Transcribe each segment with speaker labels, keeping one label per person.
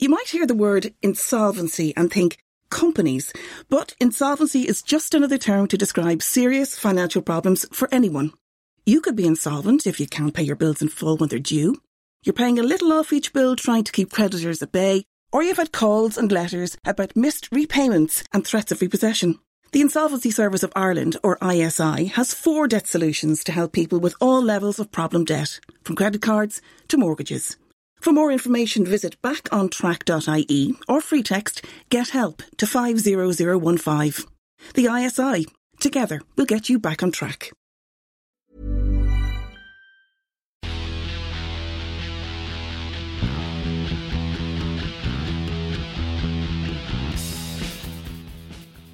Speaker 1: You might hear the word insolvency and think companies, but insolvency is just another term to describe serious financial problems for anyone. You could be insolvent if you can't pay your bills in full when they're due. You're paying a little off each bill trying to keep creditors at bay, or you've had calls and letters about missed repayments and threats of repossession. The Insolvency Service of Ireland, or ISI, has four debt solutions to help people with all levels of problem debt, from credit cards to mortgages. For more information, visit backontrack.ie or free text Get Help to 50015. The ISI. Together, we'll get you back on track.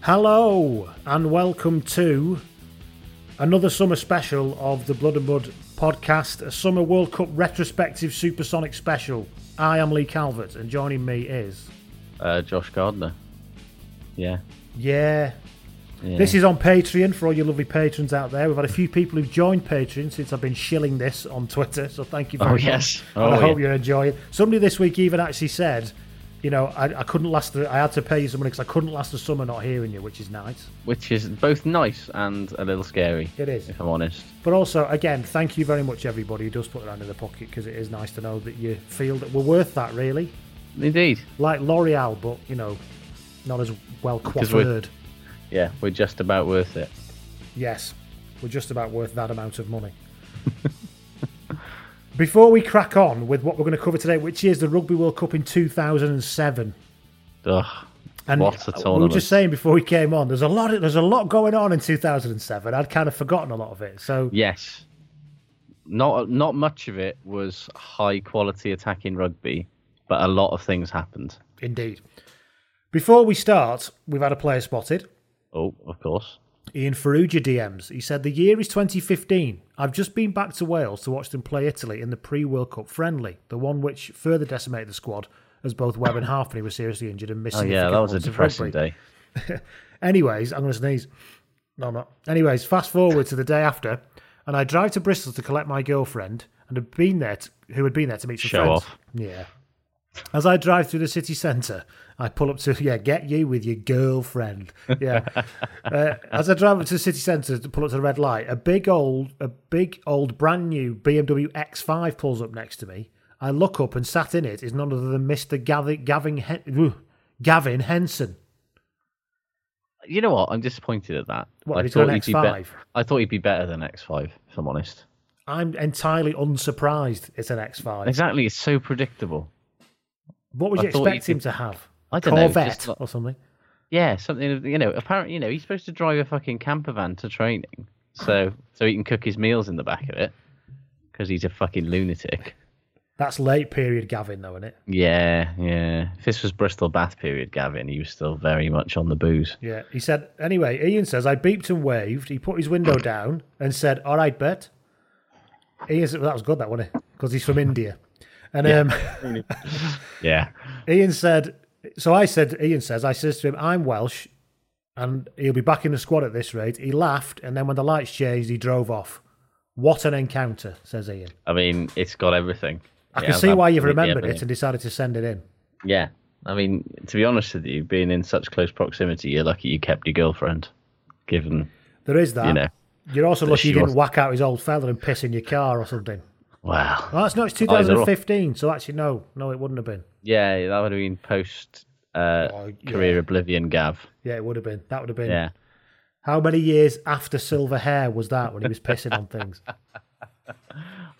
Speaker 2: Hello and welcome to another summer special of the Blood and Mud podcast, a summer World Cup retrospective supersonic special. I am Lee Calvert and joining me is
Speaker 3: Uh, Josh Gardner. Yeah.
Speaker 2: yeah.
Speaker 3: yeah.
Speaker 2: This is on Patreon for all you lovely patrons out there. We've had a few people who've joined Patreon since I've been shilling this on Twitter, so thank you very
Speaker 3: Oh
Speaker 2: much.
Speaker 3: yes.
Speaker 2: And I
Speaker 3: Oh
Speaker 2: hope
Speaker 3: yeah.
Speaker 2: you're enjoying. Somebody this week even actually said, you know, I, I couldn't last. The, I had to pay you some money because I couldn't last the summer not hearing you, which is nice.
Speaker 3: Which is both nice and a little scary.
Speaker 2: It is.
Speaker 3: If I'm honest.
Speaker 2: But also, again, thank you very much, everybody who does put their hand in the pocket because it is nice to know that you feel that we're worth that, really.
Speaker 3: Indeed.
Speaker 2: Like L'Oreal, but, you know, not as well
Speaker 3: we're-
Speaker 2: coiffured.
Speaker 3: Yeah, we're just about worth it.
Speaker 2: Yes, we're just about worth that amount of money. Before we crack on with what we're going to cover today, which is the Rugby World Cup in 2007.
Speaker 3: Ugh.
Speaker 2: And
Speaker 3: What a
Speaker 2: We were
Speaker 3: tournament.
Speaker 2: just saying before we came on, there's a lot. There's a lot going on in 2007. I'd kind of forgotten a lot of it. So
Speaker 3: Yes. Not not much of it was high quality attacking rugby, but a lot of things happened.
Speaker 2: indeed, before we start, we've had a player spotted.
Speaker 3: Oh, of course.
Speaker 2: Ian Ferrugia DMs. He said, The year is 2015. I've just been back to Wales to watch them play Italy in the pre World Cup friendly, the one which further decimated the squad as both Webb and Halfpenny were seriously injured and missed.
Speaker 3: Oh yeah, that was a depressing day.
Speaker 2: Anyways, I'm going to sneeze. No, I'm not. Anyways, fast forward to the day after, and I drive to Bristol to collect my girlfriend, and had been there to, who had been there to meet some
Speaker 3: Show
Speaker 2: friends.
Speaker 3: off.
Speaker 2: Yeah. As I drive through the city centre, I pull up to yeah, get you with your girlfriend. Yeah. uh, as I drive up to the city centre to pull up to the red light, a big old, a big old, brand new BMW X5 pulls up next to me. I look up and sat in it is none other than Mister Gavin Gavin, Hen- Gavin Henson.
Speaker 3: You know what? I'm disappointed at that.
Speaker 2: What,
Speaker 3: I
Speaker 2: he's got an
Speaker 3: he'd be
Speaker 2: X5?
Speaker 3: I thought he'd be better than X5. If I'm honest.
Speaker 2: I'm entirely unsurprised it's an X5.
Speaker 3: Exactly. It's so predictable.
Speaker 2: What would
Speaker 3: I
Speaker 2: you
Speaker 3: thought
Speaker 2: expect
Speaker 3: you
Speaker 2: him
Speaker 3: could-
Speaker 2: to have?
Speaker 3: I don't know,
Speaker 2: Corvette
Speaker 3: just like-
Speaker 2: or something.
Speaker 3: Yeah, something of- you know. Apparently, you know, he's supposed to drive a fucking camper van to training, so so he can cook his meals in the back of it, because he's a fucking lunatic.
Speaker 2: That's late period Gavin, though, isn't it?
Speaker 3: Yeah, yeah. If this was Bristol Bath period, Gavin, he was still very much on the booze.
Speaker 2: Yeah. He said, anyway, Ian says, I beeped and waved. He put his window down and said, All right, bet. Ian said, well, that was good, that wasn't it? Because he's from India. And um,
Speaker 3: Yeah.
Speaker 2: Ian said, so I said, Ian says, I says to him, I'm Welsh and he'll be back in the squad at this rate. He laughed and then when the lights changed, he drove off. What an encounter, says Ian.
Speaker 3: I mean, it's got everything.
Speaker 2: I
Speaker 3: It
Speaker 2: can
Speaker 3: has
Speaker 2: see why you've
Speaker 3: absolutely
Speaker 2: remembered it
Speaker 3: everything.
Speaker 2: and decided to send it in.
Speaker 3: Yeah. I mean, to be honest with you, being in such close proximity, you're lucky you kept your girlfriend, given,
Speaker 2: There is that.
Speaker 3: you know,
Speaker 2: You're also lucky
Speaker 3: she
Speaker 2: you didn't
Speaker 3: was-
Speaker 2: whack out his old fella and piss in your car or something.
Speaker 3: wow.
Speaker 2: Well, that's not, it's
Speaker 3: Oh, he's all-
Speaker 2: 2015, so actually, no, no, it wouldn't have been.
Speaker 3: Yeah, that would have been post uh,
Speaker 2: Oh, yeah.
Speaker 3: career oblivion, Gav.
Speaker 2: Yeah, it would have been. That would have been.
Speaker 3: Yeah.
Speaker 2: How many years after Silver Hair was that when he was pissing on things?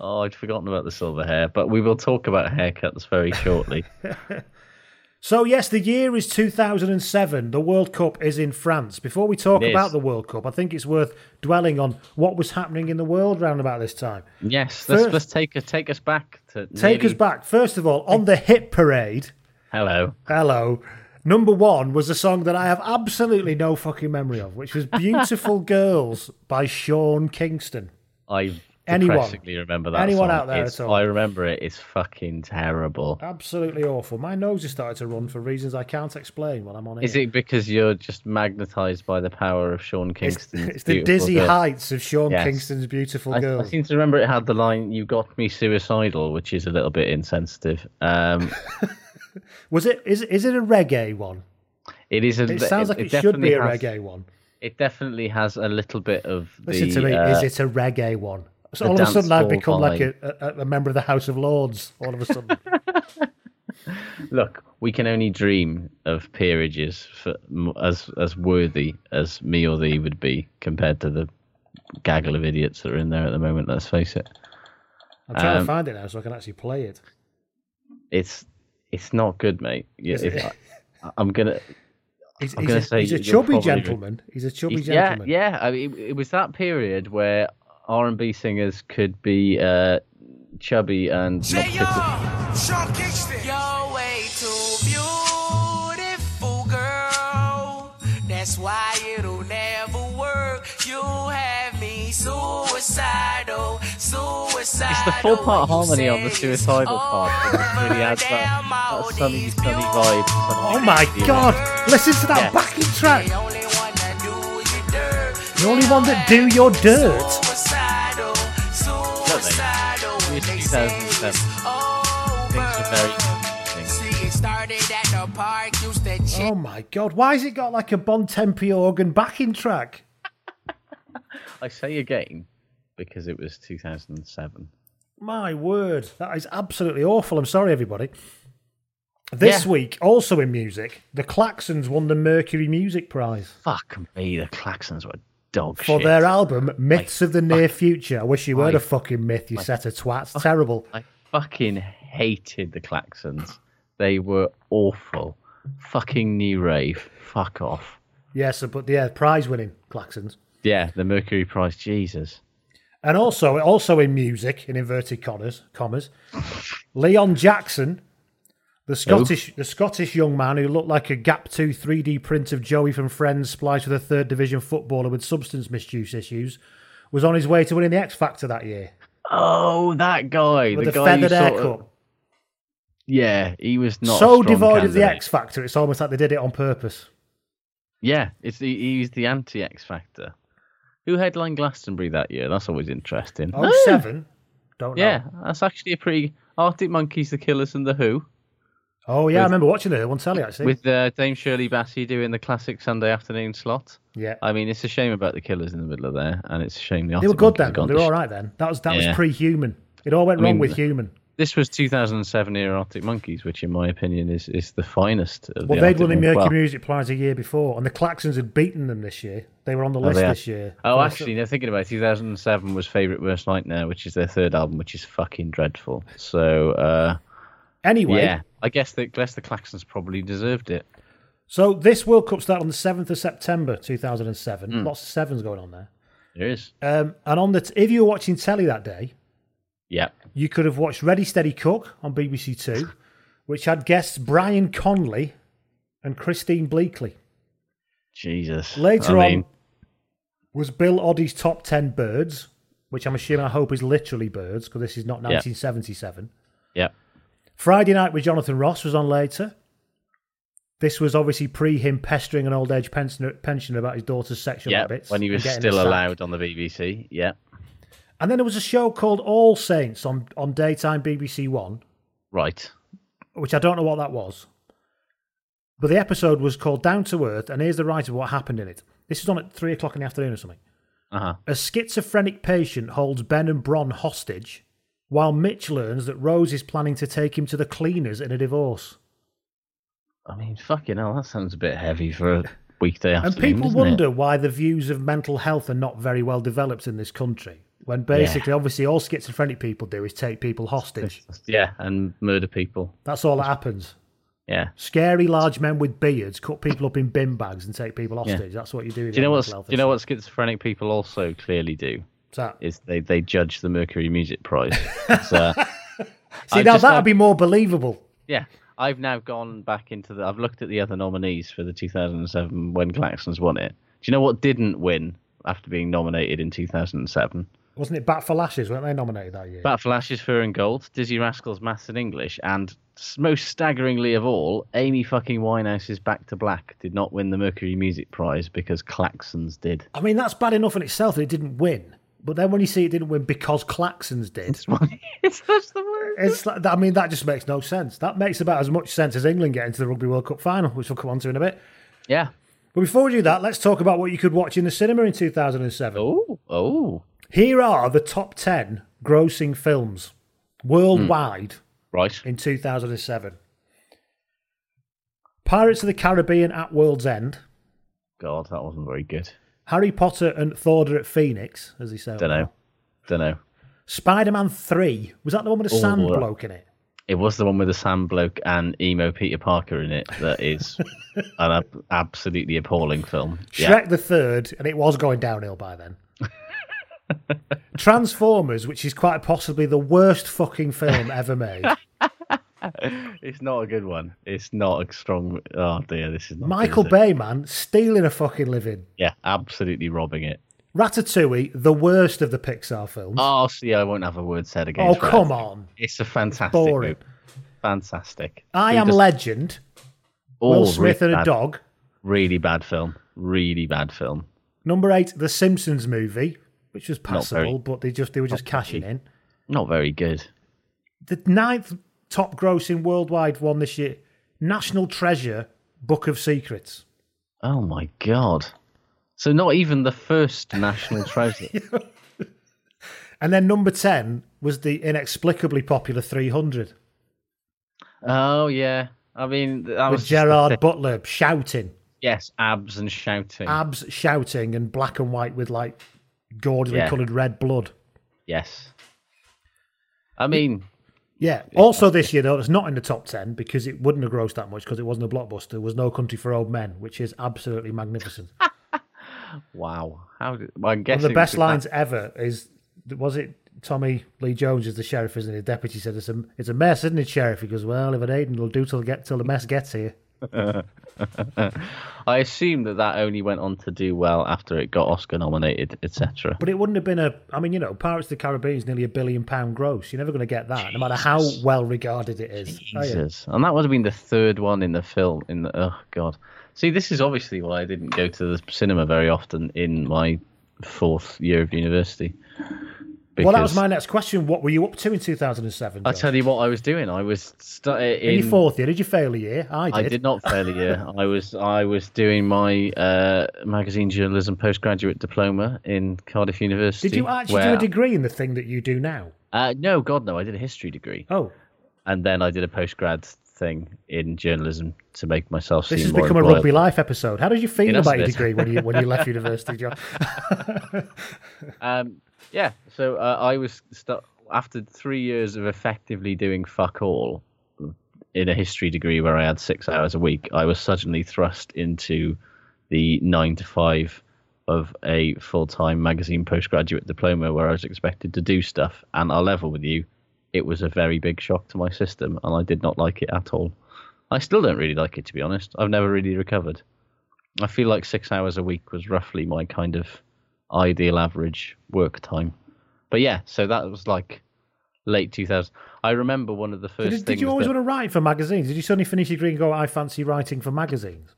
Speaker 3: Oh, I'd forgotten about the silver hair, but we will talk about haircuts very shortly.
Speaker 2: So, yes, the year is 2007. The World Cup is in France. Before we talk
Speaker 3: It is.
Speaker 2: about the World Cup, I think it's worth dwelling on what was happening in the world round about this time.
Speaker 3: yes, let's,
Speaker 2: First-
Speaker 3: let's take us take us back to
Speaker 2: Take us
Speaker 3: nearly-
Speaker 2: back. First of all, on the hit parade,
Speaker 3: Hello,
Speaker 2: hello, number one was a song that I have absolutely no fucking memory of, which was Beautiful Girls by Sean Kingston.
Speaker 3: I
Speaker 2: Anyone.
Speaker 3: depressingly remember that.
Speaker 2: Anyone
Speaker 3: song.
Speaker 2: out there
Speaker 3: It's-
Speaker 2: at all?
Speaker 3: I remember it. It's fucking terrible.
Speaker 2: Absolutely awful. My nose has started to run for reasons I can't explain while I'm on
Speaker 3: Is it because you're just magnetized by the power of Sean
Speaker 2: It's,
Speaker 3: Kingston?
Speaker 2: it's the dizzy heights of Sean
Speaker 3: Yes.
Speaker 2: Kingston's beautiful
Speaker 3: I, I
Speaker 2: girls.
Speaker 3: seem to remember it had the line "You got me suicidal," which is a little bit insensitive. Um,
Speaker 2: Was it? Is is it a reggae one?
Speaker 3: it is. A,
Speaker 2: It sounds like it, should
Speaker 3: definitely
Speaker 2: be a
Speaker 3: has-
Speaker 2: reggae one.
Speaker 3: It definitely has a little bit of
Speaker 2: Listen
Speaker 3: the,
Speaker 2: to me.
Speaker 3: uh,
Speaker 2: is it a reggae one? So
Speaker 3: the
Speaker 2: all of a sudden, I've
Speaker 3: dancehall
Speaker 2: become like a, a, a member of the House of Lords. All of a sudden,
Speaker 3: Look, we can only dream of peerages for, m- as as worthy as me or thee would be compared to the gaggle of idiots that are in there at the moment. Let's face it,
Speaker 2: I'm trying to
Speaker 3: Um,
Speaker 2: find it now so I can actually play it.
Speaker 3: it's it's not good, mate. Yeah,
Speaker 2: Is it-
Speaker 3: if I, I'm gonna.
Speaker 2: He's,
Speaker 3: I'm
Speaker 2: he's
Speaker 3: gonna
Speaker 2: a,
Speaker 3: say
Speaker 2: he's a
Speaker 3: you're
Speaker 2: chubby
Speaker 3: probably-
Speaker 2: gentleman. He's a chubby
Speaker 3: yeah,
Speaker 2: gentleman.
Speaker 3: yeah. I mean, it, it was that period where R and B singers could be uh, chubby and not
Speaker 4: Say yo,
Speaker 3: fit-
Speaker 4: Sean Kingston. You're way too beautiful, girl. That's why it'll never work. You have me suicidal, suicidal.
Speaker 3: It's the four part
Speaker 4: You
Speaker 3: harmony on
Speaker 4: say
Speaker 3: the
Speaker 4: it's
Speaker 3: suicidal part. that
Speaker 4: over,
Speaker 3: really adds that,
Speaker 4: damn all
Speaker 3: that sunny,
Speaker 4: these
Speaker 3: sunny vibe.
Speaker 2: Oh my God! Listen to that
Speaker 3: Yeah.
Speaker 2: backing track.
Speaker 4: The only one that do you dirt.
Speaker 2: The only one that do your dirt.
Speaker 4: Suicidal, suicidal.
Speaker 3: It
Speaker 4: When
Speaker 3: was
Speaker 4: they
Speaker 3: 2007.
Speaker 4: say
Speaker 3: Things are
Speaker 4: it's
Speaker 3: very
Speaker 4: over.
Speaker 3: interesting.
Speaker 4: See, it started at the park, used to chill.
Speaker 2: Oh my God! Why has it got like a Bon Tempi organ backing track?
Speaker 3: I say again because it was 2007.
Speaker 2: My word, that is absolutely awful. I'm sorry, everybody. This
Speaker 3: Yeah.
Speaker 2: week, also in music, the Claxons won the Mercury Music Prize
Speaker 3: Fuck me, the Claxons were dog
Speaker 2: for
Speaker 3: shit.
Speaker 2: their album Myths of the Near Future. I wish you weren't
Speaker 3: I-
Speaker 2: a fucking myth, you set of twats. Terrible.
Speaker 3: I fucking hated the Claxons. They were awful. Fucking new rave. Fuck off.
Speaker 2: Yes, but yeah, prize winning Claxons.
Speaker 3: Yeah, the Mercury Prize. Jesus.
Speaker 2: And also, also in music, in inverted commas, commas Leon Jackson, the Scottish, the Scottish young man who looked like a Gap Two 3D print of Joey from Friends, spliced with a third division footballer with substance misuse issues, was on his way to winning the X Factor that year
Speaker 3: Oh, that guy.
Speaker 2: with
Speaker 3: the
Speaker 2: a
Speaker 3: guy who
Speaker 2: feathered
Speaker 3: sort of-
Speaker 2: haircut.
Speaker 3: yeah, he was not a
Speaker 2: so
Speaker 3: strong
Speaker 2: devoid of the
Speaker 3: candidate.
Speaker 2: X Factor, it's almost like they did it on purpose.
Speaker 3: Yeah, it's the, he's the anti X Factor. Who headlined Glastonbury that year? That's always interesting.
Speaker 2: Oh seven, Oh, don't know.
Speaker 3: Yeah, that's actually a pretty Arctic Monkeys, The Killers, and The Who,
Speaker 2: Oh yeah, I remember watching the one telly actually.
Speaker 3: with uh, Dame Shirley Bassey doing the classic Sunday afternoon slot.
Speaker 2: yeah,
Speaker 3: I mean, it's a shame about the Killers in the middle of there, and it's a shame the
Speaker 2: they were
Speaker 3: Arctic
Speaker 2: good
Speaker 3: Monkeys
Speaker 2: then.
Speaker 3: gone
Speaker 2: They
Speaker 3: to
Speaker 2: were
Speaker 3: sh-
Speaker 2: all right then. That was that was
Speaker 3: Yeah.
Speaker 2: pre-human. It all went
Speaker 3: I
Speaker 2: wrong
Speaker 3: mean,
Speaker 2: with human.
Speaker 3: This was 2007 era Arctic Monkeys, which, in my opinion, is is the finest. Of
Speaker 2: Well,
Speaker 3: the
Speaker 2: they'd
Speaker 3: Arctic
Speaker 2: won the
Speaker 3: Mon-
Speaker 2: Mercury
Speaker 3: well,
Speaker 2: Music Prize a year before, and the Claxons had beaten them this year. They were on the
Speaker 3: oh,
Speaker 2: list
Speaker 3: yeah.
Speaker 2: this year.
Speaker 3: Oh,
Speaker 2: For-
Speaker 3: actually, no. Thinking about it, 2007 was favorite worst nightmare, which is their third album, which is fucking dreadful. So. uh
Speaker 2: Anyway,
Speaker 3: Yeah, I guess the guess the Claxons probably deserved it.
Speaker 2: so this World Cup started on the 7th of September 2007.
Speaker 3: Hmm.
Speaker 2: Lots of sevens going on there.
Speaker 3: There is.
Speaker 2: Um, and on the t- if you were watching telly that day,
Speaker 3: Yeah.
Speaker 2: you could have watched Ready Steady Cook on BBC Two, which had guests Brian Conley and Christine Bleakley.
Speaker 3: Jesus.
Speaker 2: Later
Speaker 3: I
Speaker 2: on
Speaker 3: mean,
Speaker 2: was Bill Oddie's top 10 birds, which I'm assuming I hope is literally birds because this is not
Speaker 3: Yeah.
Speaker 2: 1977.
Speaker 3: Yeah.
Speaker 2: Friday Night with Jonathan Ross was on later. This was obviously pre him pestering an old age pensioner, pensioner about his daughter's sexual
Speaker 3: Yeah,
Speaker 2: habits.
Speaker 3: when he
Speaker 2: and
Speaker 3: was
Speaker 2: getting
Speaker 3: still
Speaker 2: her sacked.
Speaker 3: allowed on the BBC. Yeah.
Speaker 2: And then there was a show called All Saints on, on daytime BBC One,
Speaker 3: Right.
Speaker 2: which I don't know what that was. But the episode was called Down to Earth, and here's the writer of what happened in it. This was on at three o'clock in the afternoon or something.
Speaker 3: Uh huh.
Speaker 2: A schizophrenic patient holds Ben and Bron hostage, while Mitch learns that Rose is planning to take him to the cleaners in a divorce.
Speaker 3: I mean, fucking hell, that sounds a bit heavy for a weekday afternoon.
Speaker 2: and people
Speaker 3: doesn't it?
Speaker 2: wonder why the views of mental health are not very well developed in this country. When basically, obviously, all schizophrenic people do is take people hostage.
Speaker 3: Yeah, and murder people.
Speaker 2: That's all that happens.
Speaker 3: Yeah.
Speaker 2: Scary large men with beards cut people up in bin bags and take people hostage. That's what you do.
Speaker 3: Do you know what? Do you know what schizophrenic people also clearly do is they they judge the Mercury Music Prize. So,
Speaker 2: See,
Speaker 3: I've
Speaker 2: now that
Speaker 3: just had-
Speaker 2: would be more believable.
Speaker 3: yeah, I've now gone back into the. I've looked at the other nominees for the 2007 when Claxons won it. Do you know what didn't win after being nominated in 2007?
Speaker 2: Wasn't it Bat for Lashes? Weren't they nominated that year?
Speaker 3: Bat Flashes, Fur and Gold, Dizzy Rascals, Maths and English, and s- most staggeringly of all, Amy fucking Winehouse's Back to Black did not win the Mercury Music Prize because Claxons did.
Speaker 2: I mean, that's bad enough in itself that it didn't win. But then when you see it didn't win because Claxons did,
Speaker 3: It's funny. it's such the word.
Speaker 2: it's like, I mean, that just makes no sense. That makes about as much sense as England getting to the Rugby World Cup final, which we'll come on to in a bit.
Speaker 3: Yeah.
Speaker 2: But before we do that, let's talk about what you could watch in the cinema in 2007.
Speaker 3: Oh, oh.
Speaker 2: Here are the top 10 grossing films worldwide
Speaker 3: Right.
Speaker 2: in 2007 Pirates of the Caribbean at World's End,
Speaker 3: God, that wasn't very good.
Speaker 2: Harry Potter and Thorder at Phoenix, as he said.
Speaker 3: Don't know. Don't know.
Speaker 2: Spider Man 3. Was that the one with the
Speaker 3: Oh,
Speaker 2: sand
Speaker 3: that-
Speaker 2: bloke in it?
Speaker 3: It was the one with the Sam bloke and emo Peter Parker in it that is an ab- absolutely appalling film. Yeah.
Speaker 2: Shrek the Third, and it was going downhill by then. Transformers, which is quite possibly the worst fucking film ever made.
Speaker 3: It's not a good one. It's not a strong. Oh dear, this is not good,
Speaker 2: Michael
Speaker 3: is it?
Speaker 2: Bay, man, stealing a fucking living.
Speaker 3: Yeah, absolutely robbing it.
Speaker 2: Ratatouille, the worst of the Pixar films.
Speaker 3: Oh, see, I won't have a word said again.
Speaker 2: oh, come on.
Speaker 3: It's a fantastic
Speaker 2: Boring.
Speaker 3: movie. Fantastic.
Speaker 2: I
Speaker 3: Who
Speaker 2: Am
Speaker 3: does-
Speaker 2: Legend,
Speaker 3: Oh,
Speaker 2: Will Smith and
Speaker 3: really
Speaker 2: a
Speaker 3: bad-
Speaker 2: dog.
Speaker 3: Really bad film. Really bad film.
Speaker 2: Number eight, The Simpsons movie, which was
Speaker 3: Not very-
Speaker 2: passable, but they just they were just cashing in.
Speaker 3: Not very good.
Speaker 2: The ninth top grossing worldwide one this year, National Treasure, Book of Secrets.
Speaker 3: Oh my god. So not even the first national treasure.
Speaker 2: And then number 10 was the inexplicably popular 300
Speaker 3: Oh yeah. I mean, that
Speaker 2: with
Speaker 3: was just the
Speaker 2: Gerard
Speaker 3: thing.
Speaker 2: Butler shouting,
Speaker 3: Yes, abs and shouting.
Speaker 2: abs shouting, and black and white with like gaudily
Speaker 3: Yeah.
Speaker 2: coloured red blood.
Speaker 3: yes. I mean,
Speaker 2: Yeah. Also, this year, though, it's not in the top 10 because it wouldn't have grossed that much because it wasn't a blockbuster, was No Country for Old Men, which is absolutely magnificent.
Speaker 3: wow. How? Did, well,
Speaker 2: One
Speaker 3: I'm
Speaker 2: of
Speaker 3: guessing
Speaker 2: the best
Speaker 3: that-
Speaker 2: lines ever is was it Tommy Lee Jones is the sheriff, isn't he? The deputy said, It's a, it's a mess, isn't it, sheriff? He goes, Well, if it ain't, it'll do till, get, till the mess gets here.
Speaker 3: I assume that that only went on to do well after it got Oscar nominated, etc.
Speaker 2: But it wouldn't have been a. I mean, you know, Pirates of the Caribbean is nearly a billion pound gross. You're never going to get that, no matter how well regarded it is. Are you?
Speaker 3: Jesus, and that would have been the third one in the film. In the oh god, see, this is obviously why I didn't go to the cinema very often in my fourth year of university.
Speaker 2: Well, that was
Speaker 3: Because-
Speaker 2: my next question. What were you up to in 2007?
Speaker 3: I tell you what I was doing. I was stu-
Speaker 2: in
Speaker 3: in,
Speaker 2: your fourth year, did you fail a year? I did.
Speaker 3: I did not fail a year. I was I was doing my uh, magazine journalism postgraduate diploma in Cardiff University.
Speaker 2: Did you actually
Speaker 3: where-
Speaker 2: do a degree in the thing that you do now?
Speaker 3: Uh, no, God, no. I did a history degree,
Speaker 2: Oh,
Speaker 3: and then I did a postgrad thing in journalism to make myself.
Speaker 2: this
Speaker 3: seem
Speaker 2: has
Speaker 3: more
Speaker 2: become a
Speaker 3: employable.
Speaker 2: rugby life episode. How did you feel
Speaker 3: It has
Speaker 2: about your
Speaker 3: been.
Speaker 2: degree when you when you left university, John?
Speaker 3: Um, yeah. So uh, I was stu- after three years of effectively doing fuck all in a history degree where I had six hours a week. I was suddenly thrust into the nine to five of a full time magazine postgraduate diploma where I was expected to do stuff. And I'll level with you, it was a very big shock to my system, and I did not like it at all. I still don't really like it, to be honest. I've never really recovered. I feel like six hours a week was roughly my kind of ideal average work time. But yeah, so that was like late 2000s. I remember one of the first
Speaker 2: Did,
Speaker 3: things.
Speaker 2: did you always
Speaker 3: that-
Speaker 2: want to write for magazines? Did you suddenly finish your degree and go, I fancy writing for magazines?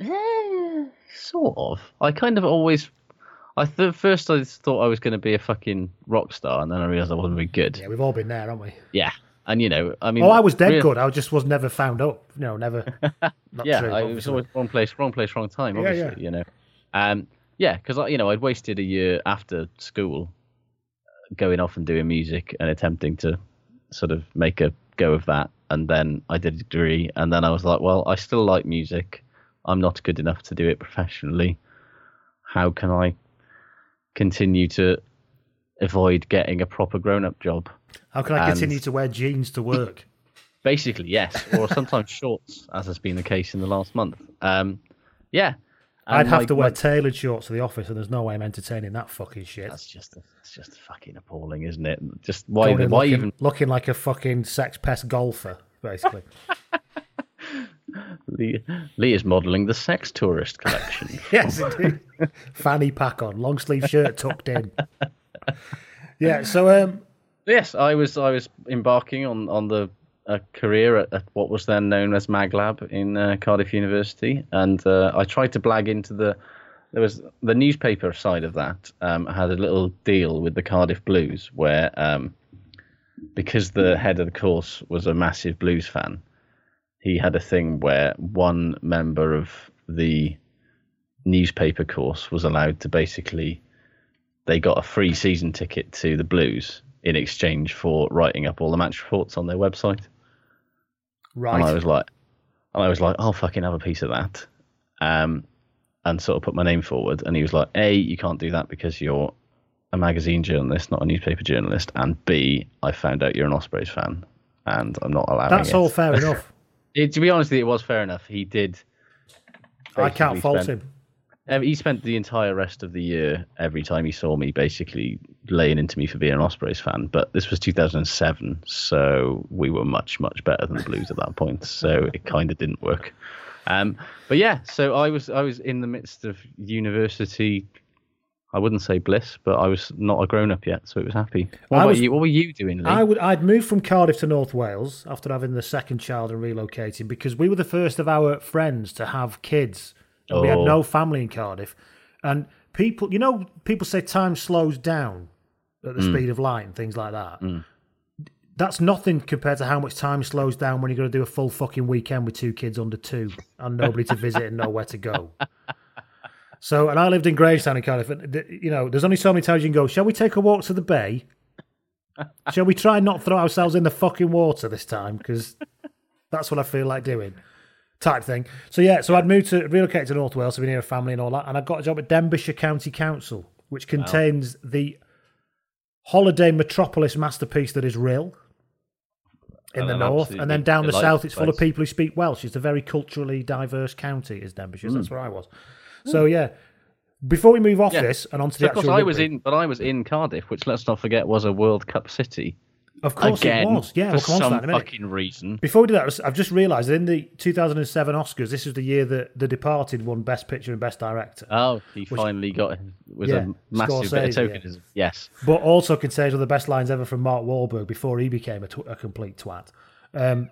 Speaker 3: Eh, sort of. I kind of always. I th- first I thought I was going to be a fucking rock star, and then I realised I wasn't very good.
Speaker 2: Yeah,
Speaker 3: Yeah.
Speaker 2: we've all been there, haven't we?
Speaker 3: and you know, I mean.
Speaker 2: oh, I was dead
Speaker 3: real-
Speaker 2: good. I just was never found up. No, never. Not
Speaker 3: yeah,
Speaker 2: true.
Speaker 3: I, it was
Speaker 2: obviously.
Speaker 3: always wrong place, wrong place, wrong time.
Speaker 2: Yeah,
Speaker 3: Obviously,
Speaker 2: yeah.
Speaker 3: you know. Um, yeah, because you know I'd wasted a year after school, uh, going off and doing music and attempting to sort of make a go of that, and then I did a degree, and then I was like, well, I still like music. I'm not good enough to do it professionally. How can I continue to avoid getting a proper grown-up job?
Speaker 2: How can I
Speaker 3: and-
Speaker 2: continue to wear jeans to work?
Speaker 3: Basically, yes, or sometimes shorts, as has been the case in the last month. Um, yeah.
Speaker 2: I'd
Speaker 3: And
Speaker 2: have
Speaker 3: my-
Speaker 2: to wear
Speaker 3: my-
Speaker 2: tailored shorts to the office, and there's no way I'm entertaining that fucking shit.
Speaker 3: That's just it's just fucking appalling, isn't it? Just why
Speaker 2: Going
Speaker 3: even
Speaker 2: and
Speaker 3: why
Speaker 2: looking,
Speaker 3: even
Speaker 2: looking like a fucking sex pest golfer, basically.
Speaker 3: Lee, Lee is modelling the sex tourist collection.
Speaker 2: yes, indeed. Fanny pack on, long sleeve shirt tucked in. Yeah, so um,
Speaker 3: yes, I was I was embarking on on the a career at, at what was then known as Maglab in uh, Cardiff University, and uh, I tried to blag into the there was the newspaper side of that um, had a little deal with the Cardiff Blues where um, because the head of the course was a massive blues fan, he had a thing where one member of the newspaper course was allowed to basically they got a free season ticket to the Blues in exchange for writing up all the match reports on their website. And I
Speaker 2: right,
Speaker 3: was like, and I was like, I'll fucking have a piece of that, um, and sort of put my name forward. And he was like, A, you can't do that because you're a magazine journalist, not a newspaper journalist, and B, I found out you're an Ospreys fan, and I'm not allowing
Speaker 2: that's
Speaker 3: it.
Speaker 2: all fair enough.
Speaker 3: It- to be honest, with you, it was fair enough. He did.
Speaker 2: I can't
Speaker 3: basically
Speaker 2: fault
Speaker 3: spend-
Speaker 2: him.
Speaker 3: um, he spent the entire rest of the year, every time he saw me, basically laying into me for being an Ospreys fan. But this was 2007, so we were much, much better than the Blues at that point. So it kind of didn't work. Um, but yeah, so I was I was in the midst of university. I wouldn't say bliss, but I was not a grown up yet, so it was happy. What
Speaker 2: I
Speaker 3: about
Speaker 2: was-
Speaker 3: you? What were you doing, Lee?
Speaker 2: I would. I'd moved from Cardiff to North Wales after having the second child and relocating because we were the first of our friends to have kids. And We had
Speaker 3: Oh.
Speaker 2: no family in Cardiff, and people. You know, people say time slows down at the speed of light and things like that. That's nothing compared to how much time slows down when you're going to do a full fucking weekend with two kids under two and nobody to visit and nowhere to go. So, and I lived in Grangetown in Cardiff. And, th- you know, there's only so many times you can go. Shall we take a walk to the bay? Shall we try and not throw ourselves in the fucking water this time? Because that's what I feel like doing, type thing. So yeah, so I'd moved to relocate to North Wales, to be near a family and all that, and I got a job at Denbighshire County Council, which contains the holiday metropolis masterpiece that is Rill in
Speaker 3: Oh,
Speaker 2: the
Speaker 3: I'm
Speaker 2: north, and then
Speaker 3: absolutely
Speaker 2: down the
Speaker 3: delighted
Speaker 2: south, it's full of
Speaker 3: place.
Speaker 2: people who speak Welsh. It's a very culturally diverse county, is Denbighshire. That's where I was. So yeah, before we move off
Speaker 3: Hmm. Yeah.
Speaker 2: this and onto
Speaker 3: So
Speaker 2: the
Speaker 3: of course,
Speaker 2: actual,
Speaker 3: I was
Speaker 2: rugby-
Speaker 3: in, but I was in Cardiff, which let's not forget was a World Cup city.
Speaker 2: Of course,
Speaker 3: Again,
Speaker 2: it was. Yeah,
Speaker 3: for
Speaker 2: we'll come on to
Speaker 3: some
Speaker 2: that in a minute.
Speaker 3: fucking reason.
Speaker 2: Before we do that, I've just realised that in the 2007 Oscars, this is the year that The Departed won Best Picture and Best Director,
Speaker 3: Oh, he finally got it. Was
Speaker 2: Yeah,
Speaker 3: a massive bit
Speaker 2: Scorsese,
Speaker 3: of
Speaker 2: yeah.
Speaker 3: tokenism. Yes.
Speaker 2: but also contains one of the best lines ever from Mark Wahlberg before he became a, tw- a complete twat um,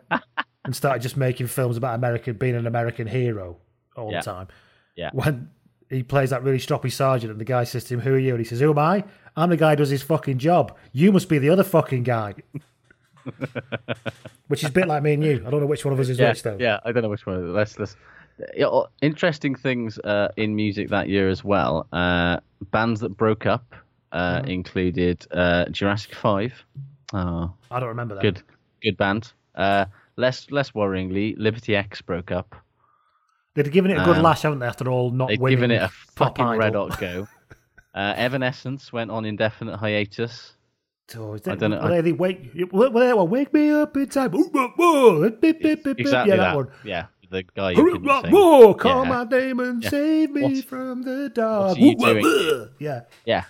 Speaker 2: and started just making films about American being an American hero all
Speaker 3: Yeah.
Speaker 2: the time.
Speaker 3: Yeah.
Speaker 2: When he plays that really stroppy sergeant, and the guy says to him, "Who are you?" and he says, "Who am I? I'm the guy who does his fucking job. You must be the other fucking guy." Which is a bit like me and you. I don't know which one of us is
Speaker 3: Yeah,
Speaker 2: which though.
Speaker 3: yeah, I don't know which one. Let's let's. Yeah, oh, Interesting things uh, in music that year as well. Uh, bands that broke up uh,
Speaker 2: Mm-hmm.
Speaker 3: included uh, Jurassic Five. Oh,
Speaker 2: I don't remember that.
Speaker 3: good, good band. Uh, less less worryingly, Liberty X broke up.
Speaker 2: They've given it a good
Speaker 3: Um,
Speaker 2: lash, haven't they? After all, not
Speaker 3: They've
Speaker 2: winning
Speaker 3: given it a
Speaker 2: Pop
Speaker 3: fucking
Speaker 2: Idol.
Speaker 3: red hot go. Uh, Evanescence went on indefinite hiatus.
Speaker 2: Oh, is that,
Speaker 3: I don't know.
Speaker 2: Were they, the wake, were they that one, wake me up in time. Ooh, whoa, whoa, beep, beep, beep, beep.
Speaker 3: Exactly
Speaker 2: yeah, that,
Speaker 3: that.
Speaker 2: one.
Speaker 3: Yeah, the guy. who
Speaker 2: Ooh,
Speaker 3: couldn't
Speaker 2: whoa,
Speaker 3: sing.
Speaker 2: whoa, call
Speaker 3: Yeah.
Speaker 2: my name and
Speaker 3: Yeah.
Speaker 2: save me
Speaker 3: What-
Speaker 2: from the dark.
Speaker 3: what are you
Speaker 2: Ooh, whoa,
Speaker 3: doing?
Speaker 2: whoa. Yeah.
Speaker 3: Yeah.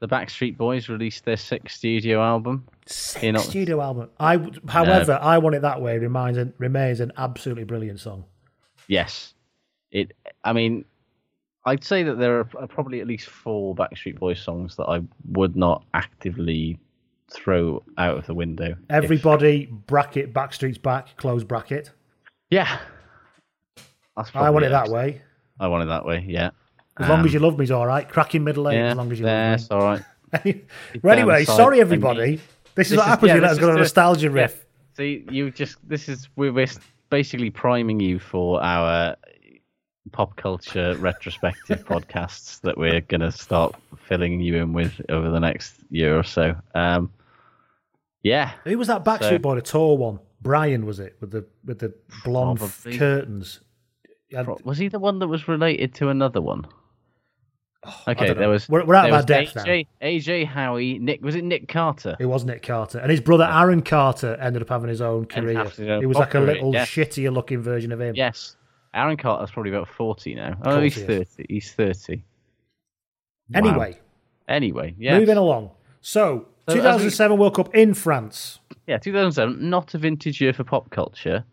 Speaker 3: The Backstreet Boys released their sixth studio album.
Speaker 2: Six
Speaker 3: You're not-
Speaker 2: studio album. I, would- however, I want it that way. Remains an, remains an absolutely brilliant song.
Speaker 3: Yes. It I mean I'd say that there are probably at least four Backstreet Boys songs that I would not actively throw out of the window.
Speaker 2: Everybody, bracket, Backstreet's back, close bracket.
Speaker 3: Yeah. That's
Speaker 2: I want
Speaker 3: probably
Speaker 2: it that way.
Speaker 3: I want it that way, yeah.
Speaker 2: As long as you love me's all right. Cracking middle eight,
Speaker 3: Um, yeah,
Speaker 2: as long as you
Speaker 3: That's all right.
Speaker 2: love me. well, anyway,
Speaker 3: Downside
Speaker 2: sorry
Speaker 3: thingy.
Speaker 2: everybody. This is
Speaker 3: This
Speaker 2: what
Speaker 3: is-
Speaker 2: happens
Speaker 3: yeah,
Speaker 2: when
Speaker 3: let's
Speaker 2: I've got
Speaker 3: just
Speaker 2: a
Speaker 3: do it.
Speaker 2: nostalgia
Speaker 3: Yeah.
Speaker 2: riff.
Speaker 3: See, you just this is we're, we're basically priming you for our pop culture retrospective podcasts that we're gonna start filling you in with over the next year or so. Um, yeah,
Speaker 2: Who was that Backstreet
Speaker 3: So-
Speaker 2: Boy, the tall one? Brian was it with the with the blonde f-
Speaker 3: Probably.
Speaker 2: curtains? Yeah,
Speaker 3: Pro- was he the one that was related to another one? Okay,
Speaker 2: Oh, don't know.
Speaker 3: there was.
Speaker 2: We're- we're out
Speaker 3: there
Speaker 2: of our
Speaker 3: was
Speaker 2: depth now.
Speaker 3: AJ, AJ Howie, Nick was it Nick Carter?
Speaker 2: It was Nick Carter, and his brother Aaron Carter ended up having his own
Speaker 3: Ended
Speaker 2: career.
Speaker 3: up having his own
Speaker 2: He was like a
Speaker 3: career,
Speaker 2: little
Speaker 3: yeah.
Speaker 2: shittier looking version of him.
Speaker 3: Yes, Aaron Carter's probably about forty now. Oh,
Speaker 2: course
Speaker 3: he's
Speaker 2: he is.
Speaker 3: thirty. He's thirty.
Speaker 2: Anyway,
Speaker 3: Anyway, yeah.
Speaker 2: moving along. So,
Speaker 3: So as we-
Speaker 2: 2007 World Cup in France.
Speaker 3: Yeah, 2007, not a vintage year for pop culture.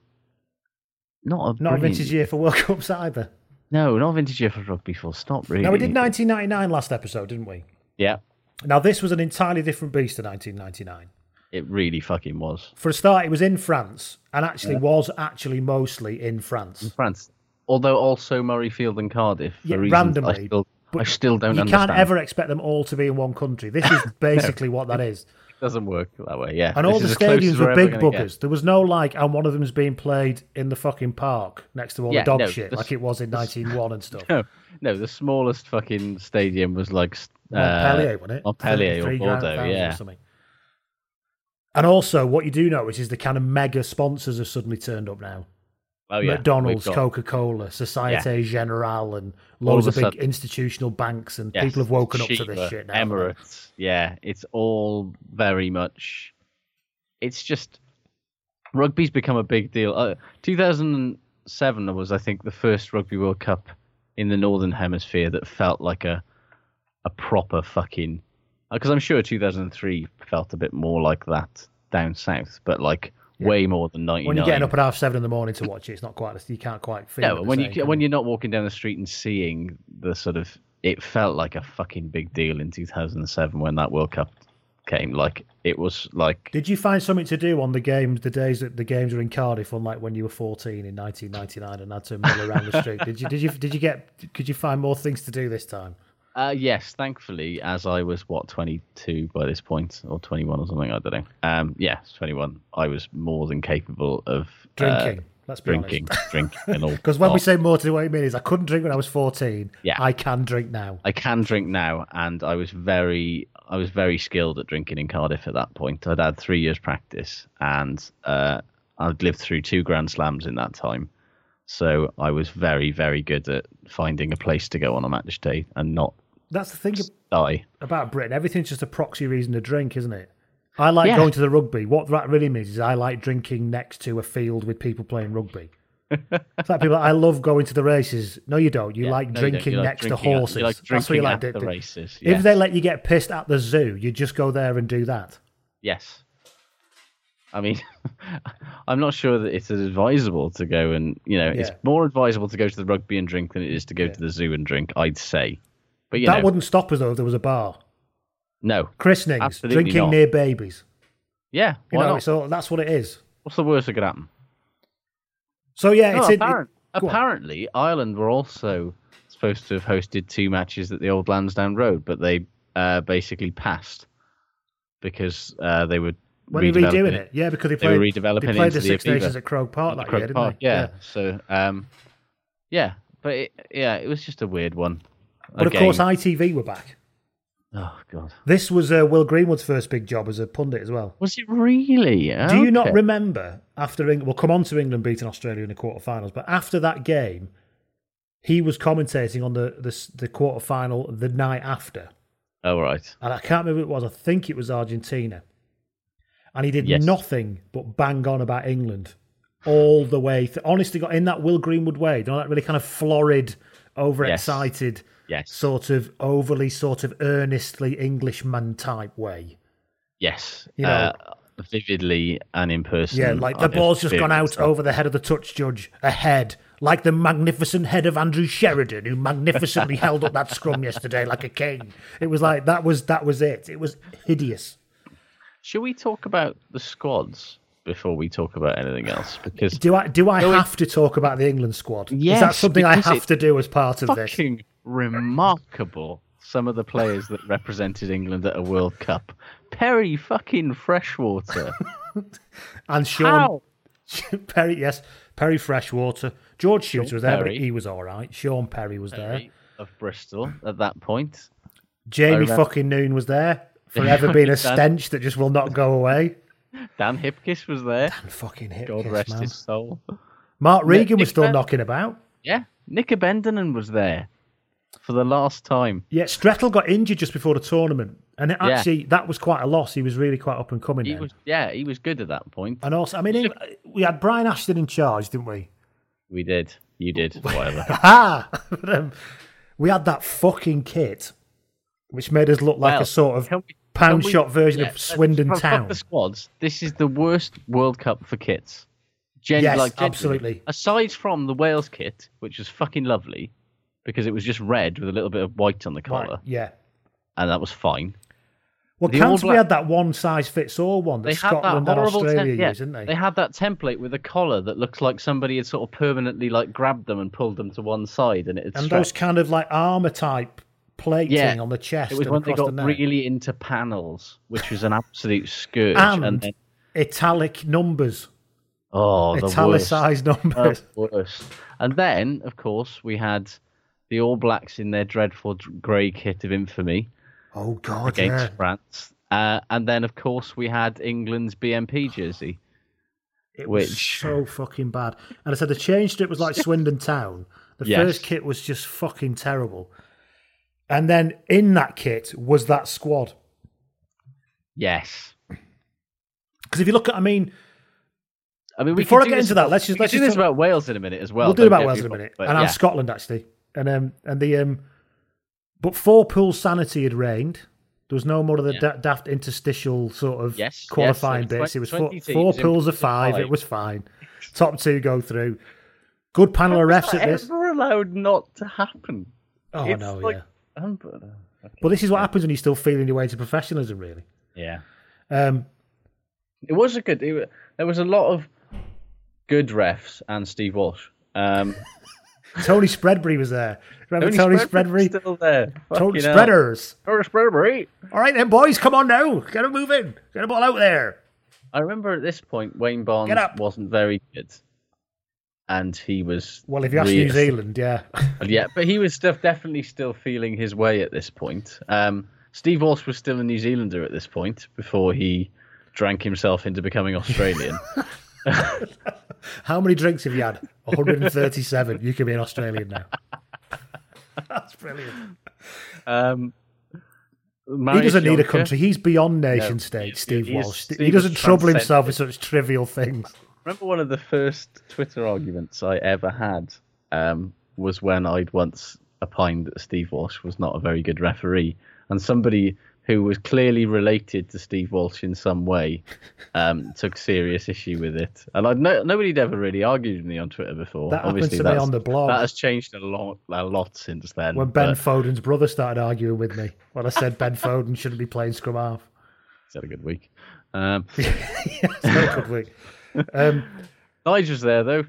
Speaker 3: Not a
Speaker 2: Not a
Speaker 3: brilliant-
Speaker 2: vintage year for World Cups either.
Speaker 3: No, not a vintage year for rugby. Full stop. Really.
Speaker 2: Now we did 1999 last episode, didn't we?
Speaker 3: Yeah,
Speaker 2: Now this was an entirely different beast to 1999.
Speaker 3: it really fucking was.
Speaker 2: For a start, it was in France, and actually was actually mostly in France.
Speaker 3: France, although also Murrayfield and Cardiff. For
Speaker 2: Yeah,
Speaker 3: reasons
Speaker 2: randomly,
Speaker 3: I still, I still don't
Speaker 2: You
Speaker 3: understand.
Speaker 2: can't ever expect them all to be in one country. This is basically what that is.
Speaker 3: It doesn't work that way. Yeah.
Speaker 2: And
Speaker 3: This
Speaker 2: all
Speaker 3: is
Speaker 2: the
Speaker 3: as close as
Speaker 2: stadiums were
Speaker 3: we're ever
Speaker 2: big
Speaker 3: gonna get.
Speaker 2: buggers. There was no like, and one of them's being played in the fucking park next to all
Speaker 3: Yeah,
Speaker 2: the dog
Speaker 3: no,
Speaker 2: shit,
Speaker 3: this-
Speaker 2: like it was in 1901 and stuff.
Speaker 3: No, no, the smallest fucking stadium was like s- uh,
Speaker 2: Montpellier, wasn't it?
Speaker 3: Montpellier
Speaker 2: 33
Speaker 3: or
Speaker 2: grand
Speaker 3: Bordeaux.
Speaker 2: thousand or
Speaker 3: Yeah.
Speaker 2: something. And also, what you do notice is the kind of mega sponsors have suddenly turned up now.
Speaker 3: Oh yeah.
Speaker 2: McDonald's,
Speaker 3: we've got-
Speaker 2: Coca Cola, Societe Generale, and
Speaker 3: All
Speaker 2: loads
Speaker 3: of
Speaker 2: of,
Speaker 3: a
Speaker 2: big
Speaker 3: sudden-
Speaker 2: institutional banks, and
Speaker 3: Yes,
Speaker 2: people have woken up to
Speaker 3: Sheba,
Speaker 2: this shit now.
Speaker 3: Emirates, yeah, it's all very much. It's just rugby's become a big deal. Uh, 2007 was, I think, the first Rugby World Cup in the Northern Hemisphere that felt like a a proper fucking. Because I'm sure 2003 felt a bit more like that down south, but like way more than 99.
Speaker 2: When you're getting up at half seven in the morning to watch it, it's not quite. You can't quite feel.
Speaker 3: Yeah,
Speaker 2: it
Speaker 3: but
Speaker 2: the
Speaker 3: when
Speaker 2: same,
Speaker 3: you
Speaker 2: can
Speaker 3: when you're not walking down the street and seeing the sort of it felt like a fucking big deal in 2007 when that World Cup came. Like it was like
Speaker 2: Did you find something to do on the games, the days that the games were in Cardiff, on like when you were 14 in 1999 and had to mill around the street? Did you, did you, did you get, could you find more things to do this time?
Speaker 3: uh, yes, thankfully, as I was what 22 by this point or 21 or something. I don't know. Um, yeah, 21. I was more than capable of uh,
Speaker 2: Drinking, let's be
Speaker 3: drinking, drinking, and all.
Speaker 2: Because when we
Speaker 3: lot.
Speaker 2: say more to do, what you mean is I couldn't drink when I was 14.
Speaker 3: Yeah.
Speaker 2: I can drink now.
Speaker 3: I can drink now, and I was very, I was very skilled at drinking in Cardiff at that point. I'd had three years practice, and uh, I'd lived through two Grand Slams in that time, so I was very, very good at finding a place to go on a match day and not
Speaker 2: That's the thing
Speaker 3: die.
Speaker 2: about Britain. Everything's just a proxy reason to drink, isn't it? I like
Speaker 3: Yeah.
Speaker 2: going to the rugby. What that really means is I like drinking next to a field with people playing rugby. it's like people, I love going to the races. No, you don't. You like
Speaker 3: no, you don't.
Speaker 2: drinking
Speaker 3: You like
Speaker 2: next
Speaker 3: drinking
Speaker 2: to
Speaker 3: at- you
Speaker 2: horses.
Speaker 3: like
Speaker 2: That's what you
Speaker 3: drinking
Speaker 2: like
Speaker 3: at
Speaker 2: to
Speaker 3: the
Speaker 2: do.
Speaker 3: races,
Speaker 2: If
Speaker 3: yes.
Speaker 2: they let you get pissed at the zoo, you just go there and do that.
Speaker 3: Yes, I mean, I'm not sure that it's advisable to go and you know, it's
Speaker 2: Yeah.
Speaker 3: more advisable to go to the rugby and drink than it is to go to the zoo and drink. I'd say, but you
Speaker 2: that
Speaker 3: know,
Speaker 2: wouldn't stop us though if there was a bar.
Speaker 3: no,
Speaker 2: Christenings,
Speaker 3: Absolutely
Speaker 2: drinking
Speaker 3: not.
Speaker 2: near babies.
Speaker 3: yeah,
Speaker 2: You
Speaker 3: why
Speaker 2: know,
Speaker 3: not?
Speaker 2: so that's what it is.
Speaker 3: What's the worst that could happen?
Speaker 2: So yeah,
Speaker 3: No,
Speaker 2: it's in,
Speaker 3: apparent-
Speaker 2: it- go on.
Speaker 3: apparently, Ireland were also supposed to have hosted two matches at the old Lansdowne Road, but they uh, basically passed because uh, they were
Speaker 2: When are they
Speaker 3: redeveloping
Speaker 2: redoing it? Yeah, because they
Speaker 3: They were
Speaker 2: played,
Speaker 3: redeveloping
Speaker 2: they
Speaker 3: it
Speaker 2: played
Speaker 3: into
Speaker 2: the
Speaker 3: the
Speaker 2: Six
Speaker 3: Aviva.
Speaker 2: Nations at Croke Park
Speaker 3: At
Speaker 2: that
Speaker 3: the
Speaker 2: year,
Speaker 3: Croke
Speaker 2: didn't
Speaker 3: Park,
Speaker 2: they?
Speaker 3: Yeah. So, um, yeah, but it, yeah, it was just a weird one.
Speaker 2: But
Speaker 3: Again.
Speaker 2: of course, ITV were back.
Speaker 3: oh god,
Speaker 2: This was uh, Will Greenwood's first big job as a pundit as well.
Speaker 3: was it really?
Speaker 2: Do you not
Speaker 3: Okay.
Speaker 2: remember after England? We'll come on to England beating Australia in the quarterfinals, but after that game, he was commentating on the the, s- the quarterfinal the night after,
Speaker 3: Oh right,
Speaker 2: and I can't remember who it was. I think it was Argentina, and he did
Speaker 3: Yes.
Speaker 2: nothing but bang on about England all the way. Th- honestly, got in that Will Greenwood way, you know, that really kind of florid, overexcited.
Speaker 3: yes,
Speaker 2: sort of overly, sort of earnestly Englishman type way.
Speaker 3: yes,
Speaker 2: you know-
Speaker 3: uh, vividly and in person.
Speaker 2: Yeah, like the
Speaker 3: Hmm, I
Speaker 2: ball's just gone out
Speaker 3: experienced that.
Speaker 2: over the head of the touch judge, ahead, like the magnificent head of Andrew Sheridan, who magnificently held up that scrum yesterday like a king. It was like that was that was it. It was hideous.
Speaker 3: Should we talk about the squads before we talk about anything else? Because
Speaker 2: Do I do I
Speaker 3: No, it-
Speaker 2: have to talk about the England squad? Is that
Speaker 3: Yes,
Speaker 2: something I
Speaker 3: because
Speaker 2: have
Speaker 3: it-
Speaker 2: to do as part of this?
Speaker 3: fucking remarkable. Some of the players that represented England at a World Cup. Perry fucking Freshwater.
Speaker 2: And Sean
Speaker 3: How?
Speaker 2: Perry, yes, Perry Freshwater. George Shooter was there,
Speaker 3: Perry.
Speaker 2: but he was all right. Sean Perry was there.
Speaker 3: Of Bristol at that point.
Speaker 2: Jamie
Speaker 3: remember-
Speaker 2: fucking Noon was there, forever being a
Speaker 3: Dan-
Speaker 2: stench that just will not go away.
Speaker 3: Dan Hipkiss was there.
Speaker 2: Fucking hit
Speaker 3: God
Speaker 2: kiss,
Speaker 3: rest
Speaker 2: man.
Speaker 3: his soul.
Speaker 2: Mark Regan
Speaker 3: Nick
Speaker 2: was still
Speaker 3: Clegg.
Speaker 2: knocking about.
Speaker 3: Yeah. Nick Abendanen was there for the last time.
Speaker 2: Yeah, Strettel got injured just before the tournament, and it
Speaker 3: Yeah.
Speaker 2: actually that was quite a loss. He was really quite up and coming.
Speaker 3: He
Speaker 2: Then.
Speaker 3: was yeah, he was good at that point.
Speaker 2: And also, I mean, Eng- we had Brian Ashton in charge, didn't we?
Speaker 3: We did. You did. Whatever.
Speaker 2: Ha! But, um, we had that fucking kit, which made us look like
Speaker 3: Well,
Speaker 2: a sort of
Speaker 3: can we-
Speaker 2: pound
Speaker 3: can we-
Speaker 2: shot version
Speaker 3: yeah,
Speaker 2: of
Speaker 3: let's-
Speaker 2: Swindon
Speaker 3: fuck
Speaker 2: Town.
Speaker 3: The squads. This is the worst World Cup for kits. Gen-
Speaker 2: Yes,
Speaker 3: like, genuinely.
Speaker 2: absolutely.
Speaker 3: Aside from the Wales kit, which was fucking lovely, because it was just red with a little bit of white on the collar,
Speaker 2: Right, yeah.
Speaker 3: and that was fine.
Speaker 2: Well,
Speaker 3: The All
Speaker 2: Canterbury
Speaker 3: Black-
Speaker 2: had that one size fits all one that
Speaker 3: They had that
Speaker 2: Scotland and
Speaker 3: horrible
Speaker 2: Australia
Speaker 3: template.
Speaker 2: used,
Speaker 3: yeah,
Speaker 2: didn't they?
Speaker 3: had that template with a collar that looked like somebody had sort of permanently like grabbed them and pulled them to one side, and it had
Speaker 2: and
Speaker 3: stretched.
Speaker 2: those kind of like armor type plating
Speaker 3: yeah,
Speaker 2: on the chest
Speaker 3: It was
Speaker 2: and
Speaker 3: when they
Speaker 2: across
Speaker 3: got
Speaker 2: the neck.
Speaker 3: really into panels, which was an absolute scourge.
Speaker 2: and,
Speaker 3: then,
Speaker 2: italic numbers,
Speaker 3: oh, the worst. Oh.
Speaker 2: italicized numbers.
Speaker 3: the worst. And then, of course, we had the All Blacks in their dreadful dr- grey kit of infamy
Speaker 2: Oh God,
Speaker 3: against
Speaker 2: yeah.
Speaker 3: France. Uh, and then, of course, we had England's BMP jersey.
Speaker 2: It was
Speaker 3: Which-
Speaker 2: so fucking bad. And I said they changed it was like Swindon Town. The
Speaker 3: Yes.
Speaker 2: first kit was just fucking terrible. And then in that kit was that squad.
Speaker 3: Yes.
Speaker 2: Because if you look at, I mean,
Speaker 3: I mean, we
Speaker 2: Before I
Speaker 3: could do
Speaker 2: get
Speaker 3: this
Speaker 2: into that,
Speaker 3: about-
Speaker 2: let's just-
Speaker 3: we could
Speaker 2: let's
Speaker 3: do
Speaker 2: just
Speaker 3: this
Speaker 2: talk-
Speaker 3: about Wales in a minute as well.
Speaker 2: we'll do
Speaker 3: don't
Speaker 2: about
Speaker 3: get
Speaker 2: Wales
Speaker 3: me
Speaker 2: in a
Speaker 3: wrong,
Speaker 2: minute,
Speaker 3: but
Speaker 2: and
Speaker 3: yeah.
Speaker 2: and Scotland actually, and um, and the um, but four pool sanity had reigned. There was no more of the
Speaker 3: Yeah.
Speaker 2: da- daft interstitial sort of
Speaker 3: Yes, yes,
Speaker 2: qualifying
Speaker 3: there were
Speaker 2: bits. It was
Speaker 3: twen-
Speaker 2: four,
Speaker 3: 20
Speaker 2: four
Speaker 3: teams in
Speaker 2: pools of
Speaker 3: pools of
Speaker 2: five. It
Speaker 3: five.
Speaker 2: was fine. Top two go through. Good panel of refs at
Speaker 3: That
Speaker 2: this.
Speaker 3: ever allowed not to happen.
Speaker 2: Oh
Speaker 3: It's
Speaker 2: no,
Speaker 3: like-
Speaker 2: yeah.
Speaker 3: Um,
Speaker 2: But this is what happens when you're still feeling your way to professionalism, really.
Speaker 3: yeah.
Speaker 2: Um,
Speaker 3: It was a good. It, wa- there was a lot of good refs and Steve Walsh. Um,
Speaker 2: Tony Spreadbury was there. Remember Tony, Spreadbury?
Speaker 3: Spreadbury's still there.
Speaker 2: Tony
Speaker 3: Fucking hell.
Speaker 2: Spreaders.
Speaker 3: Tony Spreadbury.
Speaker 2: All right then, boys, come on now. Get a move in. Get a ball out there.
Speaker 3: I remember at this point Wayne Barnes
Speaker 2: Get up.
Speaker 3: wasn't very good, and he was
Speaker 2: Well, if you ask New
Speaker 3: really-
Speaker 2: Zealand, yeah.
Speaker 3: yeah, but he was still, definitely still feeling his way at this point. Um, Steve Walsh was still a New Zealander at this point before he drank himself into becoming Australian.
Speaker 2: How many drinks have you had? 137. you can be an Australian now. That's brilliant.
Speaker 3: um,
Speaker 2: he doesn't need a country. He's beyond nation state, Steve
Speaker 3: he is-
Speaker 2: Walsh.
Speaker 3: Steve
Speaker 2: he
Speaker 3: is
Speaker 2: doesn't trouble himself with such trivial things.
Speaker 3: Remember one of the first Twitter arguments I ever had um, was when I'd once opined that Steve Walsh was not a very good referee, and somebody who was clearly related to Steve Walsh in some way um, took serious issue with it. And I'd no, nobody'd ever really argued with me on Twitter before.
Speaker 2: That happened
Speaker 3: Obviously,
Speaker 2: to me
Speaker 3: that's-
Speaker 2: on the blog.
Speaker 3: That has changed a lot, a lot since then.
Speaker 2: When Ben
Speaker 3: but
Speaker 2: Foden's brother started arguing with me when I said Ben Foden shouldn't be playing scrum half.
Speaker 3: he's had a good week. Um,
Speaker 2: So could we? Um,
Speaker 3: Nige was there though.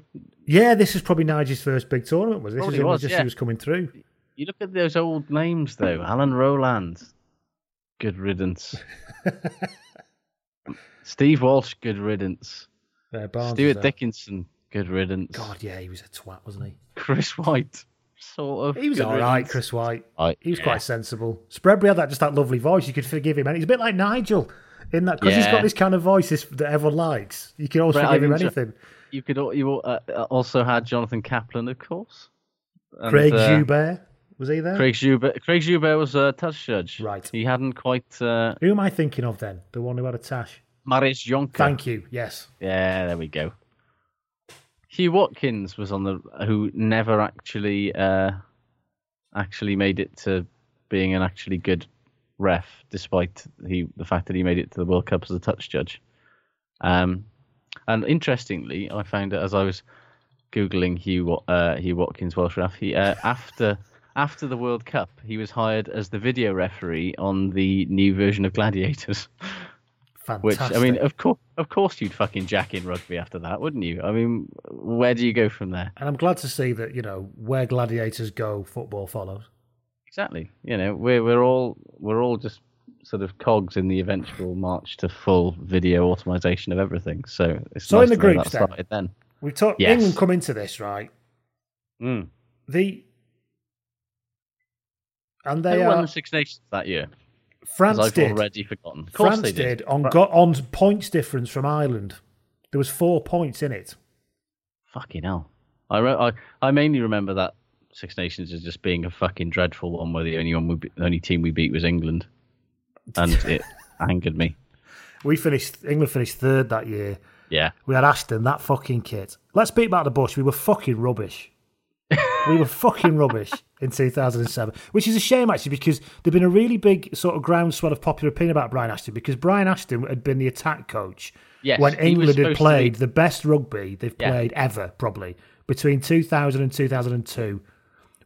Speaker 2: yeah, this is probably Nigel's first big tournament, was it? this?
Speaker 3: Probably
Speaker 2: is when
Speaker 3: was,
Speaker 2: just
Speaker 3: yeah.
Speaker 2: he was coming through.
Speaker 3: You look at those old names though. Alan Rowland, good riddance. Steve Walsh, good riddance.
Speaker 2: Uh, Barnes was
Speaker 3: Stuart
Speaker 2: there.
Speaker 3: Dickinson, good riddance.
Speaker 2: God, yeah, he was a twat, wasn't
Speaker 3: Chris White, sort of.
Speaker 2: he? He was
Speaker 3: good
Speaker 2: all right,
Speaker 3: riddance.
Speaker 2: Chris White.
Speaker 3: I-
Speaker 2: He was
Speaker 3: yeah.
Speaker 2: quite sensible. Spreadbury had that just that lovely voice. You could forgive him, and he's a bit like Nigel in that because he's
Speaker 3: Yeah.
Speaker 2: got this kind of voice this- that everyone likes. You can always
Speaker 3: Brett
Speaker 2: forgive him
Speaker 3: Ivin's-
Speaker 2: anything.
Speaker 3: You could. al- You al- uh, also had Jonathan Kaplan, of course. And,
Speaker 2: Craig
Speaker 3: uh,
Speaker 2: Joubert was he there?
Speaker 3: Craig Joubert. Craig Joubert was a touch judge.
Speaker 2: Right.
Speaker 3: He hadn't quite. Uh,
Speaker 2: Who am I thinking of then? The one who had a tash.
Speaker 3: Maris Jonker.
Speaker 2: Thank you. Yes.
Speaker 3: Yeah, there we go. Hugh Watkins was on the who never actually uh, actually made it to being an actually good ref, despite he the fact that he made it to the World Cup as a touch judge. Um, and interestingly, I found that as I was googling Hugh Wa- uh, Hugh Watkins Welsh ref, he, uh, after after the World Cup, he was hired as the video referee on the new version of Gladiators. Which
Speaker 2: Fantastic.
Speaker 3: I mean, of course, of course, you'd fucking jack in rugby after that, wouldn't you? I mean, where do you go from there?
Speaker 2: and I'm glad to see that you know where gladiators go, football follows.
Speaker 3: Exactly. You know, we're we're all we're all just sort of cogs in the eventual march to full video automation of everything. So it's
Speaker 2: So
Speaker 3: nice
Speaker 2: in the
Speaker 3: to know that
Speaker 2: groups then?
Speaker 3: started then.
Speaker 2: We've talked
Speaker 3: Yes.
Speaker 2: England come into this right.
Speaker 3: Mm.
Speaker 2: The and
Speaker 3: They
Speaker 2: they
Speaker 3: won
Speaker 2: are
Speaker 3: the Six Nations that year. 'Cause
Speaker 2: France
Speaker 3: I've
Speaker 2: did.
Speaker 3: already forgotten. Of course
Speaker 2: France
Speaker 3: they did.
Speaker 2: did on got on points difference from Ireland. There was four points in it.
Speaker 3: Fucking hell. I, re- I I mainly remember that Six Nations as just being a fucking dreadful one where the only one we be- the only team we beat was England, and it angered me.
Speaker 2: We finished England finished third that year.
Speaker 3: Yeah.
Speaker 2: We had Ashton, that fucking kit. Let's beat about the bush. We were fucking rubbish. we were fucking rubbish in 2007, which is a shame actually because there'd been a really big sort of groundswell of popular opinion about Brian Ashton because Brian Ashton had been the attack coach
Speaker 3: Yes,
Speaker 2: when
Speaker 3: he was
Speaker 2: England had
Speaker 3: supposed to
Speaker 2: played
Speaker 3: be-
Speaker 2: the best rugby they've
Speaker 3: Yeah.
Speaker 2: played ever, probably between 2000 and 2002,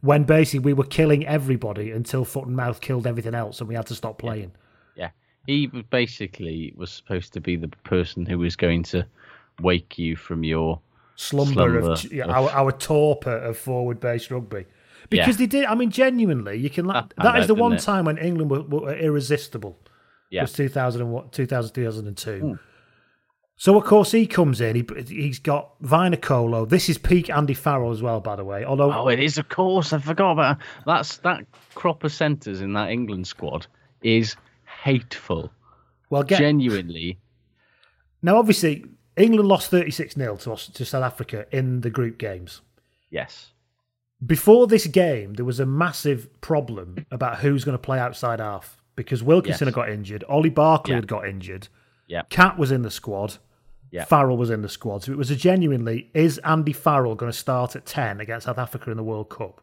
Speaker 2: when basically we were killing everybody until foot and mouth killed everything else and we had to stop playing.
Speaker 3: Yeah, he was basically was supposed to be the person who was going to wake you from your.
Speaker 2: slumber, of,
Speaker 3: Slumber
Speaker 2: yeah,
Speaker 3: of-
Speaker 2: our, our torpor of forward based rugby. Because
Speaker 3: Yeah.
Speaker 2: they did, I mean, genuinely, you can.
Speaker 3: That
Speaker 2: that is the
Speaker 3: out, didn't
Speaker 2: one
Speaker 3: it?
Speaker 2: time when England were, were irresistible.
Speaker 3: Yeah, Hmm.
Speaker 2: was 2000 and what, 2000, 2002. So, of course, he comes in. He, he's got Vinacolo. This is peak Andy Farrell as well, by the way. Although,
Speaker 3: Oh, it is, of course. I forgot about that's that crop of centres in that England squad is hateful.
Speaker 2: well, get,
Speaker 3: Genuinely,
Speaker 2: now, obviously, England lost 36 0 to, us- to South Africa in the group games.
Speaker 3: yes.
Speaker 2: Before this game, there was a massive problem about who's going to play outside half because Wilkinson had
Speaker 3: Yes.
Speaker 2: got injured, Ollie Barkley
Speaker 3: Yeah.
Speaker 2: had got injured,
Speaker 3: Yeah.
Speaker 2: Cat was in the squad,
Speaker 3: Yeah.
Speaker 2: Farrell was in the squad. So it was a genuinely is Andy Farrell going to start at ten against South Africa in the World Cup?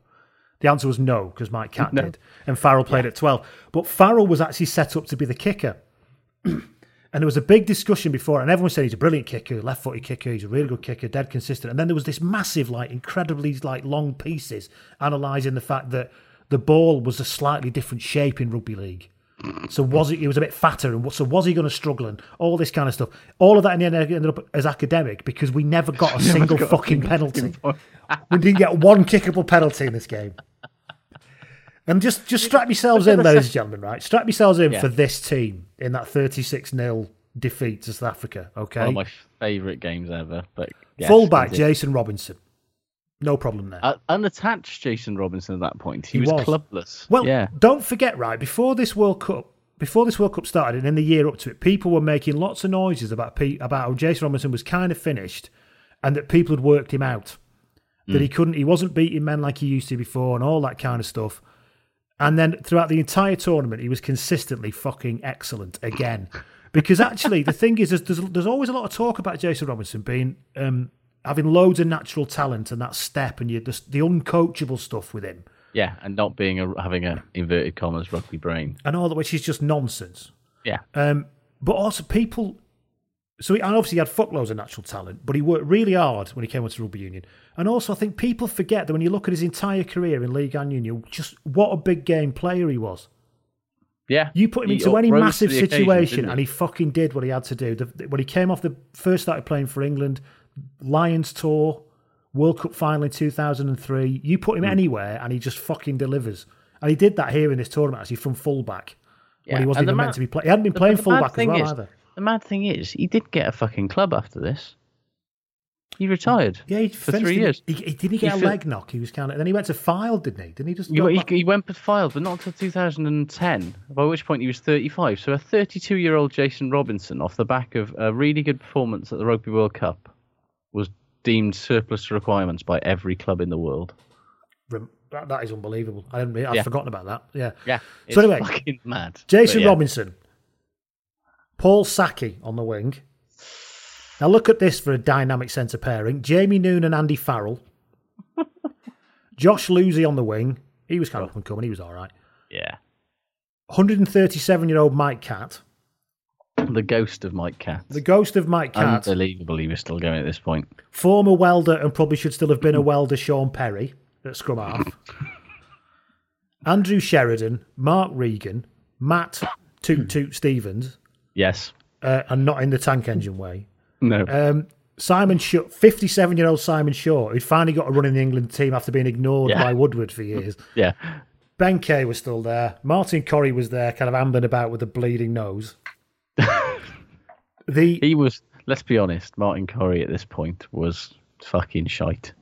Speaker 2: The answer was no because Mike Cat
Speaker 3: No.
Speaker 2: did, and Farrell played at twelve. But Farrell was actually set up to be the kicker. And there was a big discussion before, and everyone said he's a brilliant kicker, left footed kicker, he's a really good kicker, dead consistent. And then there was this massive, like, incredibly like long pieces analysing the fact that the ball was a slightly different shape in rugby league. So was it? He was a bit fatter, and what- so was he going to struggle, and all this kind of stuff. All of that in the end ended up as academic because we never got a single fucking penalty. we didn't get one kickable penalty in this game. And just just strap yourselves in, ladies and gentlemen, right? Strap yourselves in
Speaker 3: Yeah.
Speaker 2: for this team in that 36 0 defeat to South Africa, okay?
Speaker 3: One of Oh my favourite games ever. But yes,
Speaker 2: Fullback
Speaker 3: indeed.
Speaker 2: Jason Robinson. No problem there.
Speaker 3: Uh, unattached Jason Robinson at that point.
Speaker 2: He
Speaker 3: He, was,
Speaker 2: was.
Speaker 3: clubless.
Speaker 2: Well,
Speaker 3: yeah,
Speaker 2: don't forget, right, before this World Cup, before this World Cup started, and in the year up to it, people were making lots of noises about Pete, about how Jason Robinson was kind of finished, and that people had worked him out, that he couldn't, he wasn't beating men like he used to before, and all that kind of stuff. And then throughout the entire tournament, he was consistently fucking excellent again. Because actually, the thing is, there's, there's there's always a lot of talk about Jason Robinson being um, having loads of natural talent and that step and you just the uncoachable stuff with him.
Speaker 3: yeah, and not being a having a inverted commas rugby brain.
Speaker 2: and all that, which is just nonsense.
Speaker 3: Yeah,
Speaker 2: Um, but also people. So he, and obviously he had fuckloads of natural talent, but he worked really hard when he came onto the rugby union. And also, I think people forget that when you look at his entire career in league and union, just what a big game player he was.
Speaker 3: yeah.
Speaker 2: You put him
Speaker 3: He
Speaker 2: into any
Speaker 3: rose to
Speaker 2: massive
Speaker 3: the occasion,
Speaker 2: situation,
Speaker 3: didn't
Speaker 2: and he fucking did what he had to do. The, the- when he came off the first started playing for England, Lions tour, World Cup final in two thousand and three. You put
Speaker 3: Hmm.
Speaker 2: him anywhere, and he just fucking delivers. And he did that here in this tournament, actually, from fullback
Speaker 3: Yeah,
Speaker 2: when he wasn't
Speaker 3: and the
Speaker 2: even
Speaker 3: man-
Speaker 2: meant to be playing. He hadn't been
Speaker 3: the-
Speaker 2: playing
Speaker 3: the mad
Speaker 2: fullback as
Speaker 3: thing
Speaker 2: well
Speaker 3: is-
Speaker 2: either.
Speaker 3: The mad thing is, he did get a fucking club after this. He retired.
Speaker 2: Yeah, he
Speaker 3: for
Speaker 2: finished-
Speaker 3: three years.
Speaker 2: He, he- didn't he get
Speaker 3: He
Speaker 2: a
Speaker 3: fin-
Speaker 2: leg knock. He was kind of. Then he went to file, didn't he? Didn't he just?
Speaker 3: He,
Speaker 2: knock
Speaker 3: he,
Speaker 2: back-
Speaker 3: he went but filed, but not until 2010, by which point he was 35. So a 32 year old Jason Robinson, off the back of a really good performance at the Rugby World Cup, was deemed surplus to requirements by every club in the world.
Speaker 2: Rem- that- that is unbelievable. I didn't. re- I'd
Speaker 3: Yeah.
Speaker 2: forgotten about that. Yeah.
Speaker 3: Yeah.
Speaker 2: So anyway,
Speaker 3: fucking mad.
Speaker 2: Jason
Speaker 3: But yeah.
Speaker 2: Robinson, Paul Saki on the wing. Now look at this for a dynamic centre pairing: Jamie Noon and Andy Farrell. Josh Losey on the wing. He was
Speaker 3: Oh.
Speaker 2: kind of up and coming. He was all right.
Speaker 3: Yeah.
Speaker 2: 137-year-old Mike Cat,
Speaker 3: The ghost of Mike Cat.
Speaker 2: the ghost of Mike Cat,
Speaker 3: Unbelievable he was still going at this point.
Speaker 2: former welder and probably should still have been a welder, Sean Perry at scrum half. Andrew Sheridan, Mark Regan, Matt Toot Toot Stevens,
Speaker 3: Yes.
Speaker 2: uh, and not in the tank engine way.
Speaker 3: No.
Speaker 2: Um, Simon Shaw, 57 year old Simon Shaw, who'd finally got a run in the England team after being ignored
Speaker 3: Yeah.
Speaker 2: by Woodward for years.
Speaker 3: yeah.
Speaker 2: Ben Kay was still there. Martin Corey was there, kind of ambling about with a bleeding nose. the
Speaker 3: He was, let's be honest, Martin Corey at this point was fucking shite.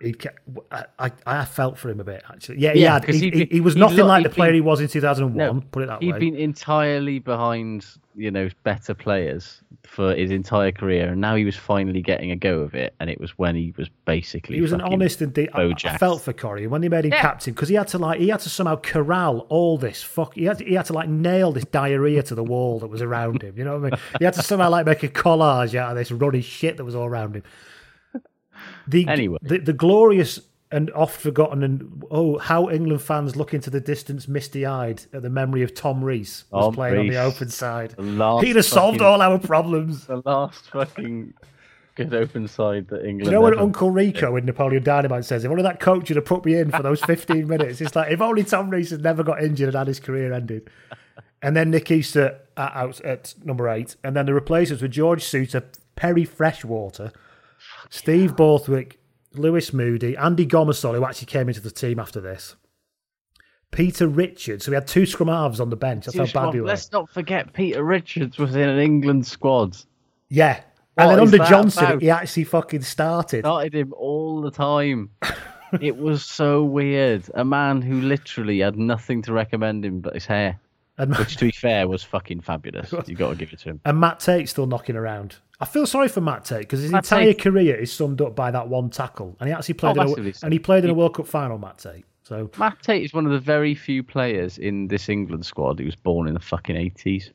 Speaker 2: he, ca- I, I- I felt for him a bit actually. Yeah, he
Speaker 3: Yeah,
Speaker 2: had.
Speaker 3: 'cause
Speaker 2: He,
Speaker 3: he'd
Speaker 2: he,
Speaker 3: been-
Speaker 2: he was
Speaker 3: he'd
Speaker 2: nothing
Speaker 3: lo-
Speaker 2: like the
Speaker 3: he'd
Speaker 2: player
Speaker 3: been-
Speaker 2: he was in 2001.
Speaker 3: No,
Speaker 2: put it that
Speaker 3: He'd
Speaker 2: way.
Speaker 3: been entirely behind, you know, better players for his entire career, and now he was finally getting a go of it. And it was when he was basically
Speaker 2: he was an
Speaker 3: fucking
Speaker 2: honest and de- I, I
Speaker 3: Bojack.
Speaker 2: felt for Corey when they made him captain because he had to like he had to somehow corral all this fuck. He had to, he had to like nail this diarrhea to the wall that was around him. You know what I mean? He had to somehow like make a collage out of this runny shit that was all around him. The
Speaker 3: Anyway.
Speaker 2: the, the glorious and oft forgotten and oh how England fans look into the distance misty eyed at the memory of Tom Rees was
Speaker 3: Tom
Speaker 2: playing on the
Speaker 3: Rees.
Speaker 2: open side.
Speaker 3: The last
Speaker 2: He'd have solved
Speaker 3: fucking-
Speaker 2: all our problems.
Speaker 3: the last fucking good open side that England.
Speaker 2: You know when
Speaker 3: ever-
Speaker 2: Uncle Rico in Napoleon Dynamite says, if only that coach would have put me in for those 15 minutes, it's like, if only Tom Rees had never got injured and had his career ended. And then Nick Easter at, out at number eight. And then the replacements were George Suter, Perry Freshwater, Steve Borthwick, Lewis Moody, Andy Gomersall, who actually came into the team after this, Peter Richards. So we had two scrum halves on the bench. That's
Speaker 3: Just
Speaker 2: how
Speaker 3: one-
Speaker 2: bad we were.
Speaker 3: Let's not forget Peter Richards was in an England squad.
Speaker 2: Yeah.
Speaker 3: What
Speaker 2: And then
Speaker 3: is
Speaker 2: under
Speaker 3: that
Speaker 2: Johnson,
Speaker 3: about? Oh.
Speaker 2: he actually fucking started.
Speaker 3: Started him all the time. it was so weird. A man who literally had nothing to recommend him but his hair,
Speaker 2: And-
Speaker 3: which, to be fair, was fucking fabulous. You got to give it to him.
Speaker 2: And Matt Tate's still knocking around. I feel sorry for Matt Tate because his
Speaker 3: Matt
Speaker 2: entire
Speaker 3: Tate-
Speaker 2: career is summed up by that one tackle, and he actually played
Speaker 3: Oh,
Speaker 2: in
Speaker 3: massively
Speaker 2: a,
Speaker 3: so.
Speaker 2: and he played in a
Speaker 3: He-
Speaker 2: World Cup final. Matt Tate, so
Speaker 3: Matt Tate is one of the very few players in this England squad who was born in the fucking eighties.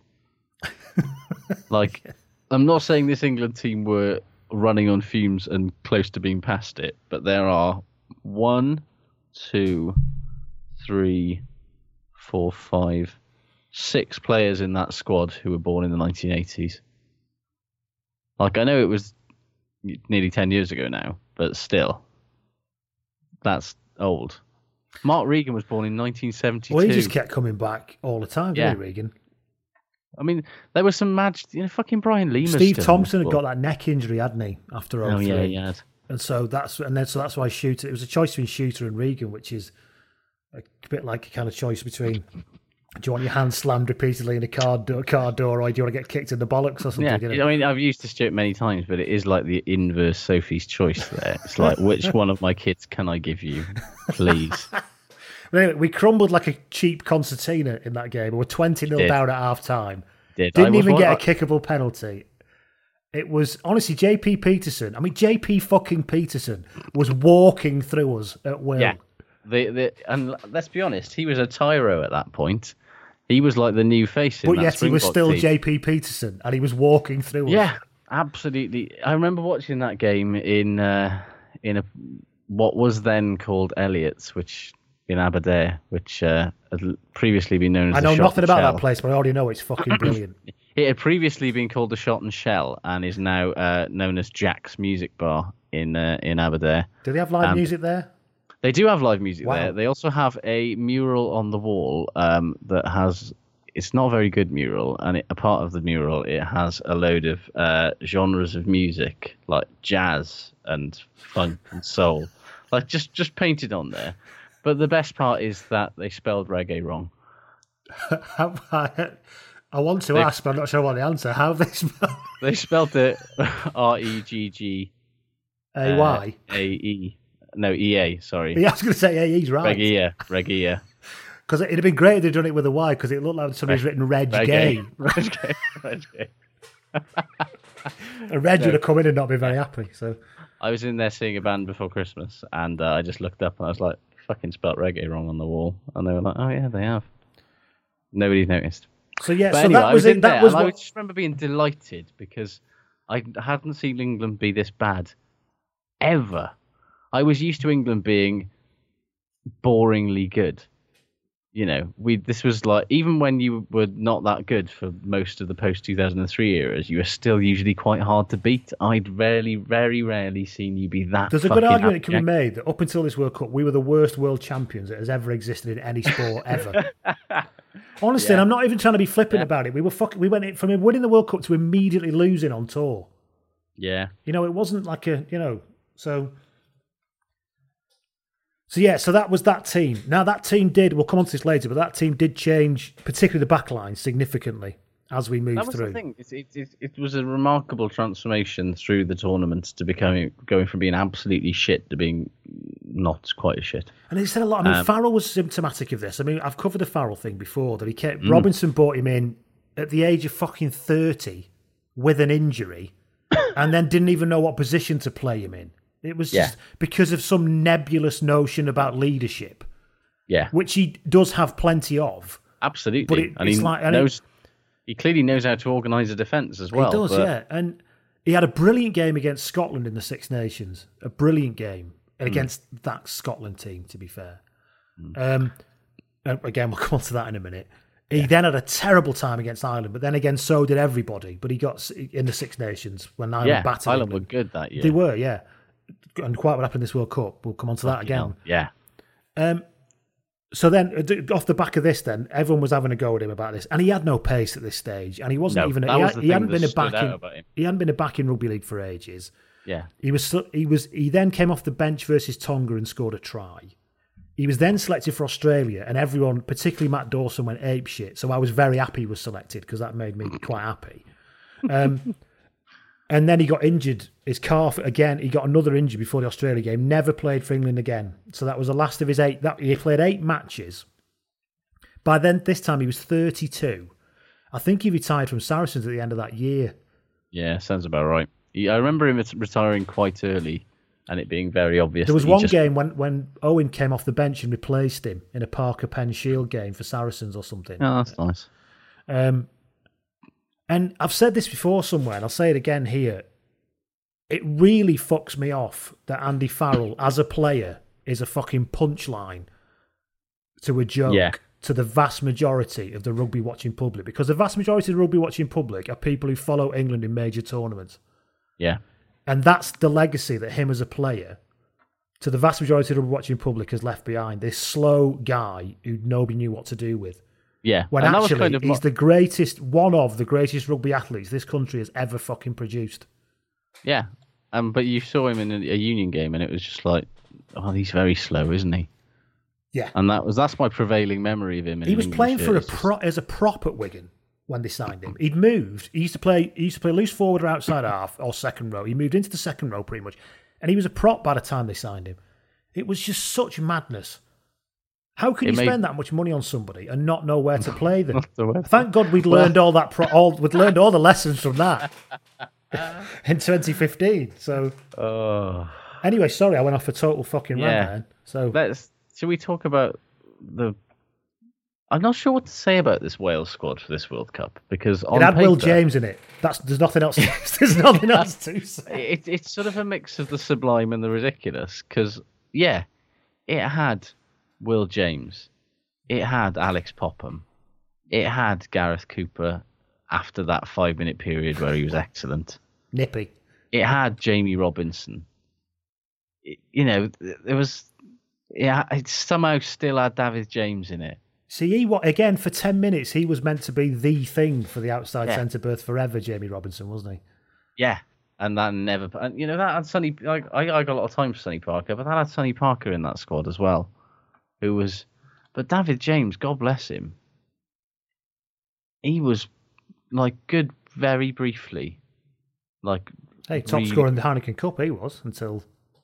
Speaker 3: like, I'm not saying this England team were running on fumes and close to being past it, but there are one, two, three, four, five, six players in that squad who were born in the 1980s. Like, I know it was nearly ten years ago now, but still, that's old. Mark Regan was born in 1972.
Speaker 2: well, he just kept coming back all the time, didn't he,
Speaker 3: Yeah.
Speaker 2: Regan?
Speaker 3: I mean, there was some mad, you know, fucking Brian Lee.
Speaker 2: Steve Thompson had got that neck injury, hadn't he, after all
Speaker 3: Oh
Speaker 2: three?
Speaker 3: yeah, he had.
Speaker 2: And so that's and then so that's why Shooter. It was a choice between Shooter and Regan, which is a bit like a kind of choice between. Do you want your hand slammed repeatedly in a car door, car door, or do you want to get kicked in the bollocks or something?
Speaker 3: Yeah,
Speaker 2: you know?
Speaker 3: I mean, I've used this joke many times, but it is like the inverse Sophie's choice. There, it's like, which one of my kids can I give you, please?
Speaker 2: But anyway, we crumbled like a cheap concertina in that game. We were 20 0
Speaker 3: Did.
Speaker 2: down at half time.
Speaker 3: Did I
Speaker 2: Didn't
Speaker 3: was
Speaker 2: even
Speaker 3: one-
Speaker 2: get a kickable penalty. It was honestly JP Peterson. I mean, JP fucking Peterson was walking through us at will.
Speaker 3: Yeah, the the and let's be honest, he was a tyro at that point. He was like the new face in
Speaker 2: but
Speaker 3: that
Speaker 2: yet he was still
Speaker 3: Springbok team.
Speaker 2: JP Peterson and he was walking through us.
Speaker 3: Yeah, absolutely. I remember watching that game in uh, in a what was then called Elliot's, which in Aberdare, which uh, had l- previously been known as
Speaker 2: I
Speaker 3: the
Speaker 2: know
Speaker 3: Shot
Speaker 2: nothing
Speaker 3: and
Speaker 2: about that
Speaker 3: Shell.
Speaker 2: place, but I already know it's fucking brilliant.
Speaker 3: It had previously been called the Shot and Shell, and is now uh, known as Jack's Music Bar in uh, in Aberdare.
Speaker 2: Do they have live
Speaker 3: Um,
Speaker 2: music there?
Speaker 3: They do have live music
Speaker 2: Wow.
Speaker 3: there. They also have a mural on the wall um, that has. It's not a very good mural, and it, a part of the mural it has a load of uh, genres of music like jazz and funk and soul, like just just painted on there. But the best part is that they spelled reggae wrong.
Speaker 2: I want to ask, but I'm not sure what the answer. How have they spelled
Speaker 3: They spelled it R E G G
Speaker 2: AY? Y?
Speaker 3: A E no E A sorry E
Speaker 2: yeah, I was going to say, yeah, he's right.
Speaker 3: reggae yeah reggae yeah
Speaker 2: Because it'd have been great if they'd done it with a Y, because it looked like somebody's written Reg Gay.
Speaker 3: reggae reggae reggae.
Speaker 2: And Reg would have come in and not been very happy. So
Speaker 3: I was in there seeing a band before Christmas, and uh, I just looked up and I was like, "Fucking spelt reggae wrong on the wall," and they were like, "Oh yeah, they have." Nobody's noticed.
Speaker 2: So yeah,
Speaker 3: But
Speaker 2: so
Speaker 3: anyway,
Speaker 2: that
Speaker 3: I
Speaker 2: was
Speaker 3: was
Speaker 2: it.
Speaker 3: in
Speaker 2: That
Speaker 3: there,
Speaker 2: was
Speaker 3: and I
Speaker 2: what,
Speaker 3: just remember being delighted because I hadn't seen England be this bad ever. I was used to England being boringly good. You know, we this was like even when you were not that good for most of the post two thousand and three eras, you were still usually quite hard to beat. I'd rarely, very rarely seen you be that.
Speaker 2: there's a good
Speaker 3: fucking
Speaker 2: argument that can be
Speaker 3: abject.
Speaker 2: made that up until this World Cup, we were the worst world champions that has ever existed in any sport ever. Honestly, and I'm not even trying to be flippant about it. We were fuck, We went in- from winning the World Cup to immediately losing on tour.
Speaker 3: Yeah.
Speaker 2: You know, it wasn't like a you know. So. So yeah, so that was that team. Now that team did. We'll come on to this later, but that team did change, particularly the back line, significantly as we moved
Speaker 3: That was
Speaker 2: through.
Speaker 3: the thing. It, it, it, it was a remarkable transformation through the tournament to becoming going from being absolutely shit to being not quite a shit.
Speaker 2: And he said a lot. I mean, Farrell was symptomatic of this. I mean, I've covered the Farrell thing before that he kept. Robinson brought him in at the age of fucking 30 with an injury and then didn't even know what position to play him in. It was
Speaker 3: Yeah.
Speaker 2: just because of some nebulous notion about leadership,
Speaker 3: Yeah,
Speaker 2: which he does have plenty of.
Speaker 3: absolutely.
Speaker 2: but it-
Speaker 3: and
Speaker 2: it's
Speaker 3: he
Speaker 2: like- and it-
Speaker 3: knows. he clearly knows how to organise a defence as well.
Speaker 2: he does,
Speaker 3: but
Speaker 2: yeah. And he had a brilliant game against Scotland in the Six Nations. A brilliant game
Speaker 3: Hmm.
Speaker 2: against that Scotland team, to be fair. Um, and again, we'll come on to that in a minute. He then had a terrible time against Ireland, but then again, so did everybody. But he got s- in the Six Nations when Ireland
Speaker 3: Yeah,
Speaker 2: battered
Speaker 3: Ireland were
Speaker 2: England.
Speaker 3: good that year.
Speaker 2: They were, yeah. And quite what happened in this World Cup. We'll come on to that
Speaker 3: You
Speaker 2: again.
Speaker 3: know, Yeah,
Speaker 2: Um, so then, uh, d- off the back of this, then everyone was having a go at him about this, and he had no pace at this stage, and he wasn't
Speaker 3: No,
Speaker 2: even
Speaker 3: that
Speaker 2: he,
Speaker 3: was
Speaker 2: had,
Speaker 3: the
Speaker 2: he
Speaker 3: thing
Speaker 2: hadn't
Speaker 3: that
Speaker 2: been a
Speaker 3: stood out
Speaker 2: back in
Speaker 3: about him.
Speaker 2: he hadn't been a back in rugby league for ages.
Speaker 3: yeah.
Speaker 2: He was sl- he was he then came off the bench versus Tonga and scored a try. He was then selected for Australia, and everyone, particularly Matt Dawson, went ape shit. So I was very happy he was selected because that made me quite happy. Um, and then he got injured, his calf again. He got another injury before the Australia game. Never played for England again. So that was the last of his eight. That he played eight matches. By then, this time he was thirty-two. I think he retired from Saracens at the end of that year.
Speaker 3: Yeah, sounds about right. He, I remember him ret- retiring quite early, and it being very obvious.
Speaker 2: There was
Speaker 3: that he
Speaker 2: one
Speaker 3: just-
Speaker 2: game when, when Owen came off the bench and replaced him in a Parker Penn Shield game for Saracens or something.
Speaker 3: Oh, that's nice.
Speaker 2: Um, and I've said this before somewhere, and I'll say it again here. It really fucks me off that Andy Farrell, as a player, is a fucking punchline to a joke
Speaker 3: Yeah.
Speaker 2: to the vast majority of the rugby watching public, because the vast majority of the rugby watching public are people who follow England in major tournaments.
Speaker 3: Yeah,
Speaker 2: And that's the legacy that him as a player, to the vast majority of the watching public, has left behind. This slow guy who nobody knew what to do with.
Speaker 3: yeah.
Speaker 2: When
Speaker 3: and that
Speaker 2: actually,
Speaker 3: was kind of
Speaker 2: he's
Speaker 3: my-
Speaker 2: the greatest, one of the greatest rugby athletes this country has ever fucking produced.
Speaker 3: Yeah, um, but you saw him in a, a union game, and it was just like, oh, he's very slow, isn't he?
Speaker 2: Yeah.
Speaker 3: And that was that's my prevailing memory of him. In
Speaker 2: he
Speaker 3: an
Speaker 2: was
Speaker 3: England
Speaker 2: playing
Speaker 3: shirt.
Speaker 2: for a
Speaker 3: It's just-
Speaker 2: pro- as a prop at Wigan when they signed him. He'd moved. He used to play. He used to play loose forward or outside half or second row. He moved into the second row pretty much, and he was a prop by the time they signed him. It was just such madness. How can
Speaker 3: It
Speaker 2: you
Speaker 3: made-
Speaker 2: spend that much money on somebody and not know where to play them?
Speaker 3: Not the way.
Speaker 2: Thank God we'd learned all that. Pro- all we'd learned all the lessons from that in 2015. So
Speaker 3: Oh.
Speaker 2: anyway, sorry, I went off a total fucking rant.
Speaker 3: Yeah.
Speaker 2: Then. So
Speaker 3: Let's. Should we talk about the? I'm not sure what to say about this Wales squad for this World Cup because on
Speaker 2: it had Will
Speaker 3: paper-
Speaker 2: James in it. That's there's nothing else. there's nothing else to say.
Speaker 3: it, it's sort of a mix of the sublime and the ridiculous because yeah it had will james it had alex popham it had gareth cooper after that five minute period where he was excellent
Speaker 2: Nippy.
Speaker 3: it had jamie robinson it, you know th- there was yeah it somehow still had david james in it
Speaker 2: See, he what again for ten minutes? He was meant to be the thing for the outside
Speaker 3: Yeah.
Speaker 2: centre berth forever. Jamie Robinson wasn't he?
Speaker 3: yeah and that never and, you know that had sonny I, I i got a lot of time for sonny parker but that had sonny parker in that squad as well who was but David James, God bless him, he was like good very briefly, like
Speaker 2: Hey, top
Speaker 3: really-
Speaker 2: scorer in the Heineken Cup, he was until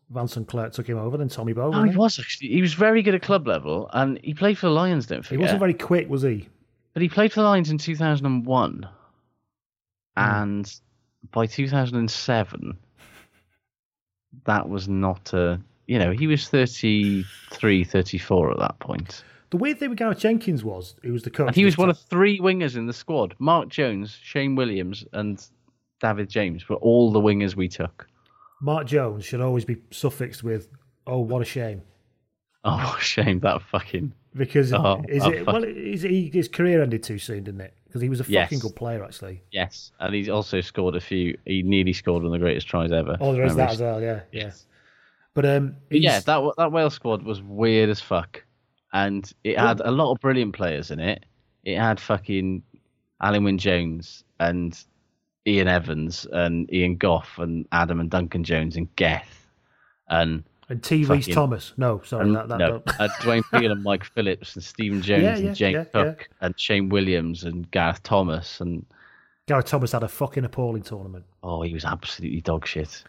Speaker 2: Van Sinclair took him over. Then Tommy eh? Bow.
Speaker 3: No, Oh, he was actually. He was very good at club level, and he played for the Lions. Don't forget,
Speaker 2: He wasn't very quick, was he?
Speaker 3: but he played for the Lions in two thousand and one,
Speaker 2: Hmm.
Speaker 3: and by two thousand and seven, that was not a. You know, he was 33, 34 at that point.
Speaker 2: The weird thing with Gareth Jenkins was, who was the coach.
Speaker 3: And he
Speaker 2: this
Speaker 3: was one
Speaker 2: time-
Speaker 3: of three wingers in the squad. Mark Jones, Shane Williams, and David James were all the wingers we took.
Speaker 2: Mark Jones should always be suffixed with, "Oh, what a shame,"
Speaker 3: Oh, shame that fucking.
Speaker 2: because
Speaker 3: Oh,
Speaker 2: is
Speaker 3: oh,
Speaker 2: it
Speaker 3: fuck.
Speaker 2: well? Is he, his career ended too soon, didn't it? Because he was a
Speaker 3: Yes.
Speaker 2: fucking good player, actually.
Speaker 3: Yes, and he's also scored a few. He nearly scored one of the greatest tries ever.
Speaker 2: Oh, there is that
Speaker 3: Memories.
Speaker 2: as well. Yeah, yeah.
Speaker 3: Yes.
Speaker 2: But um,
Speaker 3: But yeah,
Speaker 2: he's-
Speaker 3: that wa- that Wales squad was weird as fuck, and it had a lot of brilliant players in it. it had fucking Alan Wynne Jones and Ian Evans and Ian Goff and Adam and Duncan Jones and Geth and
Speaker 2: And T. Reese
Speaker 3: Fucking-
Speaker 2: Thomas. No, sorry,
Speaker 3: and
Speaker 2: that, that,
Speaker 3: no,
Speaker 2: that-
Speaker 3: uh, Dwayne Peel and Mike Phillips and Stephen Jones
Speaker 2: Yeah, yeah,
Speaker 3: and Jake
Speaker 2: yeah, yeah.
Speaker 3: Cook and Shane Williams and Gareth Thomas and
Speaker 2: Gareth Thomas had a fucking appalling tournament.
Speaker 3: oh, he was absolutely dog shit.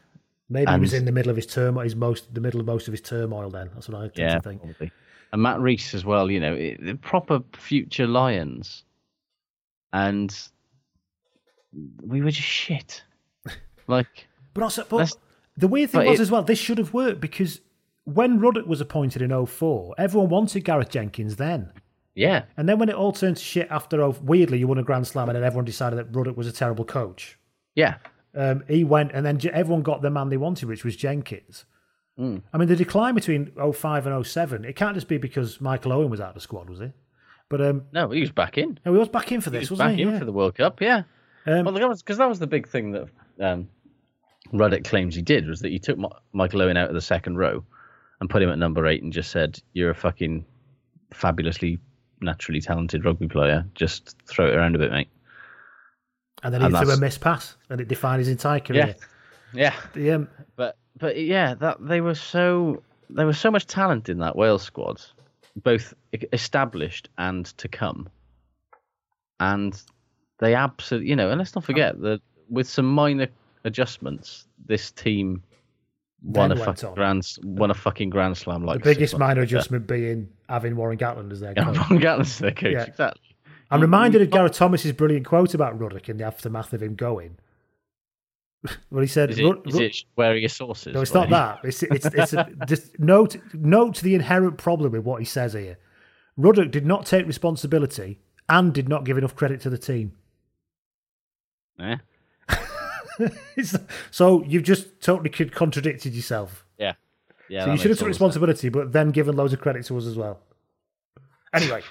Speaker 2: Maybe he was
Speaker 3: And-
Speaker 2: in the middle of his turmoil. His most the middle of most of his turmoil. Then that's what I tend
Speaker 3: Yeah,
Speaker 2: to think.
Speaker 3: probably. And Matt Reese as well. You know, it, the proper future Lions, and we were just shit. Like,
Speaker 2: But also, but
Speaker 3: Let's-
Speaker 2: the weird thing
Speaker 3: but
Speaker 2: was
Speaker 3: it-
Speaker 2: as well, this should have worked because when Ruddock was appointed in 04, everyone wanted Gareth Jenkins then.
Speaker 3: yeah,
Speaker 2: And then when it all turned to shit after, oh, weirdly, you won a Grand Slam and then everyone decided that Ruddock was a terrible coach.
Speaker 3: yeah,
Speaker 2: Um, he went and then j- everyone got the man they wanted, which was Jenkins.
Speaker 3: Hmm.
Speaker 2: I mean, the decline between 05 and 07, it can't just be because Michael Owen was out of the squad, was it? But um,
Speaker 3: no, he was back in.
Speaker 2: no, he was back in for
Speaker 3: He
Speaker 2: this,
Speaker 3: was
Speaker 2: wasn't
Speaker 3: back
Speaker 2: he?
Speaker 3: in
Speaker 2: Yeah.
Speaker 3: for the World Cup. Yeah.
Speaker 2: Um,
Speaker 3: well, that was because that was the big thing that um, Ruddock claims he did was that he took Mi- Michael Owen out of the second row and put him at number eight and just said, "You're a fucking fabulously naturally talented rugby player. Just throw it around a bit, mate."
Speaker 2: and then he
Speaker 3: and
Speaker 2: threw a
Speaker 3: that's-
Speaker 2: missed pass and it defined his entire
Speaker 3: Yeah,
Speaker 2: career.
Speaker 3: yeah.
Speaker 2: The, um,
Speaker 3: But but yeah, that they were so there was so much talent in that Wales squad, both e- established and to come, and they absolutely you know. And let's not
Speaker 2: Um,
Speaker 3: forget that with some minor adjustments, this team won a
Speaker 2: Then went
Speaker 3: fucking
Speaker 2: on.
Speaker 3: grand s- won a fucking grand slam
Speaker 2: the
Speaker 3: like
Speaker 2: biggest
Speaker 3: six
Speaker 2: minor
Speaker 3: months later.
Speaker 2: adjustment being having Warren Gatland as their coach.
Speaker 3: Yeah, Ron Gatland's their coach,
Speaker 2: Yeah.
Speaker 3: exactly.
Speaker 2: I'm
Speaker 3: You-
Speaker 2: reminded
Speaker 3: you-
Speaker 2: of Gareth Thomas's brilliant quote about Ruddock in the aftermath of him going. Well, he said,
Speaker 3: Is it,
Speaker 2: "Rudd-
Speaker 3: is
Speaker 2: Rudd-
Speaker 3: it wearing your sources?
Speaker 2: "No, it's
Speaker 3: or
Speaker 2: not that. It's it's, it's a, just note note the inherent problem with what he says here. Ruddock did not take responsibility and did not give enough credit to the team.
Speaker 3: Yeah,
Speaker 2: It's- so you've just totally con- contradicted yourself.
Speaker 3: yeah, yeah.
Speaker 2: so
Speaker 3: that
Speaker 2: you should have
Speaker 3: makes
Speaker 2: took
Speaker 3: all the sense.
Speaker 2: responsibility, but then given loads of credit to us as well. Anyway,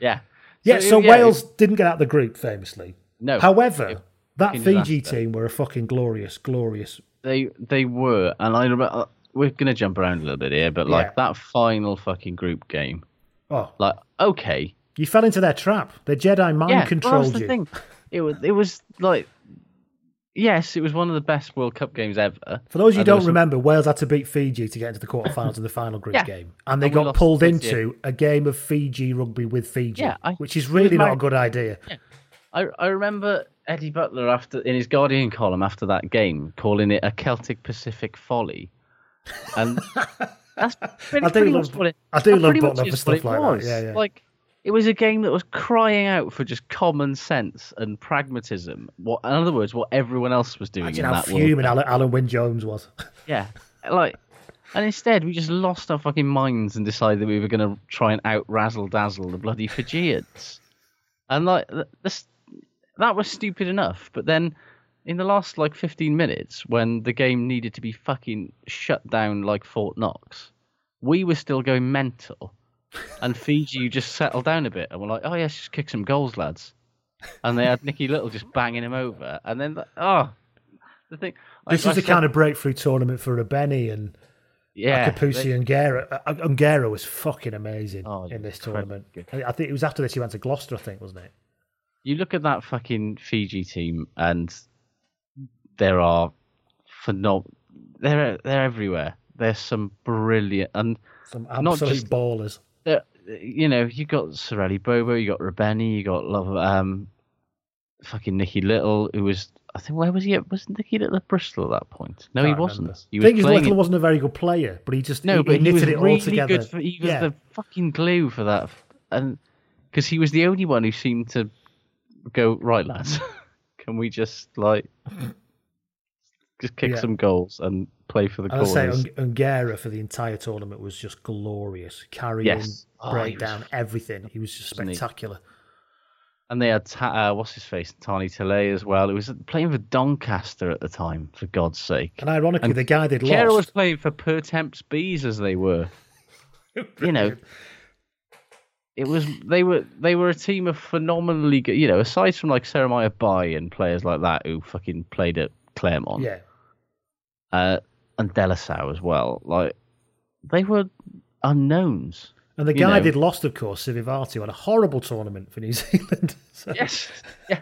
Speaker 3: Yeah,
Speaker 2: yeah. So,
Speaker 3: yeah,
Speaker 2: Wales didn't get out of the group famously.
Speaker 3: No.
Speaker 2: However, that
Speaker 3: fucking
Speaker 2: Fiji
Speaker 3: disaster.
Speaker 2: team were a fucking glorious, glorious.
Speaker 3: they they were, and I remember uh, we're gonna jump around a little bit here, but like
Speaker 2: Yeah.
Speaker 3: that final fucking group game,
Speaker 2: Oh,
Speaker 3: like okay,
Speaker 2: you fell into their trap. The Jedi mind
Speaker 3: yeah, well,
Speaker 2: controlled
Speaker 3: that's the
Speaker 2: you.
Speaker 3: thing. It was it was like yes, it was one of the best World Cup games ever.
Speaker 2: For those of you who
Speaker 3: And there
Speaker 2: don't
Speaker 3: was some-
Speaker 2: remember, Wales had to beat Fiji to get into the quarterfinals of the final group
Speaker 3: Yeah.
Speaker 2: game, and they
Speaker 3: And we
Speaker 2: got
Speaker 3: lost
Speaker 2: pulled
Speaker 3: 6-0.
Speaker 2: into a game of Fiji rugby with Fiji,
Speaker 3: Yeah, I-
Speaker 2: which is
Speaker 3: it was
Speaker 2: really not
Speaker 3: my-
Speaker 2: a good idea.
Speaker 3: I I remember Eddie Butler after in his Guardian column after that game calling it a Celtic Pacific folly, and that's pretty,
Speaker 2: I do
Speaker 3: pretty
Speaker 2: love-
Speaker 3: much what it.
Speaker 2: I do
Speaker 3: that
Speaker 2: love
Speaker 3: pretty much
Speaker 2: Butler for
Speaker 3: is what
Speaker 2: stuff like
Speaker 3: it
Speaker 2: that,
Speaker 3: was.
Speaker 2: yeah, yeah.
Speaker 3: Like it was a game that was crying out for just common sense and pragmatism. What, in other words, what everyone else was doing
Speaker 2: Imagine
Speaker 3: in
Speaker 2: how
Speaker 3: that world.
Speaker 2: fuming Alan, Alan Wynne Jones was.
Speaker 3: Yeah, like. And instead, we just lost our fucking minds and decided that we were going to try and out razzle dazzle the bloody Fijians. And like th- this, that was stupid enough. But then, in the last like 15 minutes, when the game needed to be fucking shut down like Fort Knox, we were still going mental. And Fiji just settled down a bit and were like, "Oh yeah, just kick some goals, lads." And they had Nicky Little just banging him over. And then, th- oh, the thing.
Speaker 2: This
Speaker 3: I-
Speaker 2: is the
Speaker 3: I said-
Speaker 2: kind of breakthrough tournament for Rebeni and
Speaker 3: yeah,
Speaker 2: Kapusi
Speaker 3: they-
Speaker 2: and Guerra. Uh, Ungera was fucking amazing
Speaker 3: Oh, he
Speaker 2: in
Speaker 3: was
Speaker 2: this
Speaker 3: incredibly
Speaker 2: tournament. I I think it was after this he went to Gloucester, I think, wasn't it?
Speaker 3: you look at that fucking Fiji team, and there are phenom- they're they're everywhere. There's some brilliant, and
Speaker 2: Some
Speaker 3: Not
Speaker 2: absolute
Speaker 3: just-
Speaker 2: ballers.
Speaker 3: there, you know you got Sorelli Bobo, you got Rabeni, you got love um, fucking Nicky Little, who was I think where was he? at? Was Nicky Little at Bristol at that point? No, he
Speaker 2: Can't
Speaker 3: wasn't.
Speaker 2: remember.
Speaker 3: He
Speaker 2: I think
Speaker 3: was
Speaker 2: his
Speaker 3: playing.
Speaker 2: Little
Speaker 3: in-
Speaker 2: wasn't a very good player, but he just
Speaker 3: no,
Speaker 2: he,
Speaker 3: but
Speaker 2: he
Speaker 3: he
Speaker 2: knitted
Speaker 3: was
Speaker 2: it all
Speaker 3: really
Speaker 2: together.
Speaker 3: good. For, he was
Speaker 2: Yeah.
Speaker 3: the fucking glue for that, and because he was the only one who seemed to go right, lads. Can we just like just kick
Speaker 2: Yeah.
Speaker 3: some goals and play for the
Speaker 2: I'll say
Speaker 3: corners?
Speaker 2: Un- Ungera for the entire tournament was just glorious. Carrying,
Speaker 3: Yes. Oh, he was
Speaker 2: breakdown, everything. He was just
Speaker 3: Wasn't he?
Speaker 2: spectacular.
Speaker 3: And they had ta- uh, what's his face, Tani Tele as well. It was playing for Doncaster at the time, for God's sake.
Speaker 2: And ironically,
Speaker 3: And
Speaker 2: the guy they'd
Speaker 3: Kera was
Speaker 2: lost.
Speaker 3: playing for Pertemps Bees as they were. you know, it was they were they were a team of phenomenally good. You know, aside from like Jeremiah Bai and players like that who fucking played at Claremont,
Speaker 2: Yeah.
Speaker 3: uh, and Delasau as well. Like they were unknowns.
Speaker 2: And the
Speaker 3: You
Speaker 2: guy
Speaker 3: know.
Speaker 2: did lost, of course, Sivivatu on a horrible tournament for New Zealand. So-
Speaker 3: yes, yeah.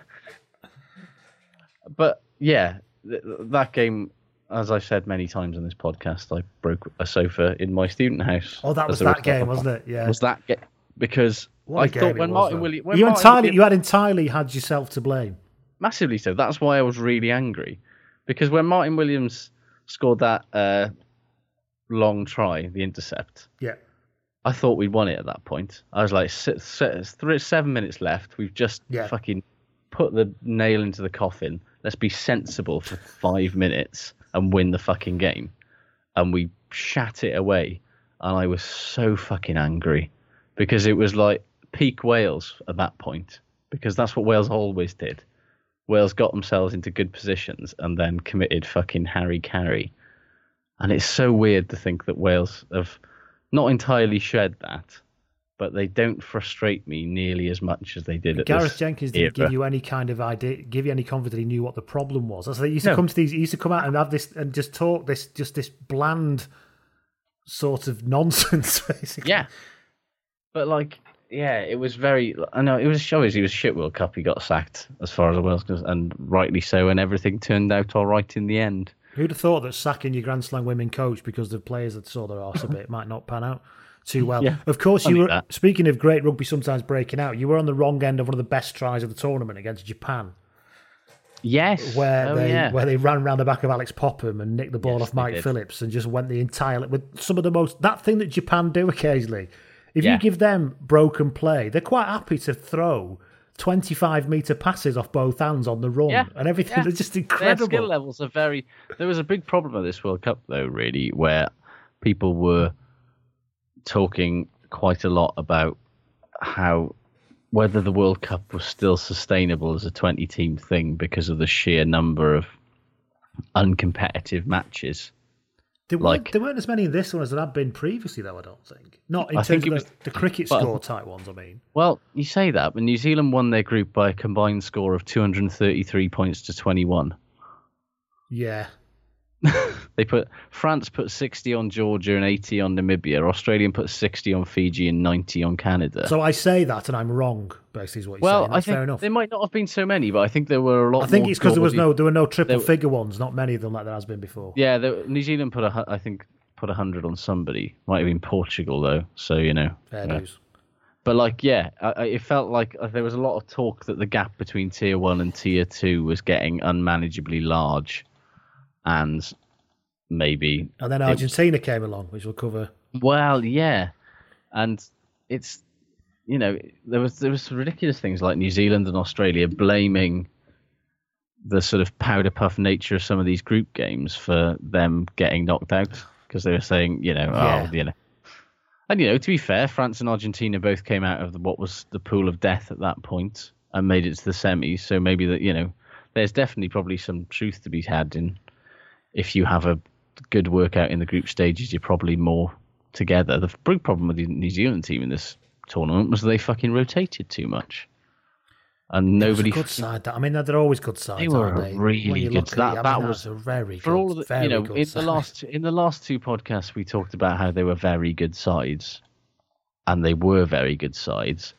Speaker 3: But yeah, th- th- that game, as I've said many times on this podcast, I broke a sofa in my student house.
Speaker 2: Oh, that
Speaker 3: as
Speaker 2: was
Speaker 3: a
Speaker 2: that
Speaker 3: result of-
Speaker 2: game, wasn't it? Yeah.
Speaker 3: Was that game? Because
Speaker 2: What a
Speaker 3: I
Speaker 2: game
Speaker 3: thought
Speaker 2: it
Speaker 3: when
Speaker 2: was,
Speaker 3: Martin
Speaker 2: though.
Speaker 3: Williams, when
Speaker 2: you
Speaker 3: Martin
Speaker 2: entirely,
Speaker 3: Williams-
Speaker 2: you had entirely had yourself to blame.
Speaker 3: massively so. That's why I was really angry because when Martin Williams scored that uh, long try, the intercept,
Speaker 2: Yeah.
Speaker 3: I thought we'd won it at that point. I was like, six, six, three, seven minutes left. We've just
Speaker 2: Yeah.
Speaker 3: fucking put the nail into the coffin. Let's be sensible for five minutes and win the fucking game. And we shat it away. And I was so fucking angry because it was like peak Wales at that point because that's what Wales always did. Wales got themselves into good positions and then committed fucking Harry Carey. And it's so weird to think that Wales have not entirely shed that, but they don't frustrate me nearly as much as they did at
Speaker 2: Gareth
Speaker 3: this
Speaker 2: Jenkins didn't
Speaker 3: era.
Speaker 2: give you any kind of idea, give you any comfort that he knew what the problem was. That's they used to
Speaker 3: No.
Speaker 2: come to these, he used to come out and have this and just talk this, just this bland sort of nonsense, basically.
Speaker 3: Yeah. But like, yeah, it was very. I know it was shows he was shit World Cup. He got sacked as far as the Wales goes, and rightly so. And everything turned out all right in the end.
Speaker 2: Who'd have thought that sacking your Grand Slam women coach because the players had saw their arse a bit might not pan out too well?
Speaker 3: Yeah,
Speaker 2: of course, you
Speaker 3: funny
Speaker 2: were.
Speaker 3: that.
Speaker 2: Speaking of great rugby sometimes breaking out, you were on the wrong end of one of the best tries of the tournament against Japan,
Speaker 3: Yes.
Speaker 2: where
Speaker 3: oh,
Speaker 2: they
Speaker 3: yeah.
Speaker 2: where they ran round the back of Alex Popham and nicked the ball
Speaker 3: Yes,
Speaker 2: off
Speaker 3: they
Speaker 2: Mike
Speaker 3: did.
Speaker 2: Phillips and just went the entire li- with some of the most that thing that Japan do occasionally. If
Speaker 3: Yeah.
Speaker 2: you give them broken play, they're quite happy to throw. 25 metre passes off both hands on the run
Speaker 3: Yeah,
Speaker 2: and everything.
Speaker 3: yeah.
Speaker 2: They're just
Speaker 3: Their skill
Speaker 2: incredible.
Speaker 3: levels are very. There was a big problem at this World Cup, though, really, where people were talking quite a lot about how whether the World Cup was still sustainable as a 20 team thing because of the sheer number of uncompetitive matches.
Speaker 2: There, weren't,
Speaker 3: Like-
Speaker 2: there weren't as many in this one as there had been previously, though. I don't think. Not in
Speaker 3: I
Speaker 2: terms
Speaker 3: think
Speaker 2: of
Speaker 3: it
Speaker 2: the, the cricket
Speaker 3: but-
Speaker 2: score type ones. I mean,
Speaker 3: Well, you say that, but New Zealand won their group by a combined score of 233 points to 21.
Speaker 2: yeah,
Speaker 3: They put France put 60 on Georgia and 80 on Namibia. Australia put 60 on Fiji and 90 on Canada.
Speaker 2: So I say that, and I'm wrong. Basically, is what you're
Speaker 3: well,
Speaker 2: saying.
Speaker 3: I
Speaker 2: That's
Speaker 3: think
Speaker 2: fair enough.
Speaker 3: there might not have been so many, but I think there were a lot.
Speaker 2: I think
Speaker 3: more
Speaker 2: it's because there was
Speaker 3: Georgia-
Speaker 2: no there were no triple
Speaker 3: there were-
Speaker 2: figure ones. Not many of them like there has been before.
Speaker 3: Yeah, there, New Zealand put a hu- I think put a hundred on somebody. Might have been Portugal though. So you know.
Speaker 2: fair
Speaker 3: yeah.
Speaker 2: dues.
Speaker 3: But like, yeah, I, I- it felt like uh, there was a lot of talk that the gap between tier one and tier two was getting unmanageably large, and maybe
Speaker 2: And then Argentina came along, which we'll cover.
Speaker 3: Well, yeah, and it's you know there was there was ridiculous things like New Zealand and Australia blaming the sort of powder puff nature of some of these group games for them getting knocked out because they were saying you know
Speaker 2: Yeah.
Speaker 3: oh you know and you know to be fair France and Argentina both came out of the, what was the pool of death at that point and made it to the semis so maybe that you know there's definitely probably some truth to be had in if you have a good workout in the group stages, you're probably more together. The big problem with the New Zealand team in this tournament was they fucking rotated too much, and
Speaker 2: It was
Speaker 3: nobody
Speaker 2: a good side. That I mean, they're always good sides.
Speaker 3: They were
Speaker 2: aren't they?
Speaker 3: really
Speaker 2: When you
Speaker 3: good.
Speaker 2: look at it,
Speaker 3: That-
Speaker 2: I mean,
Speaker 3: that
Speaker 2: that's
Speaker 3: was-
Speaker 2: a very
Speaker 3: for
Speaker 2: good,
Speaker 3: all of the,
Speaker 2: very
Speaker 3: you know
Speaker 2: good
Speaker 3: in
Speaker 2: side.
Speaker 3: the last in the last two podcasts we talked about how they were very good sides, and they were very good sides.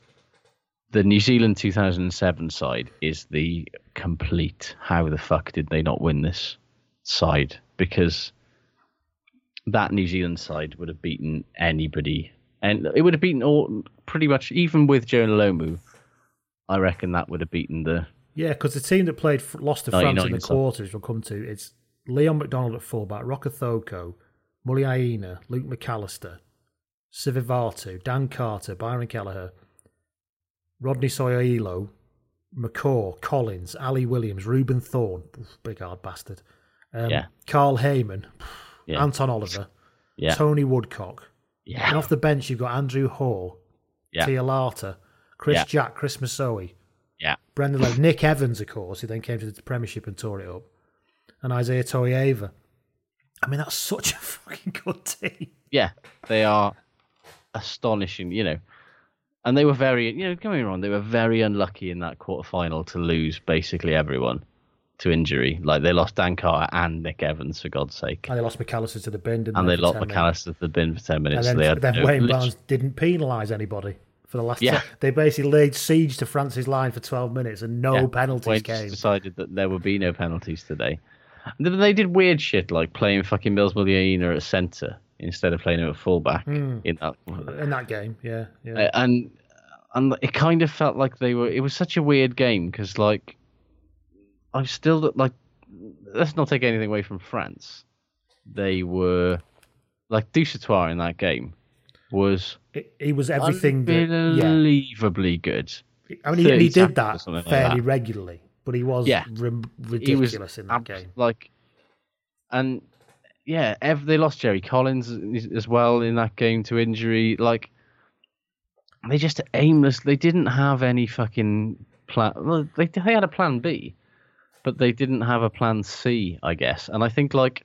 Speaker 3: The New Zealand 2007 side is the complete. How the fuck did they not win this side? Because that New Zealand side would have beaten anybody, and it would have beaten all pretty much even with Jonah Lomu. I reckon that would have beaten the
Speaker 2: Yeah, because the team that played f- lost to France in the
Speaker 3: 99, so.
Speaker 2: quarters, we'll come to, it's Leon McDonald at fullback, Rocker Thoko, Muliaina, Luke McAllister, Sivivatu, Dan Carter, Byron Kelleher, Rodney Soyoilo, McCaw, Collins, Ali Williams, Ruben Thorne, oof, big hard bastard, um,
Speaker 3: Yeah.
Speaker 2: Carl Heyman,
Speaker 3: yeah
Speaker 2: Anton Oliver,
Speaker 3: yeah
Speaker 2: Tony Woodcock. And
Speaker 3: yeah
Speaker 2: off the bench, you've got Andrew Hoare,
Speaker 3: Yeah.
Speaker 2: Tia Lata, Chris
Speaker 3: Yeah.
Speaker 2: Jack, Chris Masoe,
Speaker 3: yeah.
Speaker 2: Brendan Lowe, Nick Evans, of course, who then came to the Premiership and tore it up, and Isaiah Toyeva. I mean, that's such a fucking good team.
Speaker 3: yeah, they are astonishing, you know. And they were very, you know, coming wrong, they were very unlucky in that quarterfinal to lose basically everyone. to injury. Like they lost Dan Carter and Nick Evans for God's sake,
Speaker 2: And they lost McAllister to the bin, didn't
Speaker 3: and
Speaker 2: they?
Speaker 3: they
Speaker 2: for
Speaker 3: locked
Speaker 2: 10 minutes?
Speaker 3: McAllister to the bin for ten minutes.
Speaker 2: And
Speaker 3: so they
Speaker 2: then,
Speaker 3: had
Speaker 2: then
Speaker 3: no-
Speaker 2: Wayne
Speaker 3: lit-
Speaker 2: Barnes didn't penalise anybody for the last.
Speaker 3: Yeah.
Speaker 2: time. they basically laid siege to France's line for twelve minutes, and no
Speaker 3: yeah,
Speaker 2: penalties
Speaker 3: Wayne just
Speaker 2: came.
Speaker 3: Decided that there would be no penalties today. And then they did weird shit like playing fucking Mills Muliaina at centre instead of playing him at fullback
Speaker 2: Hmm.
Speaker 3: in that
Speaker 2: in that game. Yeah, yeah.
Speaker 3: Uh, and and it kind of felt like they were. It was such a weird game because like I still like. Let's not take anything away from France. They were like Duchatoir in that game was
Speaker 2: It, he was everything. That,
Speaker 3: unbelievably good.
Speaker 2: yeah, I mean, he, he
Speaker 3: 30
Speaker 2: did
Speaker 3: tackles or
Speaker 2: that
Speaker 3: something like
Speaker 2: fairly
Speaker 3: that.
Speaker 2: regularly, but he was
Speaker 3: Yeah.
Speaker 2: rim-
Speaker 3: He was
Speaker 2: ridiculous in that
Speaker 3: ab-
Speaker 2: game.
Speaker 3: Like, and yeah, ev- they lost Jerry Collins as well in that game to injury. Like, they just aimless. They didn't have any fucking plan. Well, they they had a plan B, but they didn't have a plan C, I guess. And I think like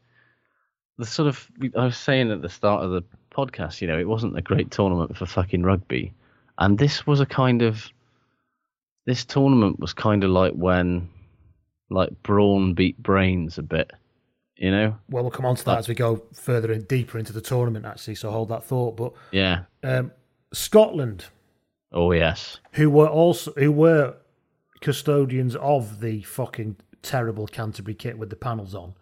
Speaker 3: the sort of I was saying at the start of the podcast, you know, it wasn't a great tournament for fucking rugby, and this was a kind of this tournament was kind of like when like brawn beat brains a bit, you know?
Speaker 2: Well, we'll come on to that as we go further and deeper into the tournament, actually. So hold that thought. But
Speaker 3: Yeah.
Speaker 2: um, Scotland,
Speaker 3: Oh yes.
Speaker 2: who were also who were custodians of the fucking terrible Canterbury kit with the panels on,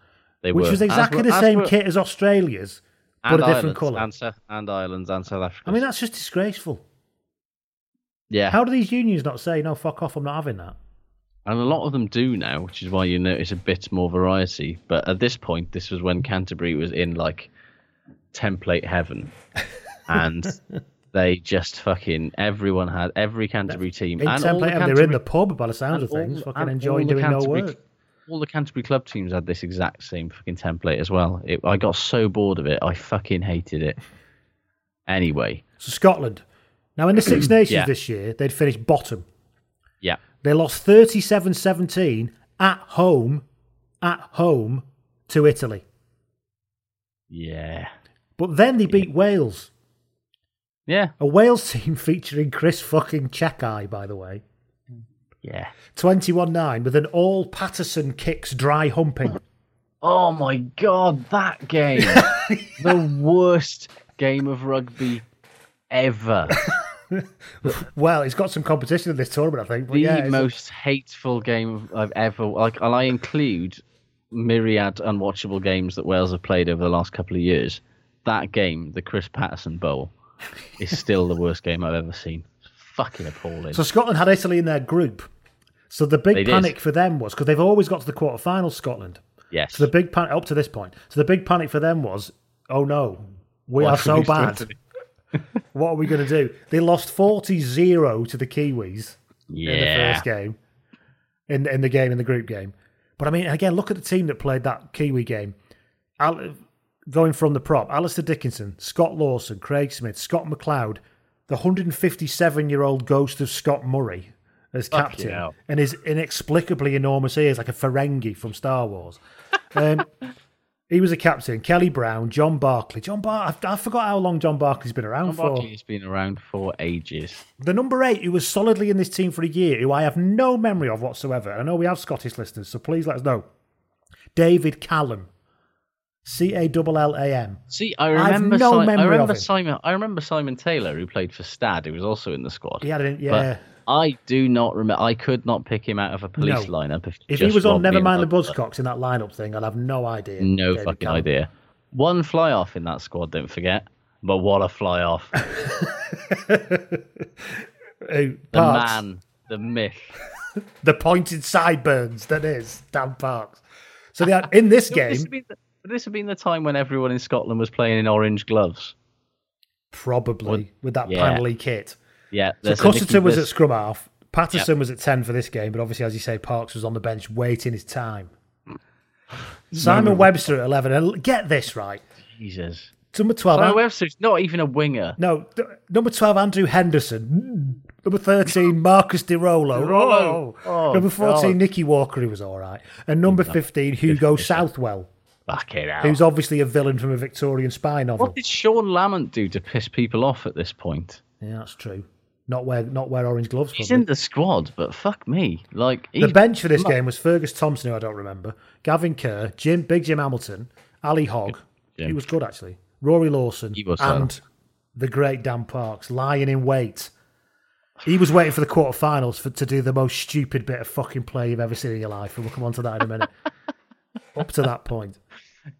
Speaker 3: They
Speaker 2: which
Speaker 3: were.
Speaker 2: was
Speaker 3: As
Speaker 2: exactly
Speaker 3: were-
Speaker 2: the
Speaker 3: as
Speaker 2: same
Speaker 3: were-
Speaker 2: kit as Australia's, but a
Speaker 3: and
Speaker 2: different
Speaker 3: Ireland's,
Speaker 2: colour.
Speaker 3: And, Sa- and Ireland's and South Africa.
Speaker 2: I mean, that's just disgraceful.
Speaker 3: yeah.
Speaker 2: How do these unions not say, no, fuck off, I'm not having that?
Speaker 3: And a lot of them do now, which is why you notice a bit more variety. But at this point, this was when Canterbury was in like template heaven, and they just fucking everyone had every Canterbury team
Speaker 2: In
Speaker 3: and all the
Speaker 2: template, and they're in
Speaker 3: Canterbury-
Speaker 2: the pub by the sounds of
Speaker 3: and all-
Speaker 2: things, fucking
Speaker 3: and
Speaker 2: enjoying
Speaker 3: all the
Speaker 2: doing no
Speaker 3: Canterbury-
Speaker 2: work.
Speaker 3: All the Canterbury club teams had this exact same fucking template as well. It, I got so bored of it, I fucking hated it. Anyway,
Speaker 2: So Scotland. Now, in the Six Nations
Speaker 3: Yeah.
Speaker 2: this year, they'd finished bottom.
Speaker 3: yeah,
Speaker 2: They lost 37 17 at home, at home to Italy.
Speaker 3: yeah,
Speaker 2: But then they beat Wales.
Speaker 3: yeah,
Speaker 2: A Wales team featuring Chris fucking Chekai, by the way.
Speaker 3: yeah.
Speaker 2: 21 9 with an all Patterson kicks dry humping.
Speaker 3: Oh my god, that game. the worst game of rugby ever.
Speaker 2: well, it's got some competition in this tournament, I think. But
Speaker 3: the
Speaker 2: yeah, it's-
Speaker 3: most hateful game I've ever like and I include myriad unwatchable games that Wales have played over the last couple of years. That game, the Chris Patterson Bowl, is still the worst game I've ever seen. Fucking appalling.
Speaker 2: So Scotland had Italy in their group. So the big
Speaker 3: They did.
Speaker 2: panic for them was because they've always got to the quarterfinals, Scotland.
Speaker 3: yes.
Speaker 2: So the big panic up to this point. So the big panic for them was, oh no, we
Speaker 3: Why
Speaker 2: are so
Speaker 3: lose to
Speaker 2: bad.
Speaker 3: Italy?
Speaker 2: What are we going to do? They lost 40-0 to the Kiwis in the
Speaker 3: Yeah.
Speaker 2: first game, in in the game in the group game. But I mean, again, look at the team that played that Kiwi game. Al- going from the prop, Alistair Dickinson, Scott Lawson, Craig Smith, Scott McLeod, the 157-year-old ghost of Scott Murray as captain,
Speaker 3: hell.
Speaker 2: and his inexplicably enormous ears like a Ferengi from Star Wars. Um, he was a captain. Kelly Brown, John Barkley. John Bar, I, I forgot how long John Barkley's been around
Speaker 3: Tom
Speaker 2: for.
Speaker 3: Barkley has been around for ages.
Speaker 2: The number eight, who was solidly in this team for a year, who I have no memory of whatsoever. I know we have Scottish listeners, so please let us know. David Callum. C A L L A M.
Speaker 3: See, I
Speaker 2: I've
Speaker 3: remember,
Speaker 2: no
Speaker 3: Si-
Speaker 2: memory
Speaker 3: I
Speaker 2: of
Speaker 3: remember
Speaker 2: him.
Speaker 3: Simon. I remember Simon Taylor, who played for Stad, who was also in the squad.
Speaker 2: He had an-
Speaker 3: But
Speaker 2: yeah.
Speaker 3: I do not remember. I could not pick him out of a police
Speaker 2: No.
Speaker 3: lineup. If,
Speaker 2: If he
Speaker 3: just
Speaker 2: was on
Speaker 3: robbed me
Speaker 2: Nevermind the
Speaker 3: of that.
Speaker 2: Buzzcocks in that lineup thing, I'd have no idea.
Speaker 3: no
Speaker 2: David
Speaker 3: fucking
Speaker 2: Callum.
Speaker 3: idea. One fly off in that squad, don't forget. But what a fly off!
Speaker 2: Who
Speaker 3: The
Speaker 2: Parks.
Speaker 3: man, the myth.
Speaker 2: The pointed sideburns, that is, Dan Parks. So they had, in this
Speaker 3: This
Speaker 2: game,
Speaker 3: would, be the, this would be the time when everyone in Scotland was playing in orange gloves.
Speaker 2: probably, with that
Speaker 3: yeah.
Speaker 2: panelly kit.
Speaker 3: Yeah,
Speaker 2: So
Speaker 3: there's a Nicky-
Speaker 2: Cusserton was at
Speaker 3: there's-
Speaker 2: scrum half. Patterson was at 10 for this game, but obviously, as you say, Parks was on the bench waiting his time.
Speaker 3: Hmm.
Speaker 2: Simon Webster at 11. And l- get this right.
Speaker 3: Jesus.
Speaker 2: Number 12.
Speaker 3: Simon
Speaker 2: An-
Speaker 3: Webster's not even a winger.
Speaker 2: no, th- number 12, Andrew Henderson. Mm. Number 13, Marcus DiRolo.
Speaker 3: Rolo. Oh,
Speaker 2: number 14,
Speaker 3: God.
Speaker 2: Nicky Walker, who was all right. And number 15, Hugo Southwell,
Speaker 3: Fucking hell.
Speaker 2: who's obviously a villain from a Victorian spy novel.
Speaker 3: What did Sean Lamont do to piss people off at this point?
Speaker 2: Yeah, that's true. Not wear not wear orange gloves.
Speaker 3: He's in
Speaker 2: probably.
Speaker 3: the squad, but fuck me. Like he,
Speaker 2: The bench for this game was Fergus Thompson, who I don't remember, Gavin Kerr, Jim Big Jim Hamilton, Ali Hogg.
Speaker 3: Jim.
Speaker 2: He was good actually. Rory Lawson
Speaker 3: He was uh,
Speaker 2: and
Speaker 3: sound.
Speaker 2: the great Dan Parks lying in wait. He was waiting for the quarterfinals for, to do the most stupid bit of fucking play you've ever seen in your life, and we'll come on to that in a minute. Up to that point.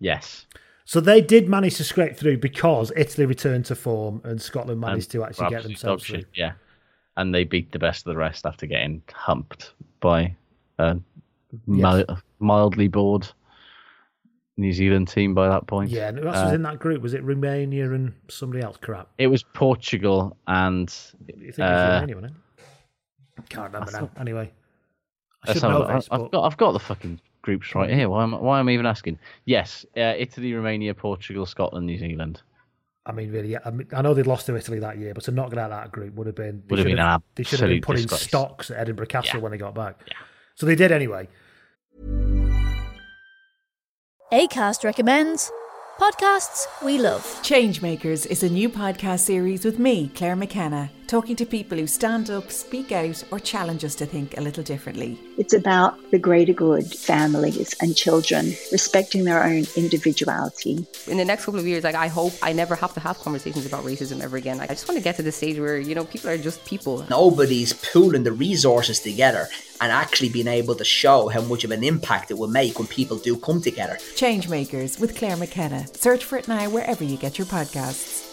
Speaker 3: yes,
Speaker 2: So they did manage to scrape through because Italy returned to form and Scotland managed to actually
Speaker 3: Well,
Speaker 2: get
Speaker 3: absolute
Speaker 2: themselves
Speaker 3: dog
Speaker 2: through.
Speaker 3: shit, Yeah, and they beat the best of the rest after getting humped by a mi- mildly bored New Zealand team by that point.
Speaker 2: Yeah, and who else
Speaker 3: Uh,
Speaker 2: was in that group? Was it Romania and somebody else? Crap.
Speaker 3: It was Portugal and
Speaker 2: You think it was
Speaker 3: uh,
Speaker 2: Romania, wasn't it? Can't remember now. Anyway, I
Speaker 3: let's
Speaker 2: should
Speaker 3: have a
Speaker 2: know
Speaker 3: look.
Speaker 2: this,
Speaker 3: I've
Speaker 2: but Mm.
Speaker 3: got I've got the fucking groups right here. Why am I- why am I even asking? Yes, uh, Italy, Romania, Portugal, Scotland, New Zealand.
Speaker 2: I mean, really, I, mean, I know they lost to Italy that year, but to not get out of that group would have been they
Speaker 3: Would have
Speaker 2: should
Speaker 3: been an
Speaker 2: they should have been
Speaker 3: absolute
Speaker 2: putting
Speaker 3: disgrace.
Speaker 2: stocks at Edinburgh Castle
Speaker 3: Yeah.
Speaker 2: when they got back. So they did anyway.
Speaker 5: ACAST recommends podcasts we love.
Speaker 6: Changemakers is a new podcast series with me, Claire McKenna, talking to people who stand up, speak out, or challenge us to think a little differently.
Speaker 7: It's about the greater good, families and children respecting their own individuality.
Speaker 8: in the next couple of years, like I hope I never have to have conversations about racism ever again. Like, I just want to get to the stage where you know people are just people.
Speaker 4: Nobody's pooling the resources together and actually being able to show how much of an impact it will make when people do come together.
Speaker 6: Changemakers with Claire McKenna. Search for it now wherever you get your podcasts.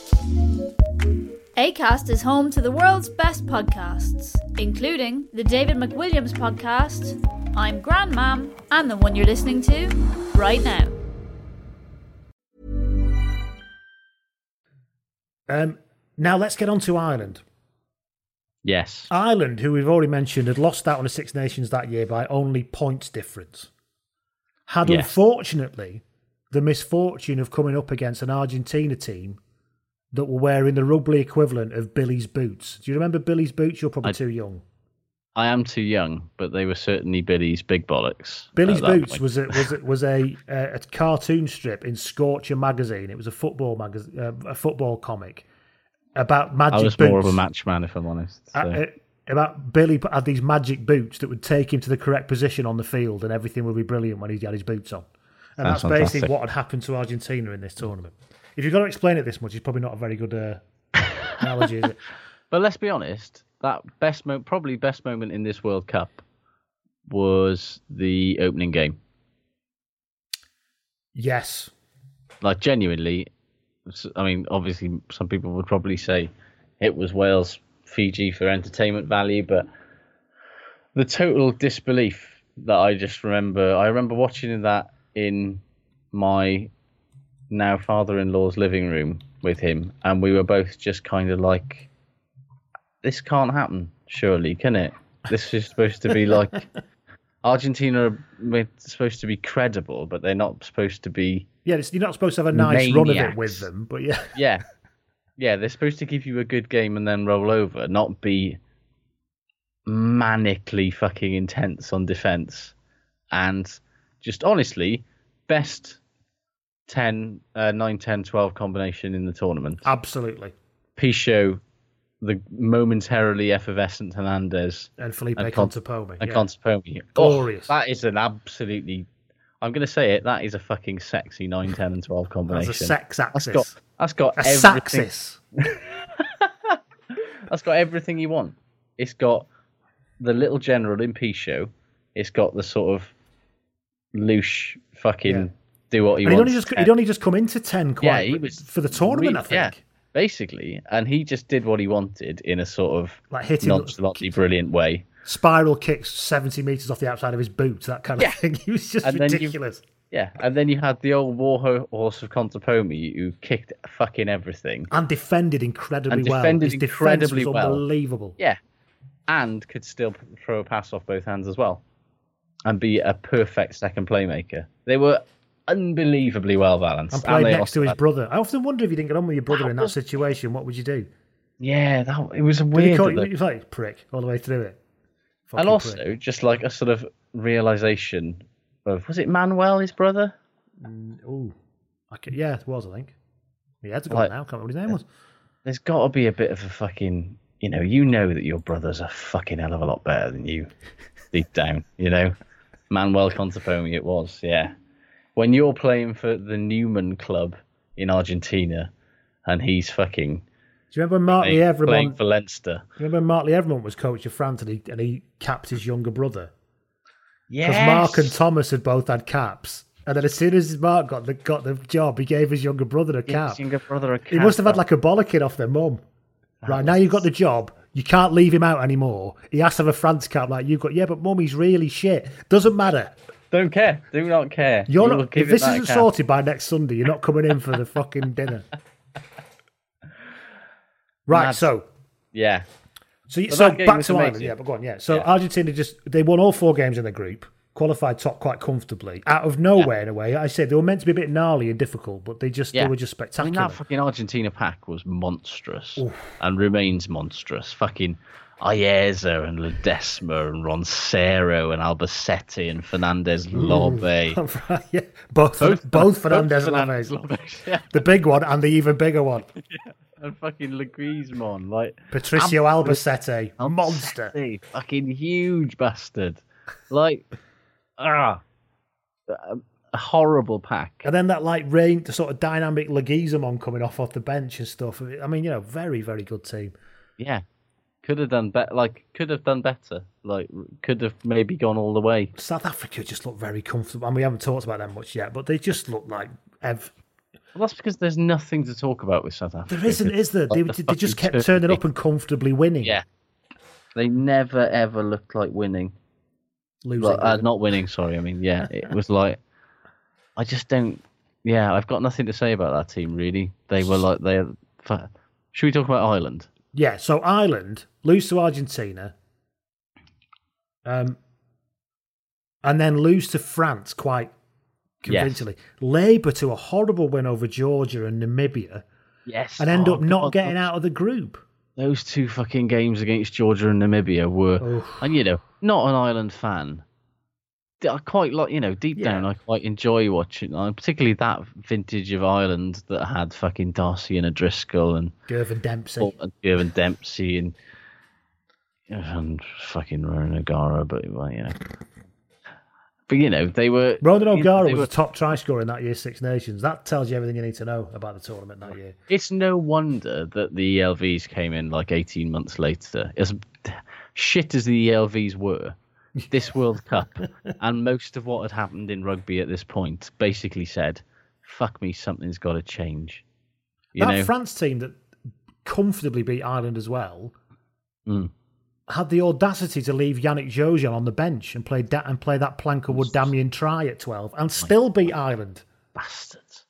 Speaker 5: ACAST is home to the world's best podcasts, including the David McWilliams podcast, I'm Grandmam, and the one you're listening to right now.
Speaker 2: Um, now let's get on to Ireland.
Speaker 3: Yes,
Speaker 2: Ireland, who we've already mentioned, had lost out on the Six Nations that year by only points difference, had
Speaker 3: Yes.
Speaker 2: unfortunately the misfortune of coming up against an Argentina team that were wearing the rugby equivalent of Billy's boots. Do you remember Billy's boots? You're probably
Speaker 3: I-
Speaker 2: too young.
Speaker 3: I am too young, but they were certainly Billy's big bollocks. at
Speaker 2: Billy's
Speaker 3: that
Speaker 2: boots
Speaker 3: point.
Speaker 2: was a, was a, was a, a a cartoon strip in Scorcher magazine. It was a football magazine, uh, a football comic about magic
Speaker 3: I was
Speaker 2: boots.
Speaker 3: more of a match man, if I'm honest. So.
Speaker 2: Uh, uh, about Billy had these magic boots that would take him to the correct position on the field, and everything would be brilliant when he had his boots on. And that's
Speaker 3: Sounds
Speaker 2: basically
Speaker 3: fantastic.
Speaker 2: what had happened to Argentina in this tournament. If you've got to explain it this much, it's probably not a very good uh, analogy, is it?
Speaker 3: But let's be honest, that best mo- probably best moment in this World Cup was the opening game.
Speaker 2: Yes,
Speaker 3: Like genuinely, s- I mean, obviously, some people would probably say it was Wales Fiji for entertainment value, but the total disbelief that I just remember, I remember watching that in my now father-in-law's living room with him, and we were both just kind of like, "This can't happen, surely, can it? This is supposed to be like." Argentina are we're supposed to be credible, but they're not supposed to be
Speaker 2: yeah. It's, you're not supposed to have a nice run of it
Speaker 3: Maniacs.
Speaker 2: with them, but yeah,
Speaker 3: yeah. Yeah, they're supposed to give you a good game and then roll over, not be manically fucking intense on defense. And just honestly, best 10, uh, 9, 10, 12 combination in the tournament.
Speaker 2: Ah. absolutely.
Speaker 3: Pichot, the momentarily effervescent Hernandez,
Speaker 2: And Felipe
Speaker 3: And Con-
Speaker 2: Contopome.
Speaker 3: and
Speaker 2: Oh, yeah.
Speaker 3: Contepomi.
Speaker 2: Glorious.
Speaker 3: that is an absolutely. I'm going to say it. That is a fucking sexy 9, 10, and 12 combination.
Speaker 2: That's a sex
Speaker 3: That's
Speaker 2: axis.
Speaker 3: got, that's got
Speaker 2: a
Speaker 3: everything.
Speaker 2: saxis.
Speaker 3: That's got everything you want. It's got the little general in Pichot. It's got the sort of loose fucking
Speaker 2: Yeah.
Speaker 3: do what you
Speaker 2: And he'd
Speaker 3: want.
Speaker 2: only just he'd only just come into ten quite
Speaker 3: yeah, he was
Speaker 2: for the tournament,
Speaker 3: re-
Speaker 2: I think.
Speaker 3: Yeah, basically, and he just did what he wanted in a sort of
Speaker 2: Like hitting
Speaker 3: nonchalantly brilliant way.
Speaker 2: spiral kicks 70 meters off the outside of his boot, that kind of
Speaker 3: Yeah.
Speaker 2: thing. He was just
Speaker 3: And then you-
Speaker 2: ridiculous.
Speaker 3: Yeah, and then you had the old war ho- horse of Contepomi who kicked fucking everything.
Speaker 2: And defended incredibly
Speaker 3: And
Speaker 2: well.
Speaker 3: defended
Speaker 2: his defense
Speaker 3: incredibly
Speaker 2: was
Speaker 3: well.
Speaker 2: unbelievable.
Speaker 3: Yeah, and could still p- throw a pass off both hands as well, and be a perfect second playmaker. They were unbelievably well balanced.
Speaker 2: And played
Speaker 3: they
Speaker 2: next
Speaker 3: lost
Speaker 2: to his
Speaker 3: that-
Speaker 2: brother. I often wonder if you didn't get on with your brother in that situation, what would you do?
Speaker 3: Yeah, that it was
Speaker 2: Did he
Speaker 3: weird.
Speaker 2: call
Speaker 3: that
Speaker 2: you,
Speaker 3: they-
Speaker 2: he was like, prick, all the way through it. Fucking
Speaker 3: and also,
Speaker 2: prick.
Speaker 3: just like a sort of realization of was it Manuel, his brother?
Speaker 2: Ooh. I ca- yeah, it was, I think. He had to go
Speaker 3: Like-
Speaker 2: now, can't remember what his name was.
Speaker 3: There's got to be a bit of a fucking you know, you know that your brother's a fucking hell of a lot better than you deep down, you know? Manuel Contepomi it was, yeah. When you're playing for the Newman Club in Argentina and he's fucking
Speaker 2: Do you remember when Martley
Speaker 3: playing, playing
Speaker 2: Evermont?
Speaker 3: for Leinster.
Speaker 2: Do you remember when Martley Evermont was coach of France and he, and he capped his younger brother? Because
Speaker 3: Yes.
Speaker 2: Mark and Thomas had both had caps. And then as soon as Mark got the got the job, he gave his younger brother a
Speaker 3: Gave his
Speaker 2: cap.
Speaker 3: younger brother a
Speaker 2: He
Speaker 3: cap,
Speaker 2: must have had
Speaker 3: that-
Speaker 2: like a bollocking off their mum. Right, now you've got the job. You can't leave him out anymore. He has to have a France cap like you've got. Yeah, but mum, he's really shit. Doesn't matter.
Speaker 3: Don't care. Do not care.
Speaker 2: You're
Speaker 3: We will
Speaker 2: not,
Speaker 3: give
Speaker 2: if
Speaker 3: it
Speaker 2: this
Speaker 3: that
Speaker 2: isn't
Speaker 3: cap.
Speaker 2: sorted by next Sunday, you're not coming in for the fucking dinner. Right,
Speaker 3: Mad.
Speaker 2: so
Speaker 3: Yeah.
Speaker 2: so, you
Speaker 3: But
Speaker 2: so
Speaker 3: that game
Speaker 2: back
Speaker 3: was
Speaker 2: to Ireland.
Speaker 3: amazing.
Speaker 2: Yeah, but go on. Yeah. So Argentina just they won all four games in their group, qualified top quite comfortably. Out of nowhere in a way. I said they were meant to be a bit gnarly and difficult, but they just
Speaker 3: Yeah.
Speaker 2: they were just
Speaker 3: I mean,
Speaker 2: spectacular.
Speaker 3: that fucking Argentina pack was monstrous and remains monstrous. Fucking Ayerza and Ledesma and Roncero and Albacete and Fernandez Lobe.
Speaker 2: yeah, both both, Fernandez and
Speaker 3: Fernandes
Speaker 2: Laves.
Speaker 3: Lopez, yeah.
Speaker 2: The big one and the even bigger one.
Speaker 3: And fucking Leguizamon, like
Speaker 2: Patricio
Speaker 3: Ab-
Speaker 2: Albacete. Monster.
Speaker 3: Albacete, fucking huge bastard. Like ah a- a horrible pack.
Speaker 2: And then that like rain, the sort of dynamic Leguizamon coming off off the bench and stuff. I mean, you know, very very good team.
Speaker 3: Yeah. Could have done better. Like, could have done better. Like, could have maybe gone all the way.
Speaker 2: South Africa just looked very comfortable, and we haven't talked about them much yet, but they just look like ev-
Speaker 3: Well, that's because there's nothing to talk about with South Africa.
Speaker 2: there isn't, is there? They,
Speaker 3: Like the
Speaker 2: they just
Speaker 3: fucking
Speaker 2: kept turning up
Speaker 3: Turkey.
Speaker 2: and comfortably winning.
Speaker 3: Yeah. They never ever looked like winning.
Speaker 2: losing.
Speaker 3: Like, uh, not winning, sorry. I mean, yeah, it was like, I just don't. Yeah, I've got nothing to say about that team, really. They were like, they. fu- Should we talk about Ireland?
Speaker 2: Yeah, so Ireland lose to Argentina, um, and then lose to France quite
Speaker 3: Yes.
Speaker 2: convincingly. Labour to a horrible win over Georgia and Namibia,
Speaker 3: Yes.
Speaker 2: and end
Speaker 3: Oh,
Speaker 2: up not
Speaker 3: God,
Speaker 2: getting out of the group.
Speaker 3: Those two fucking games against Georgia and Namibia were,
Speaker 2: Oof.
Speaker 3: and you know, not an Ireland fan. I quite like, you know, deep
Speaker 2: Yeah.
Speaker 3: down, I quite enjoy watching, uh, particularly that vintage of Ireland that had fucking Darcy and O'Driscoll and
Speaker 2: Gervin Dempsey.
Speaker 3: and Irvin Dempsey and and fucking Ronan O'Gara, but well, you know, but you know, they were
Speaker 2: Ronan O'Gara
Speaker 3: they
Speaker 2: was
Speaker 3: were-
Speaker 2: a top try scorer in that year's Six Nations. That tells you everything you need to know about the tournament that year.
Speaker 3: It's no wonder that the ELVs came in like 18 months later. As shit as the ELVs were, this World Cup and most of what had happened in rugby at this point basically said, fuck me, something's got to change. You
Speaker 2: that
Speaker 3: know?
Speaker 2: France team that comfortably beat Ireland as well
Speaker 3: Mm.
Speaker 2: had the audacity to leave Yannick Jojan on the bench and play da- and play that Plankerwood Damien try at twelve and still beat Ireland.
Speaker 3: bastards.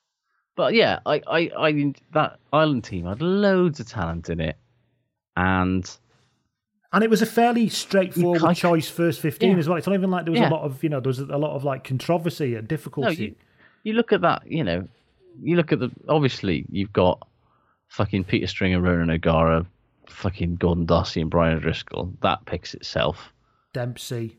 Speaker 3: But yeah, I, I, I mean, that Ireland team had loads of talent in it. And
Speaker 2: And it was a fairly straightforward
Speaker 3: You can't-
Speaker 2: choice first fifteen
Speaker 3: Yeah.
Speaker 2: as well. It's not even like there was
Speaker 3: Yeah.
Speaker 2: a lot of you know there was a lot of like controversy and
Speaker 3: no,
Speaker 2: difficulty.
Speaker 3: you, you look at that, you know, you look at the, obviously, you've got fucking Peter Stringer, Ronan O'Gara, fucking Gordon Darcy, and Brian O'Driscoll. That picks itself.
Speaker 2: Dempsey,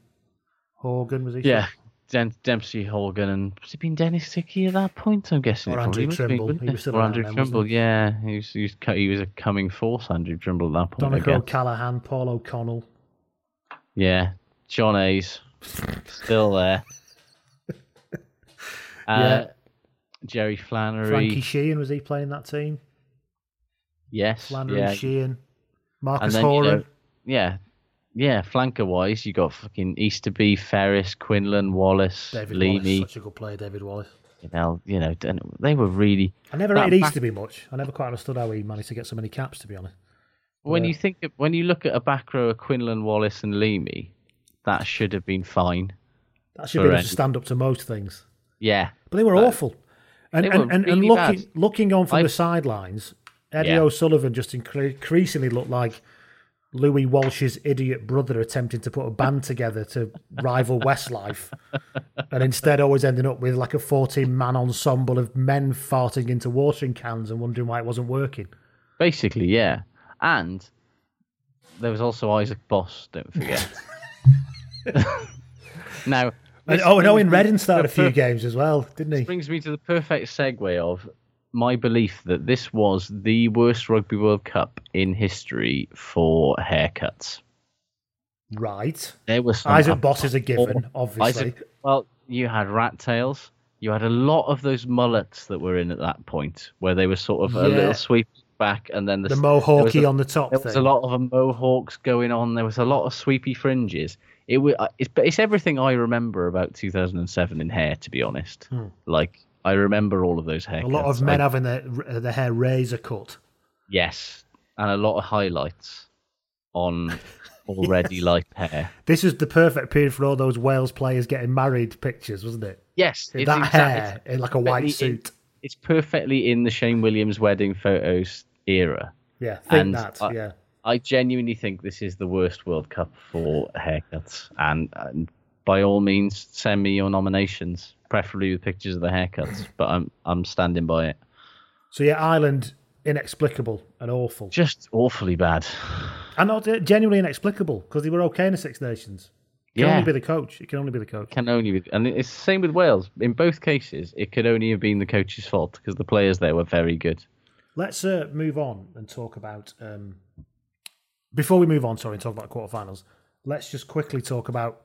Speaker 2: Horgan was he?
Speaker 3: Yeah. Dem- Dempsey, Hogan, and was it been Dennis Dickey at that point? I'm guessing.
Speaker 2: Or
Speaker 3: it
Speaker 2: Andrew
Speaker 3: probably would've been,
Speaker 2: Trimble.
Speaker 3: wouldn't
Speaker 2: He
Speaker 3: it?
Speaker 2: was still
Speaker 3: or
Speaker 2: around
Speaker 3: Andrew
Speaker 2: then, wasn't
Speaker 3: Trimble, yeah. He was, he, was, co- he was a coming force, Andrew Trimble, at that point. I
Speaker 2: Donegal,
Speaker 3: guess.
Speaker 2: Callahan, Paul O'Connell.
Speaker 3: Yeah, John A's still there. Uh,
Speaker 2: Yeah.
Speaker 3: Jerry Flannery.
Speaker 2: Frankie Sheehan was he playing that team?
Speaker 3: yes.
Speaker 2: Flannery,
Speaker 3: yeah.
Speaker 2: Sheehan,
Speaker 3: And
Speaker 2: Marcus
Speaker 3: then, you
Speaker 2: Horan.
Speaker 3: know, yeah. Yeah, flanker wise, you got fucking Easterby, Ferris, Quinlan, Wallace,
Speaker 2: David
Speaker 3: Leaney.
Speaker 2: Wallace, such a good player, David Wallace.
Speaker 3: You know, you know, and they were really.
Speaker 2: I never
Speaker 3: that
Speaker 2: rated
Speaker 3: back-
Speaker 2: East to be much. I never quite understood how he managed to get so many caps, to be honest.
Speaker 3: When
Speaker 2: Yeah.
Speaker 3: you think, of, when you look at a back row of Quinlan, Wallace, and Leamy, that should have been fine.
Speaker 2: That should be able to
Speaker 3: Horrendous.
Speaker 2: stand up to most things.
Speaker 3: Yeah,
Speaker 2: But they were
Speaker 3: But-
Speaker 2: awful. And
Speaker 3: They
Speaker 2: and, and,
Speaker 3: were
Speaker 2: and
Speaker 3: really
Speaker 2: looking
Speaker 3: bad.
Speaker 2: looking on from
Speaker 3: I-
Speaker 2: the sidelines, Eddie
Speaker 3: Yeah.
Speaker 2: O'Sullivan just incre- increasingly looked like Louis Walsh's idiot brother attempting to put a band together to rival Westlife, and instead always ending up with like a fourteen man ensemble of men farting into watering cans and wondering why it wasn't working.
Speaker 3: Basically, yeah. And there was also Isaac Boss, don't forget. now,
Speaker 2: And,
Speaker 3: this
Speaker 2: oh, and
Speaker 3: brings
Speaker 2: Owen
Speaker 3: me
Speaker 2: Redden
Speaker 3: to
Speaker 2: started a
Speaker 3: the
Speaker 2: few
Speaker 3: per-
Speaker 2: games as well, didn't he?
Speaker 3: Brings me to the perfect segue of my belief that this was the worst Rugby World Cup in history for haircuts.
Speaker 2: Right.
Speaker 3: There was some
Speaker 2: Isaac Boss is a given,
Speaker 3: Oh,
Speaker 2: obviously.
Speaker 3: Isaac- well, you had rat tails. You had a lot of those mullets that were in at that point, where they were sort of a
Speaker 2: Yeah.
Speaker 3: little sweep back, and then the,
Speaker 2: The
Speaker 3: there was
Speaker 2: mohawky
Speaker 3: a-
Speaker 2: on the top
Speaker 3: There was a
Speaker 2: thing.
Speaker 3: lot of uh, mohawks going on. There was a lot of sweepy fringes. It was, it's, but it's everything I remember about 2007 in hair, to be honest.
Speaker 2: Hmm.
Speaker 3: Like I remember all of those haircuts.
Speaker 2: A lot of men
Speaker 3: I-
Speaker 2: having their their hair razor cut.
Speaker 3: yes, and a lot of highlights on already light hair.
Speaker 2: This was the perfect period for all those Wales players getting married pictures, wasn't it?
Speaker 3: Yes,
Speaker 2: In
Speaker 3: it's
Speaker 2: that
Speaker 3: exact-
Speaker 2: hair
Speaker 3: it's
Speaker 2: in like a white
Speaker 3: perfectly in-
Speaker 2: suit.
Speaker 3: it's perfectly in the Shane Williams wedding photos era.
Speaker 2: yeah, think
Speaker 3: and
Speaker 2: that.
Speaker 3: I-
Speaker 2: yeah,
Speaker 3: I genuinely think this is the worst World Cup for haircuts, and, and by all means, send me your nominations, preferably with pictures of the haircuts. But I'm I'm standing by it.
Speaker 2: So yeah, Ireland inexplicable and awful.
Speaker 3: Just awfully bad.
Speaker 2: And not uh, genuinely inexplicable because they were okay in the Six Nations. It can
Speaker 3: Yeah.
Speaker 2: only be the coach. It can only be the coach.
Speaker 3: Can only be, and it's the same with Wales. In both cases, it could only have been the coach's fault because the players there were very good.
Speaker 2: Let's uh, move on and talk about. Um, before we move on, sorry, and talk about quarterfinals, let's just quickly talk about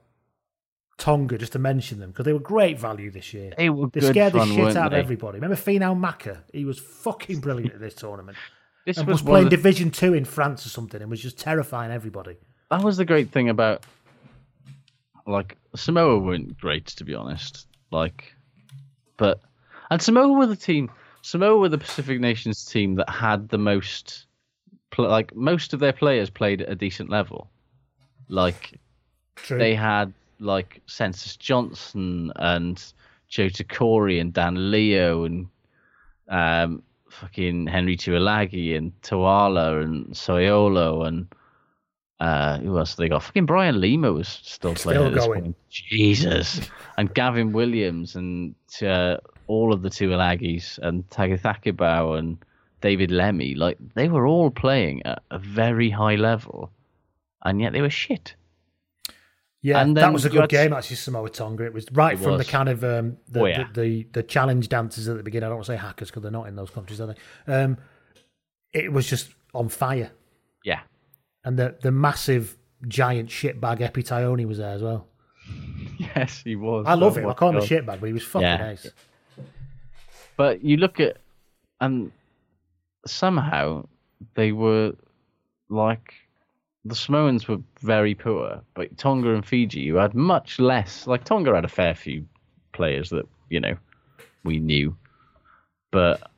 Speaker 2: Tonga, just to mention them, because they were great value this year.
Speaker 3: They were good
Speaker 2: scared
Speaker 3: fun,
Speaker 2: the shit
Speaker 3: weren't
Speaker 2: out
Speaker 3: they?
Speaker 2: of everybody. Remember Finau Maka? He was fucking brilliant at this tournament.
Speaker 3: This
Speaker 2: and
Speaker 3: was
Speaker 2: was,
Speaker 3: one
Speaker 2: playing
Speaker 3: of the-
Speaker 2: Division Two in France or something, and was just terrifying everybody.
Speaker 3: That was the great thing about like Samoa weren't great to be honest. Like but and Samoa were the team Samoa were the Pacific Nations team that had the most pl- like most of their players played at a decent level. Like
Speaker 2: True.
Speaker 3: they had like Census Johnson and Joe Takori and Dan Leo and um, fucking Henry Tuilagi and Tawala and Soyolo and uh, who else have they got? Fucking Brian Lima was still playing.
Speaker 2: Still
Speaker 3: at this
Speaker 2: going.
Speaker 3: point. Jesus. and Gavin Williams and uh, all of the Tuilagis and Tagathakibau and David Lemmy. Like they were all playing at a very high level, and yet they were shit.
Speaker 2: Yeah,
Speaker 3: And
Speaker 2: that
Speaker 3: then
Speaker 2: was a
Speaker 3: you
Speaker 2: good
Speaker 3: had-
Speaker 2: game actually, Samoa Tonga. It was right
Speaker 3: It
Speaker 2: from the
Speaker 3: was.
Speaker 2: kind of um, the,
Speaker 3: Oh, yeah.
Speaker 2: the, the the challenge dancers at the beginning. I don't want to say hackers because they're not in those countries, are they? Um, it was just on fire,
Speaker 3: Yeah.
Speaker 2: and the the massive giant shitbag Epitione was there as well.
Speaker 3: Yes, he was.
Speaker 2: I love
Speaker 3: Oh
Speaker 2: him.
Speaker 3: my
Speaker 2: I call him a
Speaker 3: God.
Speaker 2: shitbag, but he was fucking
Speaker 3: Yeah.
Speaker 2: ace.
Speaker 3: But you look at, and somehow they were like the Samoans were very poor, but Tonga and Fiji, who had much less, like Tonga had a fair few players that you know we knew, but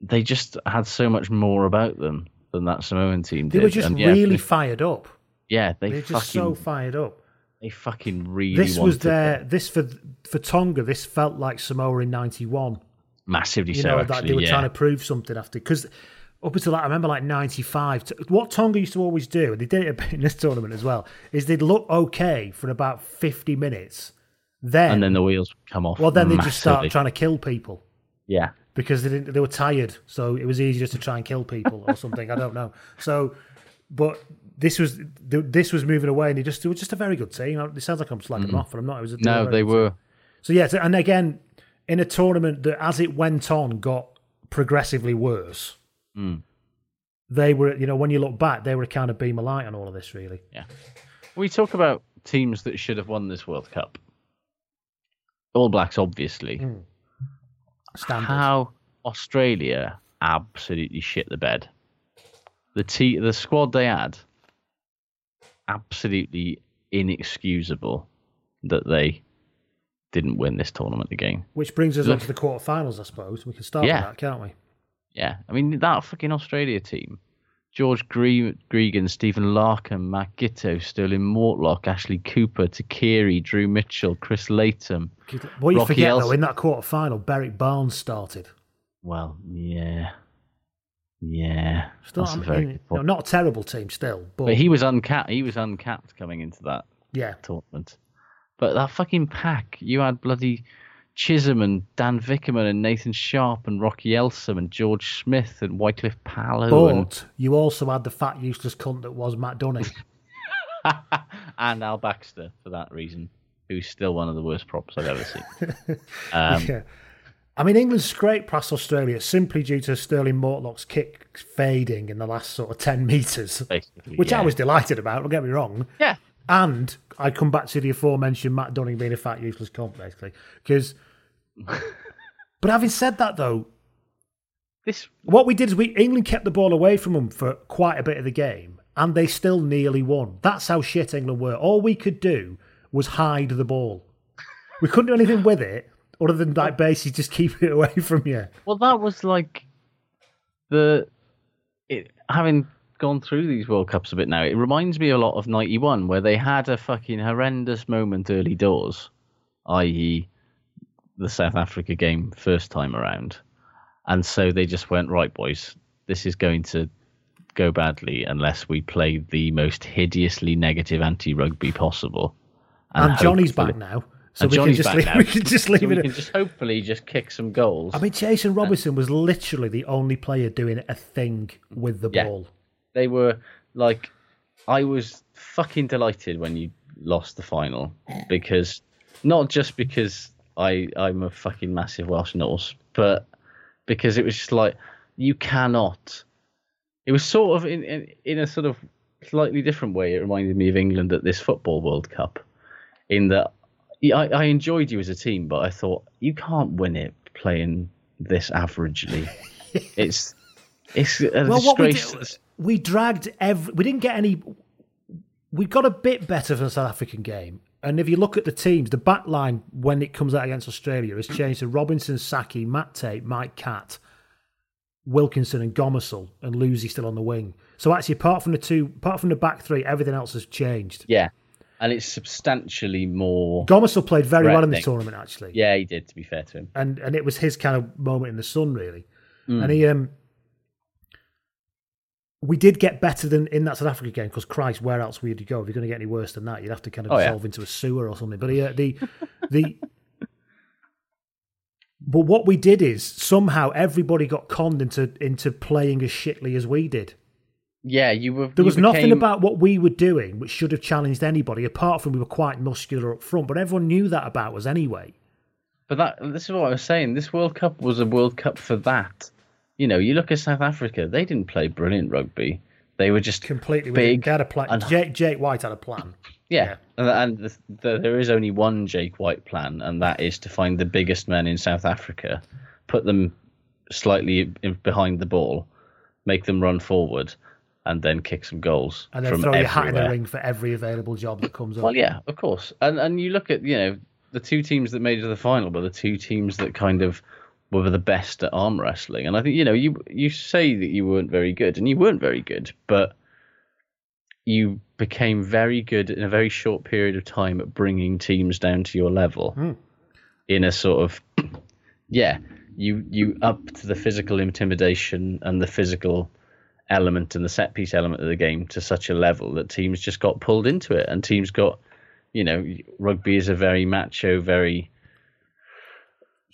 Speaker 3: they just had so much more about them than that Samoan team
Speaker 2: They
Speaker 3: did.
Speaker 2: were just
Speaker 3: and yeah,
Speaker 2: really
Speaker 3: they-
Speaker 2: fired up.
Speaker 3: yeah,
Speaker 2: They
Speaker 3: they,
Speaker 2: were
Speaker 3: fucking,
Speaker 2: just so fired up.
Speaker 3: they fucking really.
Speaker 2: This was
Speaker 3: wanted
Speaker 2: their
Speaker 3: it.
Speaker 2: this for for Tonga. This felt like Samoa in '91.
Speaker 3: massively
Speaker 2: you
Speaker 3: so.
Speaker 2: know,
Speaker 3: actually,
Speaker 2: that they were
Speaker 3: yeah.
Speaker 2: trying to prove something after. Because up until that, I remember like 95, t- what Tonga used to always do, and they did it a bit in this tournament as well, is they'd look okay for about 50 minutes. Then,
Speaker 3: and then the wheels come off.
Speaker 2: well, then they just start
Speaker 3: massively.
Speaker 2: trying to kill people
Speaker 3: Yeah,
Speaker 2: because they, didn't, they were tired. So it was easier just to try and kill people or something. I don't know. So, but. This was th- this was moving away, and they just they were just a very good team. It sounds like I'm slagging them off, but I'm not. It was a,
Speaker 3: no,
Speaker 2: a very
Speaker 3: they
Speaker 2: good team.
Speaker 3: were.
Speaker 2: So yeah, so- and again, in a tournament that as it went on got progressively worse,
Speaker 3: Mm.
Speaker 2: they were you know when you look back, they were a kind of beam of light on all of this really.
Speaker 3: We talk about teams that should have won this World Cup. All Blacks, obviously.
Speaker 2: Mm. Standard.
Speaker 3: How Australia absolutely shit the bed. The te- the squad they had, absolutely inexcusable that they didn't win this tournament again.
Speaker 2: Which brings us
Speaker 3: Look-
Speaker 2: on to the quarterfinals, I suppose. We can start
Speaker 3: Yeah.
Speaker 2: with that, can't we?
Speaker 3: Yeah, I mean that fucking Australia team. George Gre- Gregan, Stephen Larkham, Matt Gitto, Sterling Mortlock, Ashley Cooper, Takiri, Drew Mitchell, Chris Latham.
Speaker 2: What you
Speaker 3: Rocky
Speaker 2: forget
Speaker 3: Els-
Speaker 2: though, in that quarterfinal, Beric Barnes started.
Speaker 3: Well, yeah, yeah,
Speaker 2: Still,
Speaker 3: that's a
Speaker 2: I
Speaker 3: very
Speaker 2: mean,
Speaker 3: good
Speaker 2: you know,
Speaker 3: point.
Speaker 2: not a terrible team still, but,
Speaker 3: but he was uncapped. He was uncapped coming into that
Speaker 2: yeah,
Speaker 3: tournament. But that fucking pack, you had bloody Chisholm and Dan Vickerman and Nathan Sharp and Rocky Elsom and George Smith and Wycliffe Palo and
Speaker 2: but you also had the fat useless cunt that was Matt Dunning.
Speaker 3: and Al Baxter for that reason, who's still one of the worst props I've ever seen. Um,
Speaker 2: yeah. I mean, England scraped past Australia simply due to Sterling Mortlock's kick fading in the last sort of 10 metres,
Speaker 3: Basically,
Speaker 2: which I
Speaker 3: yeah.
Speaker 2: was delighted about, don't get me wrong.
Speaker 3: Yeah.
Speaker 2: And I come back to the aforementioned Matt Dunning being a fat, useless comp, basically. Because. but having said that, though,
Speaker 3: This
Speaker 2: what we did is we England kept the ball away from them for quite a bit of the game, and they still nearly won. That's how shit England were. All we could do was hide the ball. We couldn't do anything with it other than like basically just keep it away from you.
Speaker 3: Well, that was like the it, having gone through these World Cups a bit now. It reminds me a lot of '91, where they had a fucking horrendous moment early doors, i.e., the South Africa game first time around, and so they just went right, boys. This is going to go badly unless we play the most hideously negative anti-rugby possible.
Speaker 2: And, Johnny's
Speaker 3: hopefully-
Speaker 2: back now, so
Speaker 3: and
Speaker 2: we can,
Speaker 3: Johnny's
Speaker 2: just
Speaker 3: back
Speaker 2: leave,
Speaker 3: now.
Speaker 2: we can just leave
Speaker 3: So
Speaker 2: it.
Speaker 3: We can just hopefully just kick some goals.
Speaker 2: I mean, Jason Robinson was literally the only player doing a thing with the
Speaker 3: Yeah.
Speaker 2: ball.
Speaker 3: they were like i was fucking delighted when you lost the final because not just because i i'm a fucking massive welsh norse but because it was just like you cannot it was sort of in in, in a sort of slightly different way it reminded me of england at this football world cup in that yeah, I, I enjoyed you as a team but i thought you can't win it playing this averagely it's it's a
Speaker 2: well, what we
Speaker 3: disgrace to
Speaker 2: did,
Speaker 3: the
Speaker 2: we dragged every. We didn't get any. We got a bit better from the South African game, and if you look at the teams, the back line when it comes out against Australia has changed to Robinson, Saki, Matt Tate, Mike Catt, Wilkinson, and Gomersal, and Luzi still on the wing. So actually, apart from the two, apart from the back three, everything else has changed.
Speaker 3: Yeah, and it's substantially more.
Speaker 2: Gomersal played very well in this
Speaker 3: threatening.
Speaker 2: tournament, actually.
Speaker 3: Yeah, he did. To be fair to him,
Speaker 2: and and it was his kind of moment in the sun really
Speaker 3: Mm.
Speaker 2: and he um we did get better than in that South Africa game because Christ, where else would you go if you're going to get any worse than that? You'd have to kind of
Speaker 3: Oh, yeah.
Speaker 2: dissolve into a sewer or something. But yeah, the the but what we did is somehow everybody got conned into into playing as shitly as we did.
Speaker 3: yeah, you were.
Speaker 2: There
Speaker 3: you
Speaker 2: was nothing
Speaker 3: became-
Speaker 2: about what we were doing which should have challenged anybody, apart from we were quite muscular up front. But everyone knew that about us anyway.
Speaker 3: But that this is what I was saying. This World Cup was a World Cup for that. You know, you look at South Africa; they didn't play brilliant rugby. They were just
Speaker 2: Completely,
Speaker 3: big.
Speaker 2: They had a plan.
Speaker 3: and-
Speaker 2: Jake, Jake White had a plan.
Speaker 3: Yeah, and, and the, the, there is only one Jake White plan, and that is to find the biggest men in South Africa, put them slightly in, behind the ball, make them run forward, and then kick some goals
Speaker 2: and then
Speaker 3: from
Speaker 2: throw your hat in the
Speaker 3: everywhere.
Speaker 2: ring for every available job that comes up.
Speaker 3: Well, yeah, of course. And and you look at you know the two teams that made it to the final were the two teams that kind of were the best at arm wrestling. And I think you know you you say that you weren't very good, and you weren't very good, but you became very good in a very short period of time at bringing teams down to your level in a sort of yeah you you upped the physical intimidation and the physical element and the set piece element of the game to such a level that teams just got pulled into it and teams got you know rugby is a very macho very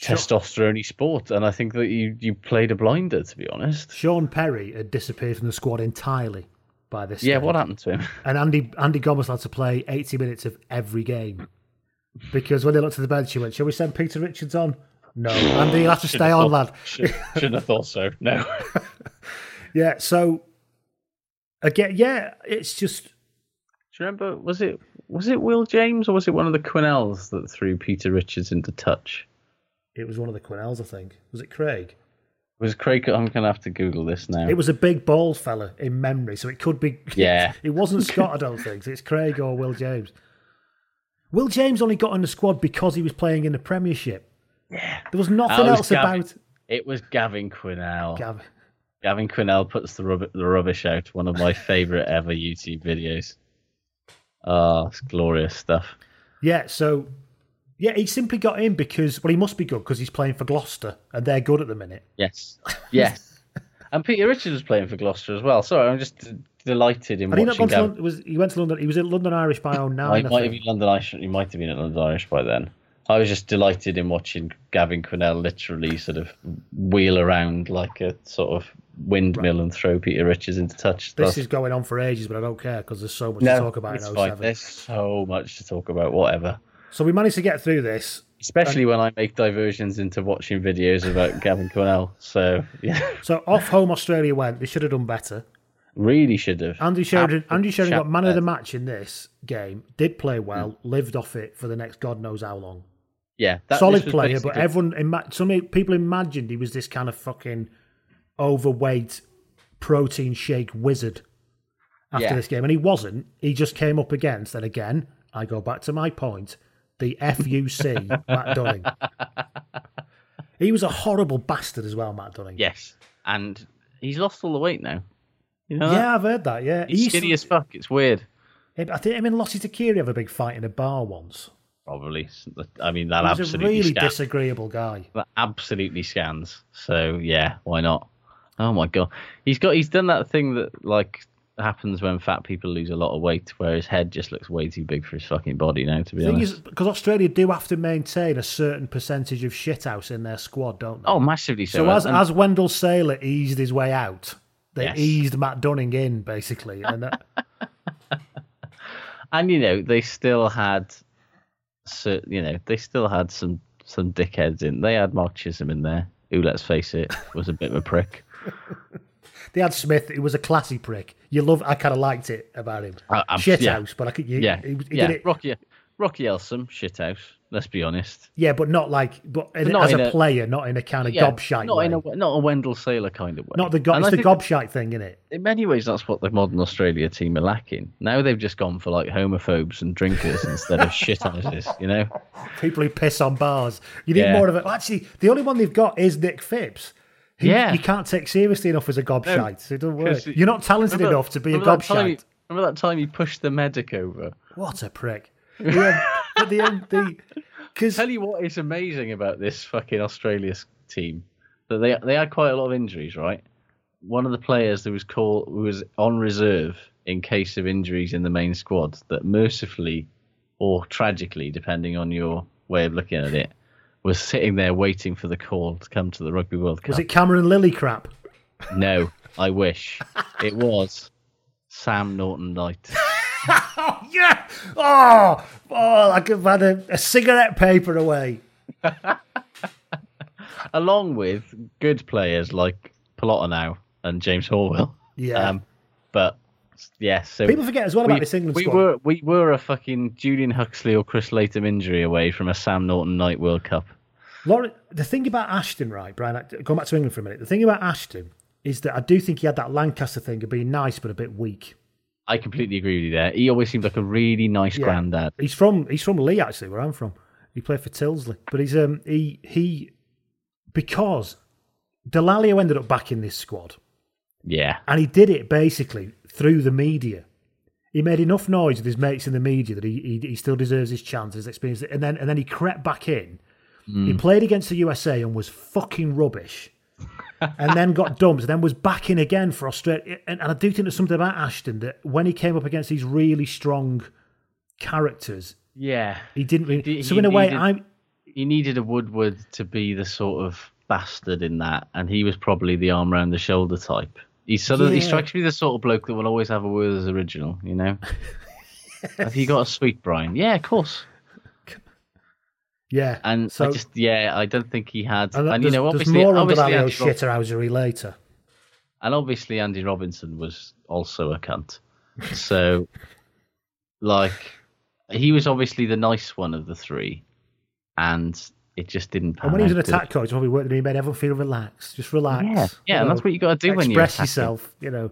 Speaker 3: testosterone sport and i think that you you played a blinder to be honest
Speaker 2: Sean Perry had disappeared from the squad entirely by this.
Speaker 3: yeah
Speaker 2: stage.
Speaker 3: what happened to him
Speaker 2: And Andy Andy Gomez had to play eighty minutes of every game because when they looked at the bench, he went, "Shall we send Peter Richards on?" No, Andy, you'll have to stay on, lad.
Speaker 3: shouldn't have thought so no
Speaker 2: Yeah. So again, yeah, it's just
Speaker 3: Do you remember? Was it was it Will James or was it one of the Quinnells that threw Peter Richards into touch?
Speaker 2: it was one of the Quinnells, I think. Was it Craig?
Speaker 3: Was Craig? I'm gonna have to Google this now.
Speaker 2: It was a big bald fella in memory, so it could be.
Speaker 3: Yeah.
Speaker 2: it wasn't Scott, I don't think. It's Craig or Will James. Will James only got in the squad because he was playing in the Premiership. Yeah. There was nothing
Speaker 3: Oh, it was
Speaker 2: else
Speaker 3: Gavin.
Speaker 2: about
Speaker 3: It was Gavin Quinnell.
Speaker 2: Gavin.
Speaker 3: Gavin Quinnell puts the rub- the rubbish out. One of my favorite ever YouTube videos. Ah, it's glorious stuff.
Speaker 2: Yeah, so yeah, he simply got in because well, he must be good because he's playing for Gloucester and they're good at the minute.
Speaker 3: Yes, yes. and Peter Richards was playing for Gloucester as well. Sorry, I'm just d- delighted in
Speaker 2: And he not
Speaker 3: watching
Speaker 2: gone to
Speaker 3: Gavin.
Speaker 2: London, was he went to London? He was at London Irish by 09,
Speaker 3: I
Speaker 2: I
Speaker 3: might have
Speaker 2: think.
Speaker 3: been London Irish. You might have been at London Irish by then. I was just delighted in watching Gavin Quinnell literally sort of wheel around like a sort of windmill and throw Peter Richards into touch.
Speaker 2: This
Speaker 3: That's-
Speaker 2: is going on for ages, but I don't care because there's so much
Speaker 3: no,
Speaker 2: to talk about in
Speaker 3: it's fine.
Speaker 2: 07.
Speaker 3: There's so much to talk about. Whatever.
Speaker 2: So we managed to get through this.
Speaker 3: Especially when I make diversions into watching videos about Gavin Cornell. So, yeah,
Speaker 2: So off home Australia went. They should have done better.
Speaker 3: really should have.
Speaker 2: Andy Sheridan,
Speaker 3: Absolute
Speaker 2: Andy Sheridan got
Speaker 3: shit
Speaker 2: man of the
Speaker 3: bed.
Speaker 2: match in this game. Did play well. Lived off it for the next god knows how long.
Speaker 3: Yeah, Hmm. that- this
Speaker 2: Solid
Speaker 3: was
Speaker 2: player, but
Speaker 3: basically-
Speaker 2: everyone, ima- some people imagined he was this kind of fucking overweight protein shake wizard after
Speaker 3: Yeah.
Speaker 2: this game, and he wasn't. He just came up against, and again, I go back to my point: the FUC Matt Dunning. He was a horrible bastard as well, Matt Dunning.
Speaker 3: Yes, and he's lost all the weight now. You know
Speaker 2: Yeah,
Speaker 3: that?
Speaker 2: I've heard that. Yeah,
Speaker 3: He's skinny as fuck. It's weird.
Speaker 2: Him- I think him and Lottie Takiri have a big fight in a bar once.
Speaker 3: Probably. I mean, that
Speaker 2: He's a
Speaker 3: absolutely
Speaker 2: really
Speaker 3: scans.
Speaker 2: disagreeable guy.
Speaker 3: that absolutely scans. So yeah, why not? Oh my god, he's got he's done that thing that like happens when fat people lose a lot of weight, where his head just looks way too big for his fucking body now. To be
Speaker 2: The thing
Speaker 3: honest.
Speaker 2: is, because Australia do have to maintain a certain percentage of shithouse in their squad, don't they?
Speaker 3: oh, massively so.
Speaker 2: so as
Speaker 3: And-
Speaker 2: as Wendell Saylor eased his way out, they
Speaker 3: Yes.
Speaker 2: eased Matt Dunning in basically, and uh, that,
Speaker 3: and you know they still had so you know they still had some some dickheads in they had mark chisholm in there who let's face it was a bit of a prick
Speaker 2: they had Smith. He was a classy prick. You love. I kind of liked it about him.
Speaker 3: I- I'm-
Speaker 2: shithouse,
Speaker 3: yeah.
Speaker 2: but I could. You,
Speaker 3: yeah
Speaker 2: he, he
Speaker 3: yeah
Speaker 2: did it.
Speaker 3: rocky rocky elsom shit house let's be honest
Speaker 2: Yeah, but not like, but, in-
Speaker 3: not
Speaker 2: as
Speaker 3: in
Speaker 2: a,
Speaker 3: a-
Speaker 2: player, not in a kind of
Speaker 3: yeah,
Speaker 2: gobshite
Speaker 3: not
Speaker 2: way.
Speaker 3: in a not a wendell sailor kind of way
Speaker 2: not the go-
Speaker 3: And
Speaker 2: it's
Speaker 3: I
Speaker 2: the
Speaker 3: think that
Speaker 2: gobshite thing, isn't it?
Speaker 3: in many ways that's what the modern australia team are lacking now they've just gone for like homophobes and drinkers instead of shit houses you know
Speaker 2: people who piss on bars. You need
Speaker 3: Yeah.
Speaker 2: more of it. Well, actually, the only one they've got is Nick Phipps. who
Speaker 3: Yeah.
Speaker 2: you can't take seriously enough as a gobshite. so it doesn't work.
Speaker 3: 'cause he-
Speaker 2: You're not talented
Speaker 3: Remember-
Speaker 2: enough to be a
Speaker 3: remember that time he-
Speaker 2: gobshite.
Speaker 3: remember that time he pushed the medic over
Speaker 2: What a prick! Yeah, but the, um, the, cause,
Speaker 3: tell you what is amazing about this fucking Australia s- team that they they had quite a lot of injuries, right? One of the players that was called who was on reserve in case of injuries in the main squad that mercifully or tragically, depending on your way of looking at it, was sitting there waiting for the call to come to the Rugby World Cup.
Speaker 2: was it Cameron Lilly crap?
Speaker 3: No, I wish it was Sam Norton Knight.
Speaker 2: Oh yeah! Oh, oh! I could have had a, a cigarette paper away.
Speaker 3: along with good pers like Pilota now and James Horwell.
Speaker 2: Yeah.
Speaker 3: but yeah, so
Speaker 2: People forget as well about
Speaker 3: Um, we,
Speaker 2: this England
Speaker 3: we
Speaker 2: squad.
Speaker 3: were we were a fucking Julian Huxley or Chris Latham injury away from a Sam Norton Knight World Cup.
Speaker 2: Lauren, the thing about Ashton, right, Brian, I- going back to England for a minute, the thing about Ashton is that I do think he had that Lancaster thing of being nice but a bit weak.
Speaker 3: I completely agree with you there. He always seemed like a really nice
Speaker 2: Yeah.
Speaker 3: granddad.
Speaker 2: He's from he's from Lee actually, where I'm from. He played for Tilsley, but he's um he he because Delalio ended up back in this squad,
Speaker 3: Yeah.
Speaker 2: and he did it basically through the media. He made enough noise with his mates in the media that he he, he still deserves his chance, his experience, and then and then he crept back in.
Speaker 3: Hmm.
Speaker 2: He played against the USA and was fucking rubbish. and then got dumped, and then was back in again for Australia. And, and I do think there's something about Ashton that when he came up against these really strong characters,
Speaker 3: Yeah.
Speaker 2: he didn't really.
Speaker 3: He-
Speaker 2: so
Speaker 3: he
Speaker 2: in a way,
Speaker 3: needed-
Speaker 2: I'm
Speaker 3: He needed a Woodward to be the sort of bastard in that, and he was probably the arm round the shoulder type. He sort of he
Speaker 2: Yeah.
Speaker 3: strikes me the sort of bloke that will always have a word as original, you know. Have you got a sweet Brian? Yeah, of course.
Speaker 2: yeah.
Speaker 3: And
Speaker 2: so
Speaker 3: I just yeah, I don't think he had.
Speaker 2: and
Speaker 3: And,
Speaker 2: there's,
Speaker 3: you know,
Speaker 2: there's
Speaker 3: obviously,
Speaker 2: more on
Speaker 3: obviously
Speaker 2: Delalio's
Speaker 3: Andy Rob-
Speaker 2: shitterhousery later.
Speaker 3: and obviously Andy Robinson was also a cunt. So, like, he was obviously the nice one of the three, and it just didn't. Pan
Speaker 2: And Oh, when he was an
Speaker 3: out, did it?
Speaker 2: attack coach, probably worked with him, he made everyone feel relaxed. Just relax.
Speaker 3: Yeah, yeah, and that's what you gotta do when you're
Speaker 2: express
Speaker 3: attacking.
Speaker 2: yourself. You know.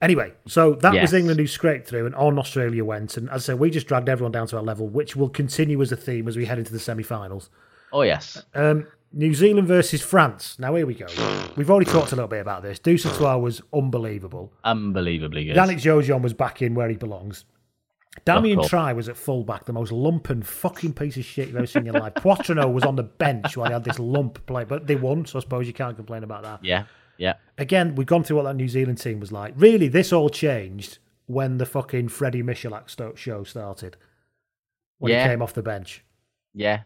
Speaker 2: Anyway, so that was
Speaker 3: Yes.
Speaker 2: England who scraped through, and on Australia went. And as I say, we just dragged everyone down to our level, which will continue as a theme as we head into the semi-finals.
Speaker 3: Oh yes,
Speaker 2: Um, New Zealand versus France. Now here we go. We've already talked a little bit about this. Dusa Twa was unbelievable.
Speaker 3: unbelievably good.
Speaker 2: Yannick Jojon was back in where he belongs. Damien
Speaker 3: course.
Speaker 2: Try was at fullback, the most lumpen fucking piece of shit you've ever seen in your life. Poitrino was on the bench while he had this lump play, but they won, so I suppose you can't complain about that.
Speaker 3: Yeah, yeah.
Speaker 2: Again, we've gone through what that New Zealand team was like. Really, this all changed when the fucking Freddie Michalak sto- show started, when
Speaker 3: Yeah.
Speaker 2: he came off the bench.
Speaker 3: Yeah.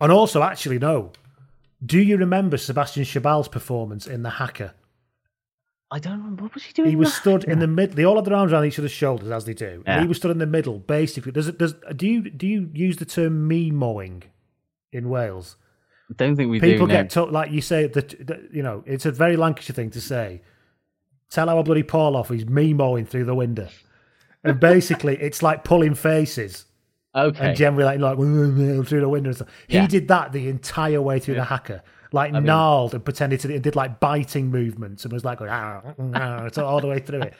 Speaker 2: And also, actually, no. Do you remember Sebastian Chabal's performance in The Hacker?
Speaker 3: I don't remember. What was he doing?
Speaker 2: He was
Speaker 3: now?
Speaker 2: stood in the mid. They all had their arms around each other's shoulders as they do. And
Speaker 3: Yeah.
Speaker 2: he was stood in the middle, basically. Does it? Does do you do you use the term me mowing in Wales?
Speaker 3: I don't think we
Speaker 2: People
Speaker 3: do.
Speaker 2: get told, like you say that, that- you know it's a very Lancashire thing to say. Tell our bloody Paul off. He's me mowing through the window, and basically it's like pulling faces.
Speaker 3: now. Okay.
Speaker 2: And generally, like, like through the window and stuff. He
Speaker 3: Yeah.
Speaker 2: did that the entire way through the hacker, like gnarled and pretended to and did like biting movements and was like going "Ah, ah," so all the way through it.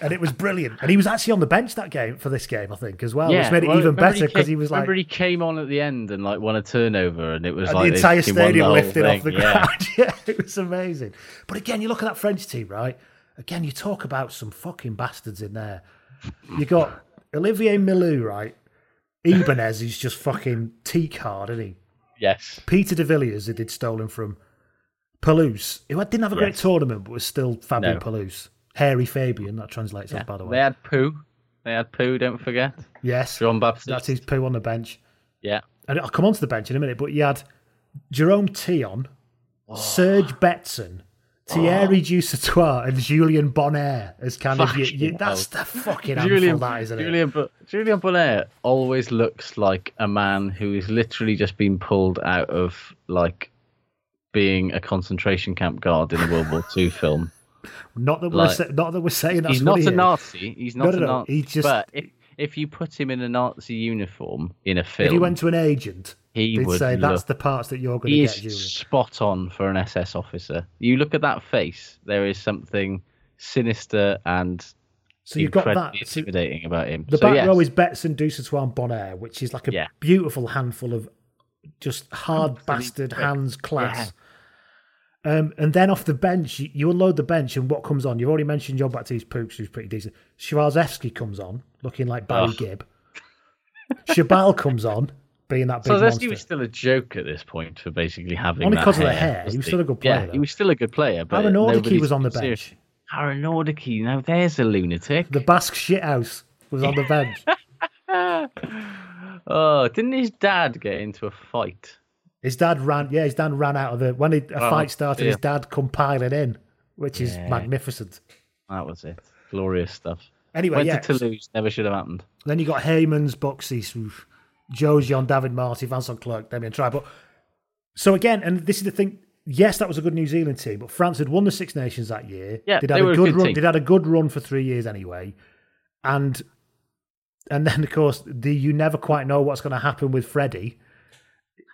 Speaker 2: And it was brilliant. And he was actually on the bench that game for this game, I think, as well,
Speaker 3: yeah,
Speaker 2: which made it
Speaker 3: well,
Speaker 2: even
Speaker 3: remember
Speaker 2: better because
Speaker 3: came-
Speaker 2: he was like
Speaker 3: Remember, he came on at the end and like won a turnover, and it was
Speaker 2: and
Speaker 3: like
Speaker 2: the entire
Speaker 3: they- he won
Speaker 2: stadium
Speaker 3: the whole
Speaker 2: lifted off
Speaker 3: thing,
Speaker 2: the
Speaker 3: yeah.
Speaker 2: ground. Yeah, it was amazing. But again, you look at that French team, right? Again, you talk about some fucking bastards in there. You got Olivier Milou, right? Ibanez is just fucking teak hard, isn't he?
Speaker 3: Yes.
Speaker 2: Peter de Villiers, who did stolen from Palouse, who didn't have a great
Speaker 3: Yes.
Speaker 2: tournament, but was still Fabian
Speaker 3: No.
Speaker 2: Palouse. Hairy Fabian, that translates as, by the way.
Speaker 3: They had poo. They had poo. Don't forget.
Speaker 2: Yes.
Speaker 3: John Baptist.
Speaker 2: That's his poo on the bench.
Speaker 3: Yeah.
Speaker 2: and I'll come onto the bench in a minute, but you had Jerome Tion,
Speaker 3: Ah.
Speaker 2: Serge Betson, Thierry Dusatois, and Julian Bonner as kind of you, you,
Speaker 3: Fucking
Speaker 2: that's the
Speaker 3: hell.
Speaker 2: fucking handful
Speaker 3: Julian,
Speaker 2: that, isn't it?
Speaker 3: Julian, Bu- Julian Bonnet always looks like a man who has literally just been pulled out of like being a concentration camp guard in a World War II film.
Speaker 2: Not that we're
Speaker 3: like-
Speaker 2: sa- not that we're saying that's
Speaker 3: he's
Speaker 2: what
Speaker 3: not
Speaker 2: he
Speaker 3: a
Speaker 2: is.
Speaker 3: Nazi. He's
Speaker 2: No,
Speaker 3: not
Speaker 2: no,
Speaker 3: a
Speaker 2: no,
Speaker 3: Nazi.
Speaker 2: he just-
Speaker 3: But if, if you put him in a Nazi uniform in a film,
Speaker 2: If he went to an agent,
Speaker 3: He
Speaker 2: would
Speaker 3: would
Speaker 2: say that's
Speaker 3: look-
Speaker 2: the parts that you're going
Speaker 3: he
Speaker 2: to
Speaker 3: is
Speaker 2: get, Julian.
Speaker 3: spot on for an SS officer. You look at that face. There is something sinister and
Speaker 2: So you've got
Speaker 3: incredibly
Speaker 2: that. so
Speaker 3: intimidating about him.
Speaker 2: the
Speaker 3: so,
Speaker 2: back
Speaker 3: yes.
Speaker 2: row is Betson, Dusatois, and Bonner, which is like a
Speaker 3: Yeah.
Speaker 2: beautiful handful of just hard
Speaker 3: Absolute
Speaker 2: bastard
Speaker 3: pricks.
Speaker 2: hands class. Um, and then off the bench, you, you unload the bench, and what comes on? You've already mentioned John Baptiste Pooks, who's pretty decent. Shivazewski comes on, looking like Barry
Speaker 3: Ugh.
Speaker 2: Gibb. Shabal comes on, being that big
Speaker 3: So
Speaker 2: monster.
Speaker 3: Zesky was still a joke at this point for basically having
Speaker 2: Only
Speaker 3: that
Speaker 2: 'cause of the
Speaker 3: hair,
Speaker 2: hair. He
Speaker 3: wasn't
Speaker 2: was still a good player,
Speaker 3: Yeah,
Speaker 2: though.
Speaker 3: he was still a good player. But
Speaker 2: Aaron Nordicky
Speaker 3: nobody
Speaker 2: was on the
Speaker 3: took him
Speaker 2: bench.
Speaker 3: serious. Aaron Nordicky, now there's a lunatic.
Speaker 2: the Basque shithouse was on the bench.
Speaker 3: Oh, didn't his dad get into a fight?
Speaker 2: His dad ran, yeah, his dad ran out of the when he, a
Speaker 3: Oh,
Speaker 2: fight started. His
Speaker 3: dear.
Speaker 2: dad come piling in, which is
Speaker 3: Yeah.
Speaker 2: magnificent.
Speaker 3: That was it. Glorious stuff.
Speaker 2: Anyway,
Speaker 3: went
Speaker 2: yeah,
Speaker 3: to Toulouse. Never should have happened.
Speaker 2: Then you got Heyman's, Boxes, Josion, David Marty, Vincent Clerk, Damien Try. But so again, and this is the thing. Yes, that was a good New Zealand team, but France had won the Six Nations that year.
Speaker 3: Yeah,
Speaker 2: they'd
Speaker 3: they
Speaker 2: had
Speaker 3: were
Speaker 2: a
Speaker 3: a
Speaker 2: good
Speaker 3: good
Speaker 2: run.
Speaker 3: team.
Speaker 2: They'd had a good run for three years anyway, and and then of course the you never quite know what's going to happen with Freddie.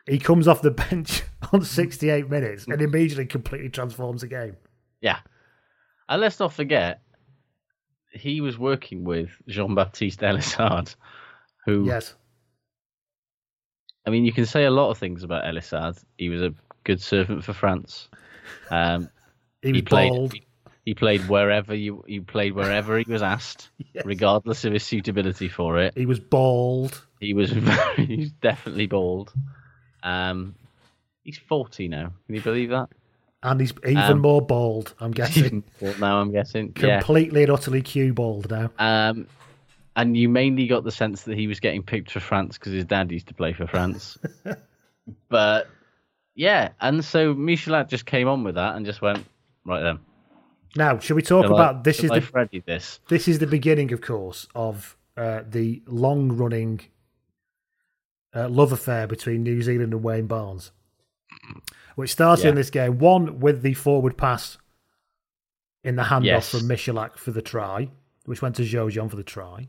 Speaker 2: He comes off the bench on sixty-eight minutes and immediately completely transforms the game.
Speaker 3: Yeah. And let's not forget, he was working with Jean Baptiste Elissard, who
Speaker 2: Yes,
Speaker 3: I mean, you can say a lot of things about Elissard. He was a good servant for France. Um,
Speaker 2: he was
Speaker 3: played.
Speaker 2: bald.
Speaker 3: He, he played wherever you he played wherever he was asked, regardless of his suitability for it.
Speaker 2: He was bald.
Speaker 3: He was very, he's definitely bald. Um, he's forty now. Can you believe that?
Speaker 2: And he's even
Speaker 3: Um,
Speaker 2: more bald, I'm guessing.
Speaker 3: Well, now I'm guessing. Yeah.
Speaker 2: Completely and utterly cue bald now.
Speaker 3: Um, and you mainly got the sense that he was getting picked for France because his dad used to play for France. but yeah, and so Michelat just came on with that and just went right then.
Speaker 2: Now, shall we talk
Speaker 3: Shall I-
Speaker 2: about this
Speaker 3: shall
Speaker 2: is
Speaker 3: I
Speaker 2: the
Speaker 3: Freddy this.
Speaker 2: this is the beginning, of course, of uh, the long running uh, love affair between New Zealand and Wayne Barnes, which started
Speaker 3: Yeah.
Speaker 2: in this game. One with the forward pass in the handoff
Speaker 3: Yes.
Speaker 2: from Michalak for the try, which went to Jojon for the try.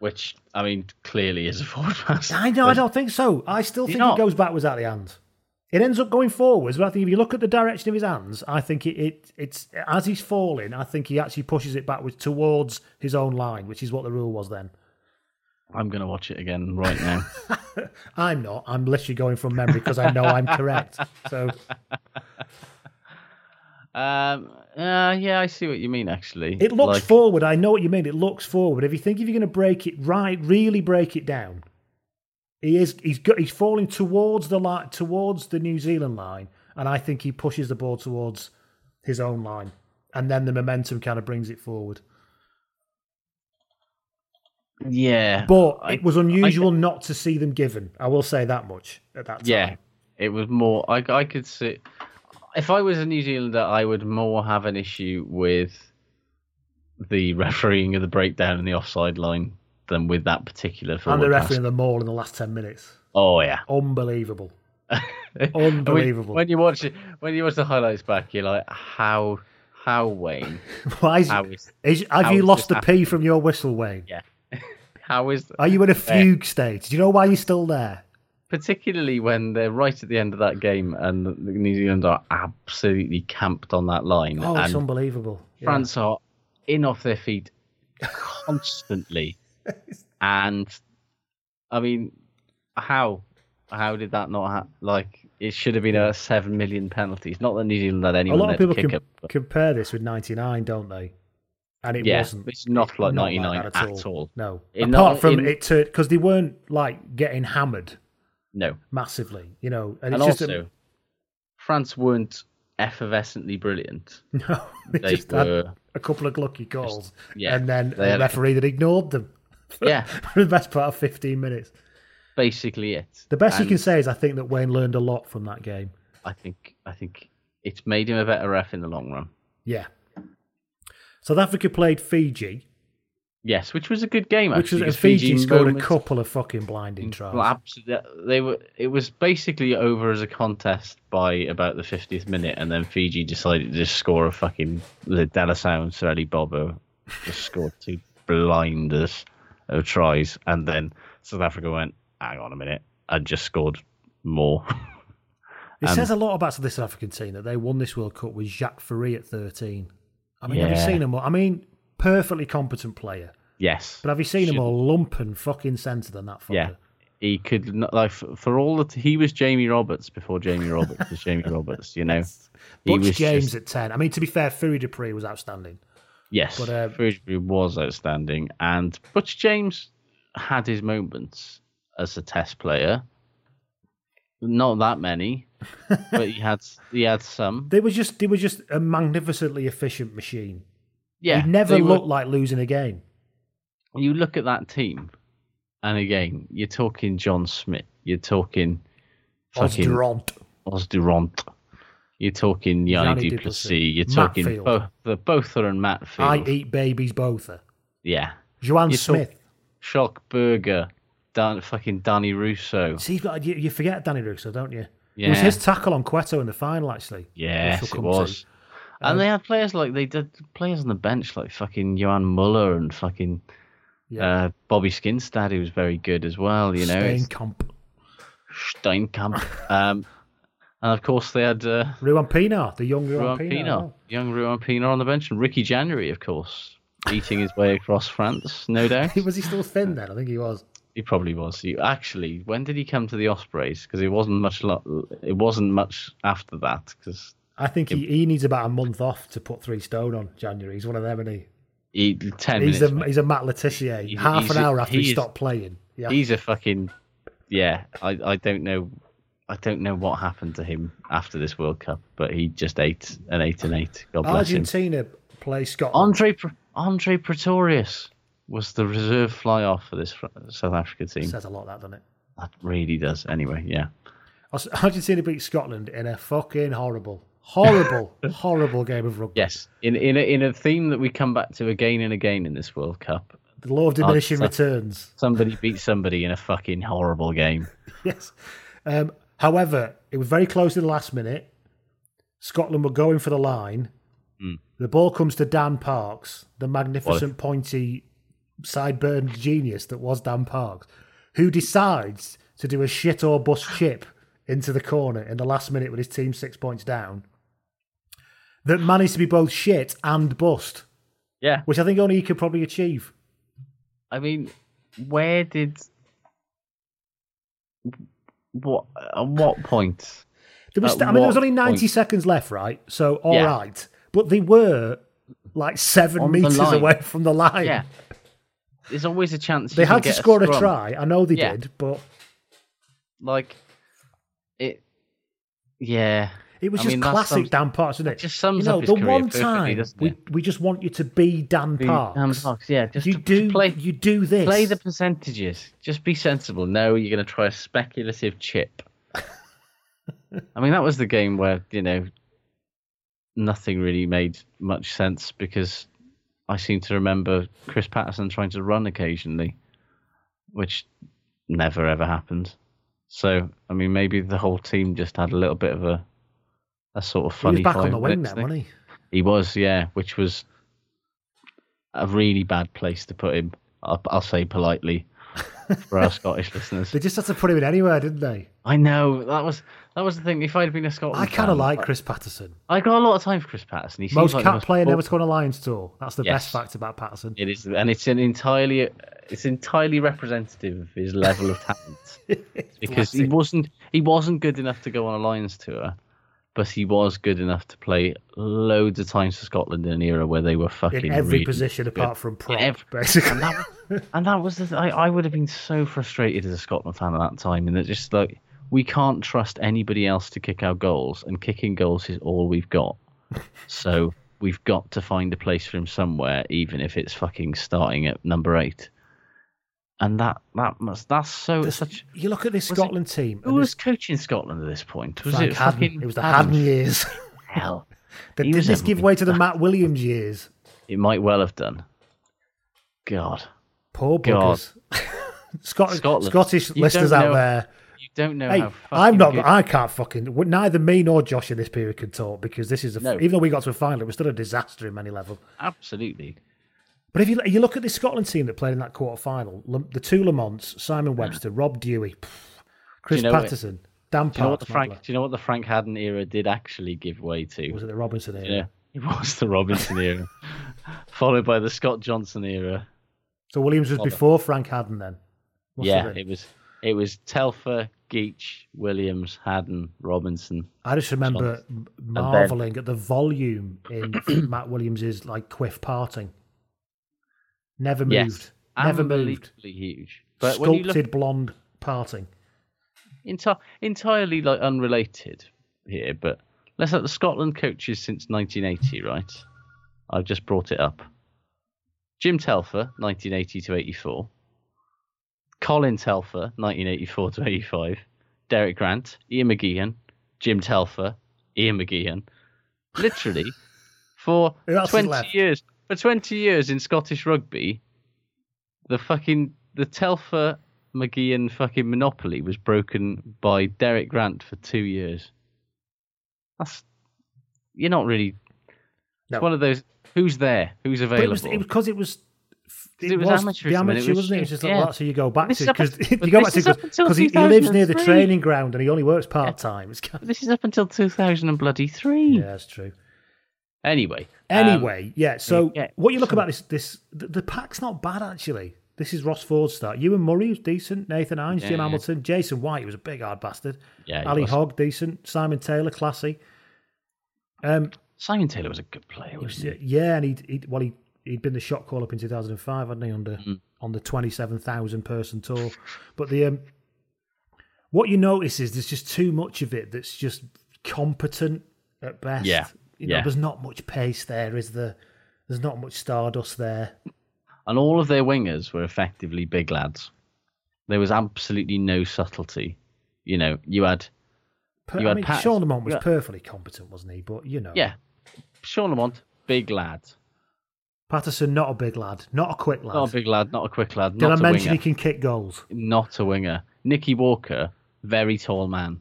Speaker 3: Which I mean, clearly is a forward pass.
Speaker 2: I know, I
Speaker 3: But-
Speaker 2: don't think so. I still
Speaker 3: He's
Speaker 2: think
Speaker 3: not.
Speaker 2: it goes backwards at the hand. It ends up going forwards, but I think if you look at the direction of his hands, I think it, it it's as he's falling, I think he actually pushes it backwards towards his own line, which is what the rule was then.
Speaker 3: I'm gonna watch it again right now.
Speaker 2: I'm not. I'm literally going from memory because I know I'm correct. So
Speaker 3: um, uh, yeah, I see what you mean. Actually,
Speaker 2: it looks
Speaker 3: Like,
Speaker 2: forward. I know what you mean. It looks forward. If you think if you're going to break it right, really break it down, he is. He's got. He's falling towards the line, towards the New Zealand line, and I think he pushes the ball towards his own line, and then the momentum kind of brings it forward.
Speaker 3: Yeah,
Speaker 2: But
Speaker 3: I-
Speaker 2: it was unusual not to see them given. I will say that much at that time.
Speaker 3: Yeah, it was more. I, I could see. if I was a New Zealander, I would more have an issue with the refereeing of the breakdown and the offside line than with that particular.
Speaker 2: and the
Speaker 3: forward pass.
Speaker 2: referee in the mall in the last 10 minutes.
Speaker 3: Oh yeah,
Speaker 2: Unbelievable.
Speaker 3: I mean,
Speaker 2: Unbelievable.
Speaker 3: when you watch it, when you watch the highlights back, you're like, how, how Wayne?
Speaker 2: Why is,
Speaker 3: how is-
Speaker 2: is- have
Speaker 3: how
Speaker 2: you
Speaker 3: is
Speaker 2: lost
Speaker 3: this
Speaker 2: the
Speaker 3: happening?
Speaker 2: P from your whistle, Wayne?
Speaker 3: Yeah. How is?
Speaker 2: Are you in a fugue state? Do you know why you're still there?
Speaker 3: particularly when they're right at the end of that game and the New Zealand are absolutely camped on that line.
Speaker 2: Oh, it's
Speaker 3: and
Speaker 2: unbelievable. Yeah.
Speaker 3: France are in off their feet constantly. and I mean, how how did that not happen? Like it should have been a seven million penalties. Not that New Zealand had
Speaker 2: A
Speaker 3: anyone
Speaker 2: lot
Speaker 3: there
Speaker 2: of people
Speaker 3: to kick
Speaker 2: com-
Speaker 3: up. but-
Speaker 2: compare this with 99, don't they? And it
Speaker 3: yeah,
Speaker 2: wasn't.
Speaker 3: it's not like
Speaker 2: not
Speaker 3: ninety nine
Speaker 2: that
Speaker 3: at, all.
Speaker 2: No.
Speaker 3: In-
Speaker 2: Apart from
Speaker 3: in-
Speaker 2: it, because they weren't like getting hammered
Speaker 3: no.
Speaker 2: massively, you know. And,
Speaker 3: And,
Speaker 2: it's just
Speaker 3: also,
Speaker 2: a-
Speaker 3: France weren't effervescently brilliant.
Speaker 2: no, they,
Speaker 3: they
Speaker 2: just had
Speaker 3: were-
Speaker 2: a couple of lucky goals,
Speaker 3: yeah,
Speaker 2: and then
Speaker 3: they
Speaker 2: a
Speaker 3: had-
Speaker 2: referee that ignored them.
Speaker 3: Yeah.
Speaker 2: for the best part of 15 minutes.
Speaker 3: Basically, it.
Speaker 2: The best you
Speaker 3: And-
Speaker 2: can say is I think that Wayne learned a lot from that game.
Speaker 3: I think I think it's made him a better ref in the long run.
Speaker 2: Yeah. South Africa played Fiji,
Speaker 3: Yes, which was a good game.
Speaker 2: which was
Speaker 3: actually,
Speaker 2: and
Speaker 3: 'cause
Speaker 2: Fiji, scored
Speaker 3: moments-
Speaker 2: a couple of fucking blinding tries.
Speaker 3: Mm, Well, absolutely, they were. It was basically over as a contest by about the fiftieth minute, and then Fiji decided to just score a fucking the Della Sound Sorelli Bobo just scored two blinders of tries, and then South Africa went, "Hang on a minute," and just scored more.
Speaker 2: it
Speaker 3: and-
Speaker 2: says a lot about the South African team that they won this World Cup with Jacques Ferry at 13. I mean, have you
Speaker 3: Yeah.
Speaker 2: seen him? more- I mean, perfectly competent player,
Speaker 3: yes,
Speaker 2: but have you seen him more lumpen fucking centre than that fucker?
Speaker 3: Yeah. He could not like f- for all that he was Jamie Roberts before Jamie Roberts was Jamie Roberts, you know. He
Speaker 2: Butch
Speaker 3: was
Speaker 2: James
Speaker 3: just-
Speaker 2: at 10. I mean, to be fair, Ferry Dupree was outstanding.
Speaker 3: yes,
Speaker 2: but,
Speaker 3: but,
Speaker 2: uh,
Speaker 3: was outstanding, and Butch James had his moments as a Test player. Not that many, but he had he had some.
Speaker 2: They were just they were just a magnificently efficient machine.
Speaker 3: Yeah,
Speaker 2: he never
Speaker 3: they were-
Speaker 2: looked like losing a game.
Speaker 3: you look at that team, and again, you're talking John Smith, you're talking fucking
Speaker 2: Osdurant.
Speaker 3: Os Durant. You're talking Yanni
Speaker 2: Yanni
Speaker 3: Duplessis.
Speaker 2: Duplessis.
Speaker 3: You're
Speaker 2: Matt
Speaker 3: talking
Speaker 2: Field.
Speaker 3: both the Botha and Matfield.
Speaker 2: I E eat babies both.
Speaker 3: yeah.
Speaker 2: Joanne
Speaker 3: You talk-
Speaker 2: Smith.
Speaker 3: Shock Burger. Dan, fucking Danny Russo.
Speaker 2: See, you've got, you, you forget Danny Russo, don't you? It was
Speaker 3: Yeah.
Speaker 2: his tackle on Cueto in the final, actually. which
Speaker 3: Yes,
Speaker 2: we'll
Speaker 3: it
Speaker 2: come to.
Speaker 3: was. And they
Speaker 2: Um,
Speaker 3: had players like they did players on the bench like fucking Johan Muller and fucking
Speaker 2: Yeah.
Speaker 3: uh, Bobby Skinstad, who was very good as well. You know, it's-
Speaker 2: Steenkamp.
Speaker 3: Steinkamp. um, and of course they had uh,
Speaker 2: Ruan Pinar, the young Ruan,
Speaker 3: Ruan
Speaker 2: Pinar.
Speaker 3: Pienaar. young Ruan Pienaar on the bench, and Ricky January, of course, eating his way across France, no doubt.
Speaker 2: Was he still thin then? I think he was.
Speaker 3: He probably was. He, actually, when did he come to the Ospreys? Because it wasn't much. Lo- it wasn't much after that. Because
Speaker 2: I think he, he needs about a month off to put three stone on January. He's one of them, isn't he?
Speaker 3: he ten
Speaker 2: He's
Speaker 3: minutes.
Speaker 2: a, he's a Matt Letitia.
Speaker 3: He's-
Speaker 2: Half
Speaker 3: he's
Speaker 2: an
Speaker 3: a-
Speaker 2: hour after he,
Speaker 3: he is-
Speaker 2: stopped playing. Yeah.
Speaker 3: He's a fucking. Yeah, I, I don't know. I don't know what happened to him after this World Cup, but he just ate an eight and eight. God bless him.
Speaker 2: Argentina play Scotland.
Speaker 3: Andre Pre- Andre Pretorius was the reserve fly off for this fr- South Africa team.
Speaker 2: Says a lot, that doesn't it?
Speaker 3: That really does. Anyway, yeah.
Speaker 2: Aus- Argentina beat Scotland in a fucking horrible, horrible, horrible game of rugby.
Speaker 3: Yes, in in a, in a theme that we come back to again and again in this World Cup,
Speaker 2: The law of diminishing
Speaker 3: Oh, it's
Speaker 2: returns.
Speaker 3: somebody beat somebody in a fucking horrible game.
Speaker 2: Yes. Um, however, it was very close to the last minute. Scotland were going for the line. The ball comes to Dan Parks, the magnificent, pointy, sideburned genius that was Dan Parks, who decides to do a shit or bust chip into the corner in the last minute with his team six points down. That managed to be both shit and bust,
Speaker 3: Yeah,
Speaker 2: which I think only he could probably achieve.
Speaker 3: I mean, where did what at what point?
Speaker 2: There was,
Speaker 3: At
Speaker 2: st- I mean, there was
Speaker 3: what
Speaker 2: only 90
Speaker 3: point?
Speaker 2: seconds left, right? So, all right,
Speaker 3: Yeah.
Speaker 2: But they were like seven
Speaker 3: On the
Speaker 2: metres
Speaker 3: line.
Speaker 2: away from the line.
Speaker 3: Yeah, there's always a chance
Speaker 2: They
Speaker 3: you can
Speaker 2: had to
Speaker 3: get
Speaker 2: score a,
Speaker 3: scrum.
Speaker 2: try. I know they
Speaker 3: Yeah.
Speaker 2: did, but
Speaker 3: Like it, yeah.
Speaker 2: it was
Speaker 3: I
Speaker 2: just
Speaker 3: mean, that
Speaker 2: classic
Speaker 3: sums-
Speaker 2: Dan Parks, wasn't it?
Speaker 3: just sums
Speaker 2: you know,
Speaker 3: up his
Speaker 2: the
Speaker 3: career
Speaker 2: one
Speaker 3: perfectly,
Speaker 2: time
Speaker 3: doesn't
Speaker 2: we,
Speaker 3: it?
Speaker 2: we just want you to be Dan
Speaker 3: Be
Speaker 2: Parks.
Speaker 3: Dan Parks, yeah, just
Speaker 2: you
Speaker 3: to-
Speaker 2: do
Speaker 3: to play-
Speaker 2: you do this.
Speaker 3: Play the percentages. Just be sensible. No, you're going to try a speculative chip. I mean, that was the game where you know nothing really made much sense because I seem to remember Chris Patterson trying to run occasionally, which never ever happened. So I mean, maybe the whole team just had a little bit of a a sort of funny.
Speaker 2: he was back on
Speaker 3: five
Speaker 2: the wing
Speaker 3: minutes
Speaker 2: then, wasn't he?
Speaker 3: he was, yeah, which was a really bad place to put him. I'll, I'll say politely for our Scottish listeners.
Speaker 2: They just had to put him in anywhere, didn't they?
Speaker 3: I know that was that was the thing. If I'd been a Scotland,
Speaker 2: I kind
Speaker 3: fan,
Speaker 2: of like Chris Patterson.
Speaker 3: I got a lot of time for Chris Patterson. He seems
Speaker 2: Most
Speaker 3: like the
Speaker 2: cat player never
Speaker 3: thoughtful-
Speaker 2: scored a Lions tour. That's the best
Speaker 3: Yes.
Speaker 2: fact about Patterson.
Speaker 3: It is, and it's an entirely it's entirely representative of his level of talent because he
Speaker 2: Classic.
Speaker 3: wasn't he wasn't good enough to go on a Lions tour, but he was good enough to play loads of times for Scotland in an era where they were fucking
Speaker 2: In every
Speaker 3: really
Speaker 2: position
Speaker 3: good.
Speaker 2: apart from prop,
Speaker 3: ev-
Speaker 2: basically.
Speaker 3: And that was the th- I, I would have been so frustrated as a Scotland fan at that time, and that just like we can't trust anybody else to kick our goals, and kicking goals is all we've got. so we've got to find a place for him somewhere, even if it's fucking starting at number eight. And that that must that's so
Speaker 2: This-
Speaker 3: Oh, such.
Speaker 2: you look at this
Speaker 3: was it-
Speaker 2: Scotland team.
Speaker 3: Who
Speaker 2: and
Speaker 3: was coaching Scotland at this point? Was
Speaker 2: Frank
Speaker 3: it
Speaker 2: Haddon.
Speaker 3: fucking
Speaker 2: It was the
Speaker 3: Haddon?
Speaker 2: Haddon years.
Speaker 3: Hell,
Speaker 2: They
Speaker 3: He
Speaker 2: did
Speaker 3: was
Speaker 2: this give way to the
Speaker 3: everything.
Speaker 2: Matt Williams years.
Speaker 3: it might well have done. God,
Speaker 2: Poor
Speaker 3: God.
Speaker 2: buggers. Scot-
Speaker 3: Scotland.
Speaker 2: Scottish
Speaker 3: You don't
Speaker 2: listeners out
Speaker 3: know-
Speaker 2: there.
Speaker 3: you don't know
Speaker 2: Hey,
Speaker 3: how.
Speaker 2: I'm
Speaker 3: fucking
Speaker 2: not.
Speaker 3: good-
Speaker 2: I can't fucking. Neither me nor Josh in this period can talk because this is a.
Speaker 3: No.
Speaker 2: Even though we got to a final, it was still a disaster in many levels.
Speaker 3: absolutely.
Speaker 2: But if you you look at this Scotland team that played in that quarter final, the two Lamonts, Simon Webster, Rob Dewey, pff, Chris
Speaker 3: you know what-
Speaker 2: Patterson, Dan
Speaker 3: Do you know what
Speaker 2: Parks,
Speaker 3: the Frank?
Speaker 2: Madler.
Speaker 3: Do you know what the Frank Hadden era did actually give way to?
Speaker 2: was it the Robinson era?
Speaker 3: yeah, it was the Robinson era, followed by the Scott Johnson era.
Speaker 2: So Williams was
Speaker 3: Robert.
Speaker 2: before Frank Hadden then. Must have
Speaker 3: yeah,
Speaker 2: been.
Speaker 3: it was. It was Telfer, Geach, Williams, Hadden, Robinson.
Speaker 2: I just remember
Speaker 3: Johnson.
Speaker 2: marveling at the volume in Matt Williams's like quiff parting. Never moved.
Speaker 3: Yes,
Speaker 2: Never moved.
Speaker 3: unbelievably huge. But when you
Speaker 2: Sculpted
Speaker 3: look
Speaker 2: blonde parting.
Speaker 3: enti- entirely like unrelated here, but let's look at the Scotland coaches since 1980, right? I've just brought it up. Jim Telfer, 1980 to 84. Colin Telfer, 1984 to 85. Derek Grant, Ian McGeehan, Jim Telfer, Ian McGeehan. Literally, for
Speaker 2: Who else is
Speaker 3: 20
Speaker 2: left?
Speaker 3: years, for 20 years in Scottish rugby, the fucking the Telfer McGeehan fucking monopoly was broken by Derek Grant for two years. That's you're not really.
Speaker 2: No.
Speaker 3: It's one of those. Who's there? Who's
Speaker 2: But
Speaker 3: available?
Speaker 2: it was it was because it was. It,
Speaker 3: it was
Speaker 2: was,
Speaker 3: amateurism
Speaker 2: the
Speaker 3: and it
Speaker 2: amateur,
Speaker 3: was
Speaker 2: wasn't it? It was
Speaker 3: shit,
Speaker 2: just like,
Speaker 3: yeah.
Speaker 2: well, that's who you go back
Speaker 3: This
Speaker 2: to.
Speaker 3: is up-
Speaker 2: Because
Speaker 3: but
Speaker 2: you go back
Speaker 3: this is
Speaker 2: to
Speaker 3: up until
Speaker 2: because he, he lives near the
Speaker 3: 2003.
Speaker 2: training ground and he only works part time. It's kind of,
Speaker 3: This is up until two thousand and bloody three.
Speaker 2: yeah, that's true.
Speaker 3: Anyway. um,
Speaker 2: Anyway, yeah. So
Speaker 3: yeah,
Speaker 2: what you look
Speaker 3: so-
Speaker 2: about this this the, the pack's not bad actually. This is Ross Ford's start. Ewan Murray was decent. Nathan Hines,
Speaker 3: Yeah.
Speaker 2: Jim Hamilton, Jason White he was a big hard bastard.
Speaker 3: Yeah, he
Speaker 2: Ali
Speaker 3: was.
Speaker 2: Hogg decent. Simon Taylor classy. Um,
Speaker 3: Simon Taylor was a good player.
Speaker 2: he was-
Speaker 3: Wasn't he?
Speaker 2: yeah, and he he well he he'd been the shot call up in two thousand and five, hadn't he? Under
Speaker 3: Mm.
Speaker 2: on the twenty seven thousand person tour, but the um, what you notice is there's just too much of it that's just competent at best.
Speaker 3: Yeah,
Speaker 2: You know,
Speaker 3: yeah.
Speaker 2: there's not much pace there, is there? There's not much stardust there.
Speaker 3: And all of their wingers were effectively big lads. There was absolutely no subtlety. You know, you had
Speaker 2: Per-
Speaker 3: You
Speaker 2: I
Speaker 3: had
Speaker 2: mean,
Speaker 3: Pat-
Speaker 2: Sean Lamont was
Speaker 3: yeah.
Speaker 2: perfectly competent, wasn't he? But you know,
Speaker 3: yeah, Sean Lamont, big lad,
Speaker 2: Patterson not a big lad, not a quick lad.
Speaker 3: not a big lad, not a quick lad,
Speaker 2: Did
Speaker 3: not
Speaker 2: I
Speaker 3: a
Speaker 2: mention
Speaker 3: winger.
Speaker 2: he can kick goals?
Speaker 3: not a winger. Nicky Walker, very tall man.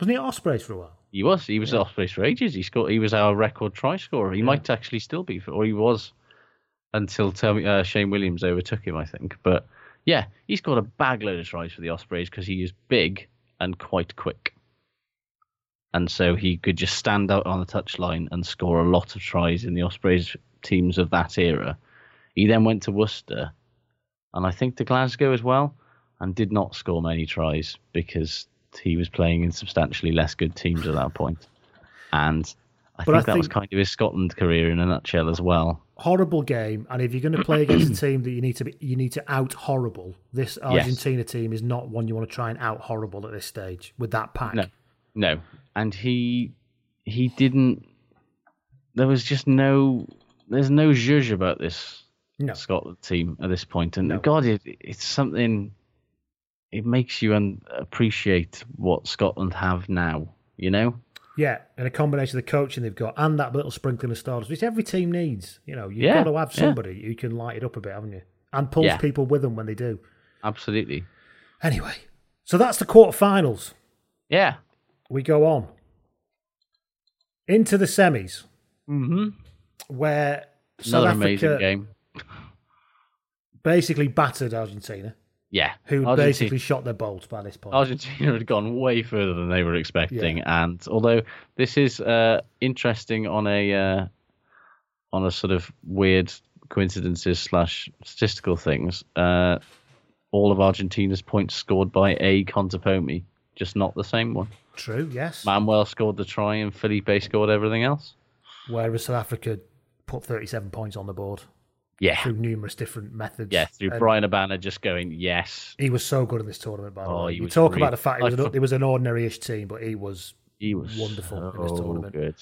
Speaker 2: Wasn't he at Ospreys for a while?
Speaker 3: He was. He was off place for ages. He scored. He was our record try scorer. He might actually still be, or he was, until Tommy, uh, Shane Williams overtook him, I think. But yeah, he scored a bagload of tries for the Ospreys because he is big and quite quick, and so he could just stand out on the touchline and score a lot of tries in the Ospreys teams of that era. He then went to Worcester, and I think to Glasgow as well, and did not score many tries because he was playing in substantially less good teams at that point. And I
Speaker 2: But
Speaker 3: think
Speaker 2: I
Speaker 3: that was
Speaker 2: think-
Speaker 3: kind of his Scotland career in a nutshell as well.
Speaker 2: horrible game, and if you're going to play against a team that you need to be, you need to out horrible. This
Speaker 3: Yes.
Speaker 2: Argentina team is not one you want to try and out horrible at this stage with that pack.
Speaker 3: No, no, and he he didn't. There was just no. There's no zhuzh about this
Speaker 2: No.
Speaker 3: Scotland team at this point, and God, it, it's something. It makes you un- appreciate what Scotland have now. You know,
Speaker 2: Yeah, and a combination of the coaching they've got and that little sprinkling of stars, which every team needs. You know, you've
Speaker 3: Yeah,
Speaker 2: got to have
Speaker 3: yeah.
Speaker 2: somebody who can light it up a bit, haven't you? And pulls
Speaker 3: Yeah.
Speaker 2: people with them when they do.
Speaker 3: Absolutely.
Speaker 2: Anyway, so that's the quarterfinals.
Speaker 3: Yeah.
Speaker 2: We go on into the semis,
Speaker 3: Mm-hmm.
Speaker 2: where South
Speaker 3: Another
Speaker 2: Africa
Speaker 3: amazing game.
Speaker 2: basically battered Argentina,
Speaker 3: Yeah.
Speaker 2: who
Speaker 3: Argentina-
Speaker 2: basically shot their bolts by this point.
Speaker 3: Argentina had gone way further than they were expecting, and although this is uh, interesting on a uh, on a sort of weird coincidences slash statistical things, uh, all of Argentina's points scored by a Contepomi, just not the same one.
Speaker 2: True, yes.
Speaker 3: Manuel scored the try, and Felipe scored everything else.
Speaker 2: Whereas South Africa put 37 points on the board
Speaker 3: Yeah,
Speaker 2: through numerous different methods.
Speaker 3: yeah, through
Speaker 2: And
Speaker 3: Brian Abana just going yes.
Speaker 2: He was so good in this tournament, by the
Speaker 3: Oh,
Speaker 2: way.
Speaker 3: he
Speaker 2: You
Speaker 3: was
Speaker 2: talk
Speaker 3: really-
Speaker 2: about the fact it was,
Speaker 3: I
Speaker 2: an,
Speaker 3: thought-
Speaker 2: it was an ordinary-ish team, but he was
Speaker 3: He was
Speaker 2: wonderful
Speaker 3: so
Speaker 2: in this tournament.
Speaker 3: Good.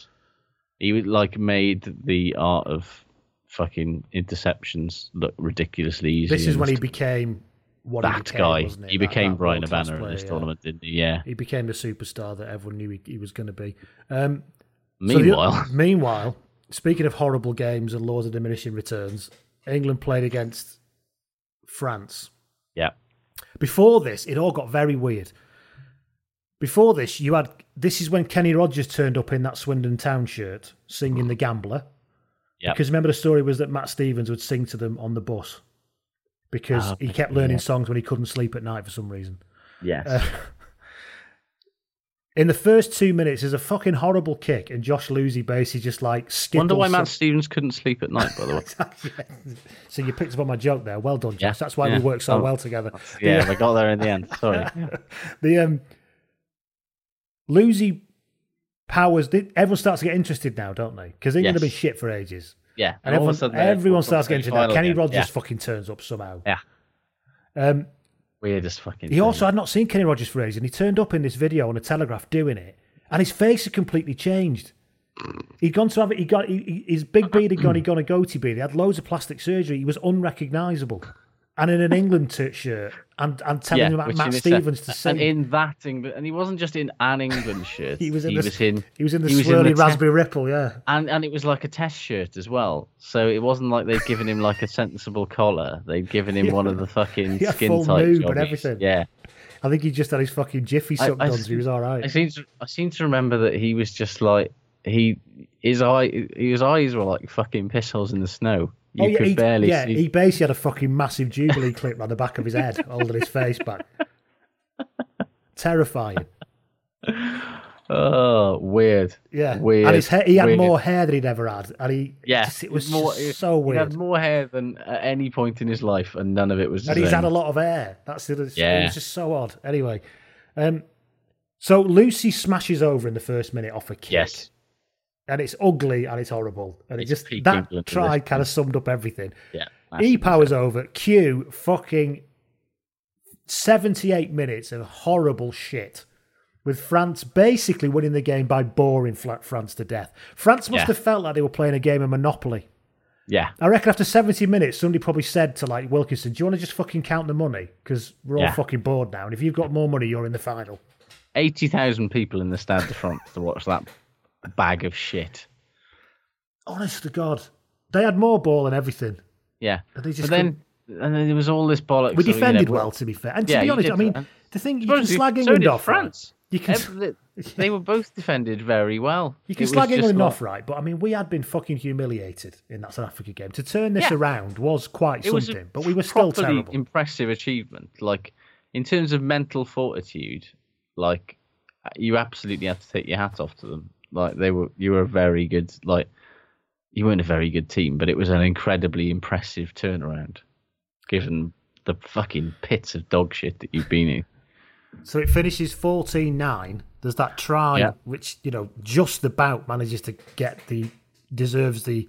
Speaker 3: He was, like made the art of fucking interceptions look ridiculously easy.
Speaker 2: This is
Speaker 3: in
Speaker 2: when he
Speaker 3: tour-
Speaker 2: became what
Speaker 3: that
Speaker 2: he became,
Speaker 3: guy.
Speaker 2: wasn't
Speaker 3: he
Speaker 2: That-
Speaker 3: became
Speaker 2: that
Speaker 3: Brian
Speaker 2: world-class
Speaker 3: Abana in
Speaker 2: player,
Speaker 3: this
Speaker 2: yeah.
Speaker 3: tournament, didn't he? Yeah.
Speaker 2: He became the superstar that everyone knew he, he was going to be. Um, so the-
Speaker 3: Meanwhile,
Speaker 2: meanwhile, speaking of horrible games and laws of diminishing returns, England played against France.
Speaker 3: yeah,
Speaker 2: Before this, it all got very weird. Before this, you had this is when Kenny Rogers turned up in that Swindon Town shirt singing "The Gambler."
Speaker 3: yeah,
Speaker 2: Because remember the story was that Matt Stevens would sing to them on the bus because
Speaker 3: Ah,
Speaker 2: he kept learning
Speaker 3: yeah.
Speaker 2: songs when he couldn't sleep at night for some reason.
Speaker 3: yes,
Speaker 2: Uh, in the first two minutes, there's a fucking horrible kick, and Josh Losey basically just like skittles.
Speaker 3: Wonder why Matt Stevens couldn't sleep at night. By the way,
Speaker 2: so you picked up on my joke there. Well done, Josh.
Speaker 3: Yeah,
Speaker 2: That's why
Speaker 3: yeah.
Speaker 2: we work so
Speaker 3: Oh,
Speaker 2: well together.
Speaker 3: yeah,
Speaker 2: The- uh,
Speaker 3: we got there in the end. Sorry.
Speaker 2: the um Lucy powers they- everyone starts to get interested now, don't they? Because England have been
Speaker 3: Yes.
Speaker 2: shit for ages.
Speaker 3: Yeah,
Speaker 2: And
Speaker 3: all of a
Speaker 2: everyone,
Speaker 3: sudden they're-
Speaker 2: everyone starts getting interested now.
Speaker 3: final
Speaker 2: Kenny
Speaker 3: game.
Speaker 2: Rogers
Speaker 3: Yeah.
Speaker 2: fucking turns up somehow.
Speaker 3: Yeah.
Speaker 2: Um
Speaker 3: Weirdest fucking.
Speaker 2: he
Speaker 3: thing.
Speaker 2: also had not seen Kenny Rogers for ages, and he turned up in this video on a telegraph doing it, and his face had completely changed. He'd gone to have it. He got he, he- his big beard had gone. He'd gone a goatee beard. He had loads of plastic surgery. He was unrecognisable, and in an England t- shirt, and and telling him about
Speaker 3: which
Speaker 2: Matt
Speaker 3: in itself-
Speaker 2: Stevens to sing.
Speaker 3: And in that England, and he wasn't just in an England shirt.
Speaker 2: he was in
Speaker 3: he
Speaker 2: the
Speaker 3: was in
Speaker 2: he was in the
Speaker 3: he was in
Speaker 2: swirly
Speaker 3: the te-
Speaker 2: raspberry ripple. Yeah,
Speaker 3: and and it was like a test shirt as well. So it wasn't like they'd given him like a sensible collar. They'd given him one of the fucking
Speaker 2: Yeah,
Speaker 3: skin
Speaker 2: full
Speaker 3: type
Speaker 2: noob and
Speaker 3: jobbies.
Speaker 2: everything.
Speaker 3: Yeah,
Speaker 2: I think he just had his fucking jiffy
Speaker 3: I-
Speaker 2: sucked
Speaker 3: I
Speaker 2: on. so he was all
Speaker 3: I
Speaker 2: right.
Speaker 3: seem to I seem to remember that he was just like he his eye his eyes were like fucking piss holes in the snow. You
Speaker 2: Oh, yeah,
Speaker 3: could
Speaker 2: he,
Speaker 3: barely
Speaker 2: yeah,
Speaker 3: see.
Speaker 2: he basically had a fucking massive jubilee clip round the back of his head, holding his face back. Terrifying.
Speaker 3: Oh, weird.
Speaker 2: Yeah,
Speaker 3: weird.
Speaker 2: And his hair, he had
Speaker 3: weird.
Speaker 2: more hair than he'd ever had, and he
Speaker 3: Yeah,
Speaker 2: just- it was
Speaker 3: more-
Speaker 2: just so
Speaker 3: He
Speaker 2: weird.
Speaker 3: had more hair than at any point in his life, and none of it was. the
Speaker 2: and he's
Speaker 3: same.
Speaker 2: had a lot of hair. That's the other. It
Speaker 3: Yeah.
Speaker 2: was just so odd. Anyway, um, so Lucy smashes over in the first minute off a kick,
Speaker 3: Yes.
Speaker 2: and it's ugly and it's horrible, and
Speaker 3: It's
Speaker 2: it just
Speaker 3: peak
Speaker 2: that
Speaker 3: England at
Speaker 2: try
Speaker 3: this
Speaker 2: kind of summed up everything.
Speaker 3: Yeah.
Speaker 2: E powers over. Q fucking seventy-eight minutes of horrible shit. With France basically winning the game by boring flat France to death. France must
Speaker 3: Yeah.
Speaker 2: have felt like they were playing a game of Monopoly.
Speaker 3: Yeah.
Speaker 2: I reckon after 70 minutes, somebody probably said to like Wilkinson, "Do you want to just fucking count the money? Because we're all
Speaker 3: Yeah.
Speaker 2: fucking bored now. And if you've got more money, you're in the final."
Speaker 3: eighty thousand people in the Stade de France to watch that bag of shit.
Speaker 2: Honest to God, they had more ball and everything.
Speaker 3: Yeah,
Speaker 2: But they
Speaker 3: but
Speaker 2: just
Speaker 3: then and then there was all this bollocks.
Speaker 2: We
Speaker 3: of, you
Speaker 2: defended
Speaker 3: know,
Speaker 2: well, to be fair. And to
Speaker 3: Yeah,
Speaker 2: be
Speaker 3: you
Speaker 2: honest,
Speaker 3: did
Speaker 2: I mean,
Speaker 3: well.
Speaker 2: the thing you
Speaker 3: Well,
Speaker 2: can slag
Speaker 3: so
Speaker 2: England
Speaker 3: did
Speaker 2: off,
Speaker 3: France.
Speaker 2: Right? You can
Speaker 3: Every- they were both defended very well.
Speaker 2: you can
Speaker 3: It was
Speaker 2: slag
Speaker 3: just
Speaker 2: England
Speaker 3: like-
Speaker 2: off, right? But I mean, we had been fucking humiliated in that South Africa game. To turn this
Speaker 3: Yeah.
Speaker 2: around was quite
Speaker 3: It was a
Speaker 2: something, but we were still
Speaker 3: properly
Speaker 2: terrible.
Speaker 3: Impressive achievement, like in terms of mental fortitude, like you absolutely have to take your hat off to them. Like they were, you were a very good, like you weren't a very good team, but it was an incredibly impressive turnaround, given the fucking pits of dog shit that you've been in.
Speaker 2: So it finishes 14 9. There's that try,
Speaker 3: Yeah.
Speaker 2: which, you know, just about manages to get the, deserves the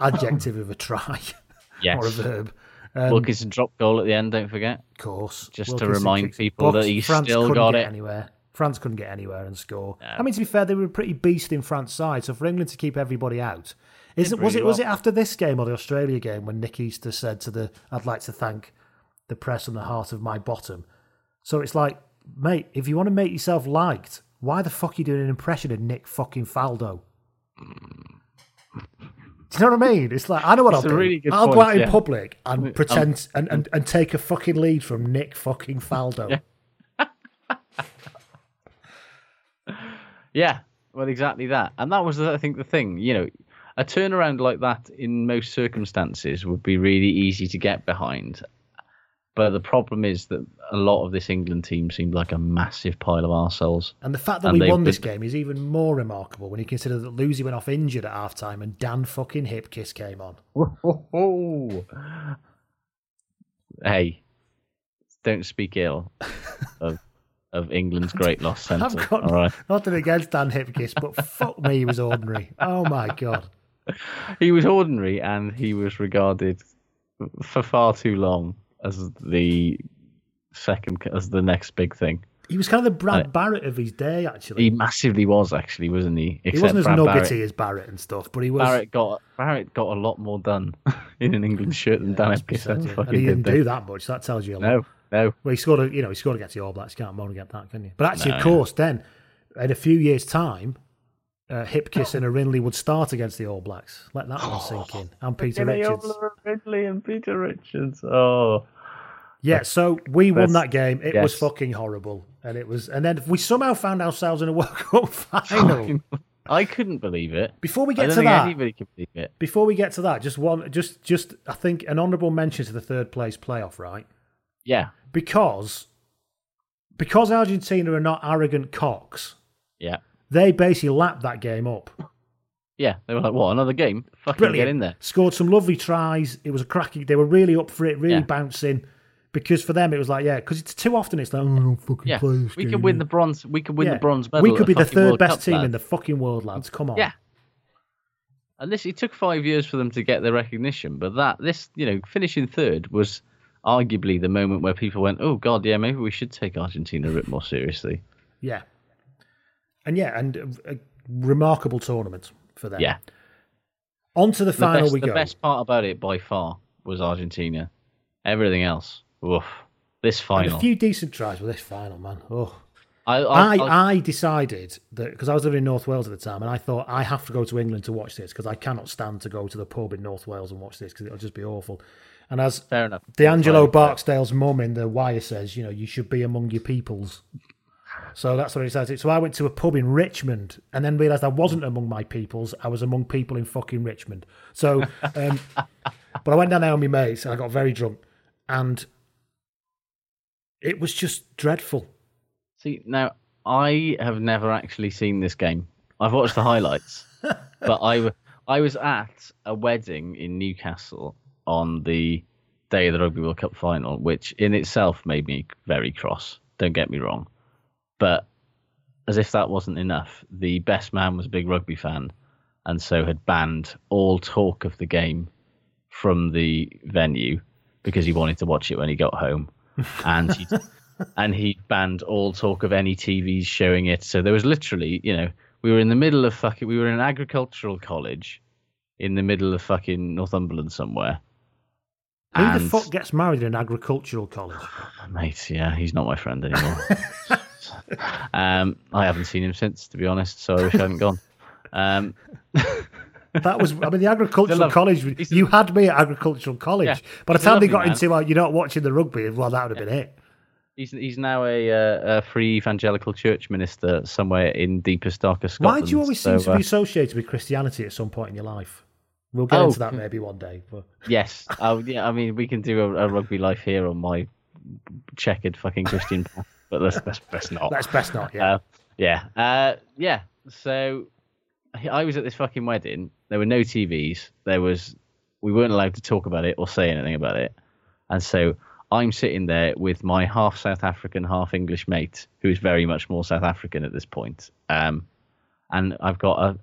Speaker 2: adjective of a try
Speaker 3: Yes,
Speaker 2: or a verb. Um,
Speaker 3: Wilkinson drop goal at the end. Don't forget.
Speaker 2: of course.
Speaker 3: just to remind
Speaker 2: kicks-
Speaker 3: people that
Speaker 2: but
Speaker 3: he's
Speaker 2: France
Speaker 3: still
Speaker 2: couldn't
Speaker 3: got
Speaker 2: get
Speaker 3: it.
Speaker 2: anywhere. France couldn't get anywhere and score. I mean, to be fair, they were a pretty beast in France side. So for England to keep everybody out, is it, was it
Speaker 3: really
Speaker 2: was it
Speaker 3: well.
Speaker 2: after this game or the Australia game when Nick Easter said to the, "I'd like to thank the press and the heart of my bottom." So it's like, mate, if you want to make yourself liked, Why the fuck are you doing an impression of Nick fucking Faldo? Do you know what I mean? It's like I know what
Speaker 3: It's
Speaker 2: I'll
Speaker 3: a
Speaker 2: do.
Speaker 3: really good
Speaker 2: I'll go
Speaker 3: point,
Speaker 2: out in
Speaker 3: yeah.
Speaker 2: public
Speaker 3: Um,
Speaker 2: and pretend and, and, and take a fucking lead from Nick fucking Faldo.
Speaker 3: Yeah, well, exactly that. And that was, I think, the thing. You know, a turnaround like that in most circumstances would be really easy to get behind. But the problem is that a lot of this England team seemed like a massive pile of arseholes.
Speaker 2: And the fact that
Speaker 3: And
Speaker 2: we
Speaker 3: they-
Speaker 2: won this game is even more remarkable when you consider that Lucy went off injured at half time and Dan fucking Hipkiss came on.
Speaker 3: Hey, don't speak ill of of England's great loss centre.
Speaker 2: I've got
Speaker 3: all right.
Speaker 2: nothing against Dan Hipkiss, but fuck me, he was ordinary. Oh my god.
Speaker 3: he was ordinary and he was regarded for far too long as the second as the next big thing
Speaker 2: He was kind of the Brad
Speaker 3: Uh,
Speaker 2: Barrett of his day, actually.
Speaker 3: he massively was actually wasn't he
Speaker 2: He wasn't as
Speaker 3: Brad
Speaker 2: nuggety
Speaker 3: Barrett.
Speaker 2: as Barrett and stuff, but he was.
Speaker 3: Barrett got Barrett got a lot more done in an England shirt than Dan Epke
Speaker 2: and
Speaker 3: fucking
Speaker 2: he didn't
Speaker 3: did
Speaker 2: do that much. That tells you a lot.
Speaker 3: no no
Speaker 2: Well, he scored. A, you know, he scored against the All Blacks. Can't moan against that, can you? But actually,
Speaker 3: No,
Speaker 2: of
Speaker 3: yeah.
Speaker 2: course, then in a few years' time, uh, Hipkiss and Arinley would start against the All Blacks. Let that one sink in. And Peter Richards.
Speaker 3: Ridley and Peter Richards oh
Speaker 2: Yeah, so we won
Speaker 3: That's-
Speaker 2: that game. It was
Speaker 3: yes.
Speaker 2: fucking horrible, and it was. And then we somehow found ourselves in a World Cup final.
Speaker 3: I couldn't believe it
Speaker 2: Before we
Speaker 3: I
Speaker 2: get
Speaker 3: don't
Speaker 2: to
Speaker 3: think
Speaker 2: that,
Speaker 3: anybody could believe it
Speaker 2: before we get to that, just one, just, just, I think an honourable mention to the third place playoff, right?
Speaker 3: yeah
Speaker 2: Because, because Argentina are not arrogant cocks.
Speaker 3: yeah
Speaker 2: They basically lapped that game up.
Speaker 3: yeah they were like what another game fucking get in there
Speaker 2: Scored some lovely tries. It was a cracking. They were really up for it, really
Speaker 3: Yeah.
Speaker 2: bouncing. Because for them, it was like, yeah, because it's too often it's like, oh, don't fucking
Speaker 3: Yeah,
Speaker 2: play this
Speaker 3: we
Speaker 2: game.
Speaker 3: could win the bronze. We could win
Speaker 2: Yeah.
Speaker 3: the bronze medal.
Speaker 2: We
Speaker 3: at
Speaker 2: could
Speaker 3: the
Speaker 2: be the
Speaker 3: fucking
Speaker 2: third
Speaker 3: World
Speaker 2: best
Speaker 3: Cup,
Speaker 2: team in
Speaker 3: lad.
Speaker 2: the fucking world, lads. Come on.
Speaker 3: Yeah. And this, it took five years for them to get their recognition, but that this, you know, finishing third was arguably the moment where people went, "Oh God, yeah, maybe we should take Argentina a bit more seriously."
Speaker 2: Yeah. And yeah, and uh, a, a remarkable tournament for them.
Speaker 3: Yeah,
Speaker 2: On to the
Speaker 3: the
Speaker 2: final
Speaker 3: best,
Speaker 2: we
Speaker 3: the
Speaker 2: go.
Speaker 3: best part about it by far was Argentina. Everything else, woof. This
Speaker 2: And
Speaker 3: final,
Speaker 2: a few decent tries with this final, man. Oh.
Speaker 3: I, I,
Speaker 2: I,
Speaker 3: I,
Speaker 2: I decided that because I was living in North Wales at the time, and I thought I have to go to England to watch this because I cannot stand to go to the pub in North Wales and watch this because it'll just be awful. And as
Speaker 3: fair enough.
Speaker 2: D'Angelo
Speaker 3: Entirely fair.
Speaker 2: Barksdale's mum in The Wire says, you know, you should be among your peoples. So that's what I decided. So I went to a pub in Richmond and then realised I wasn't among my peoples. I was among people in fucking Richmond. So, um, but I went down there with my mates and I got very drunk and it was just dreadful.
Speaker 3: See, now I have never actually seen this game. I've watched the highlights, but I w- I was at a wedding in Newcastle on the day of the Rugby World Cup final, which in itself made me very cross. Don't get me wrong, but as if that wasn't enough, the best man was a big rugby fan, and so had banned all talk of the game from the venue because he wanted to watch it when he got home, and he and he banned all talk of any TVs showing it. So there was literally, you know, we were in the middle of fucking, we were in an agricultural college in the middle of fucking Northumberland somewhere.
Speaker 2: Who the
Speaker 3: And-
Speaker 2: fuck gets married in an agricultural college?
Speaker 3: Mate, yeah, he's not my friend anymore. um, I haven't seen him since, to be honest, so I wish I hadn't gone. Um,
Speaker 2: That was, I mean, the agricultural
Speaker 3: They're lovely.
Speaker 2: college, was- you had me at agricultural college. By the
Speaker 3: he's a
Speaker 2: time they
Speaker 3: lovely
Speaker 2: got
Speaker 3: man.
Speaker 2: into, well, you're not watching the rugby, well, that would have been it.
Speaker 3: he's he's now a, uh, a free evangelical church minister somewhere in deepest darkest
Speaker 2: Why
Speaker 3: Scotland.
Speaker 2: do you always
Speaker 3: so,
Speaker 2: seem to
Speaker 3: uh,
Speaker 2: be associated with Christianity at some point in your life? We'll get
Speaker 3: Oh.
Speaker 2: into that maybe one day. But
Speaker 3: Yes. Oh, yeah. I mean, we can do a, a rugby life here on my checkered fucking Christian, path, but that's that's best not.
Speaker 2: that's best not. Yeah,
Speaker 3: Uh, yeah. Uh, yeah. So I- I was at this fucking wedding. There were no TVs. There was we weren't allowed to talk about it or say anything about it. And so I'm sitting there with my half South African, half English mate, who is very much more South African at this point. Um, and I've got a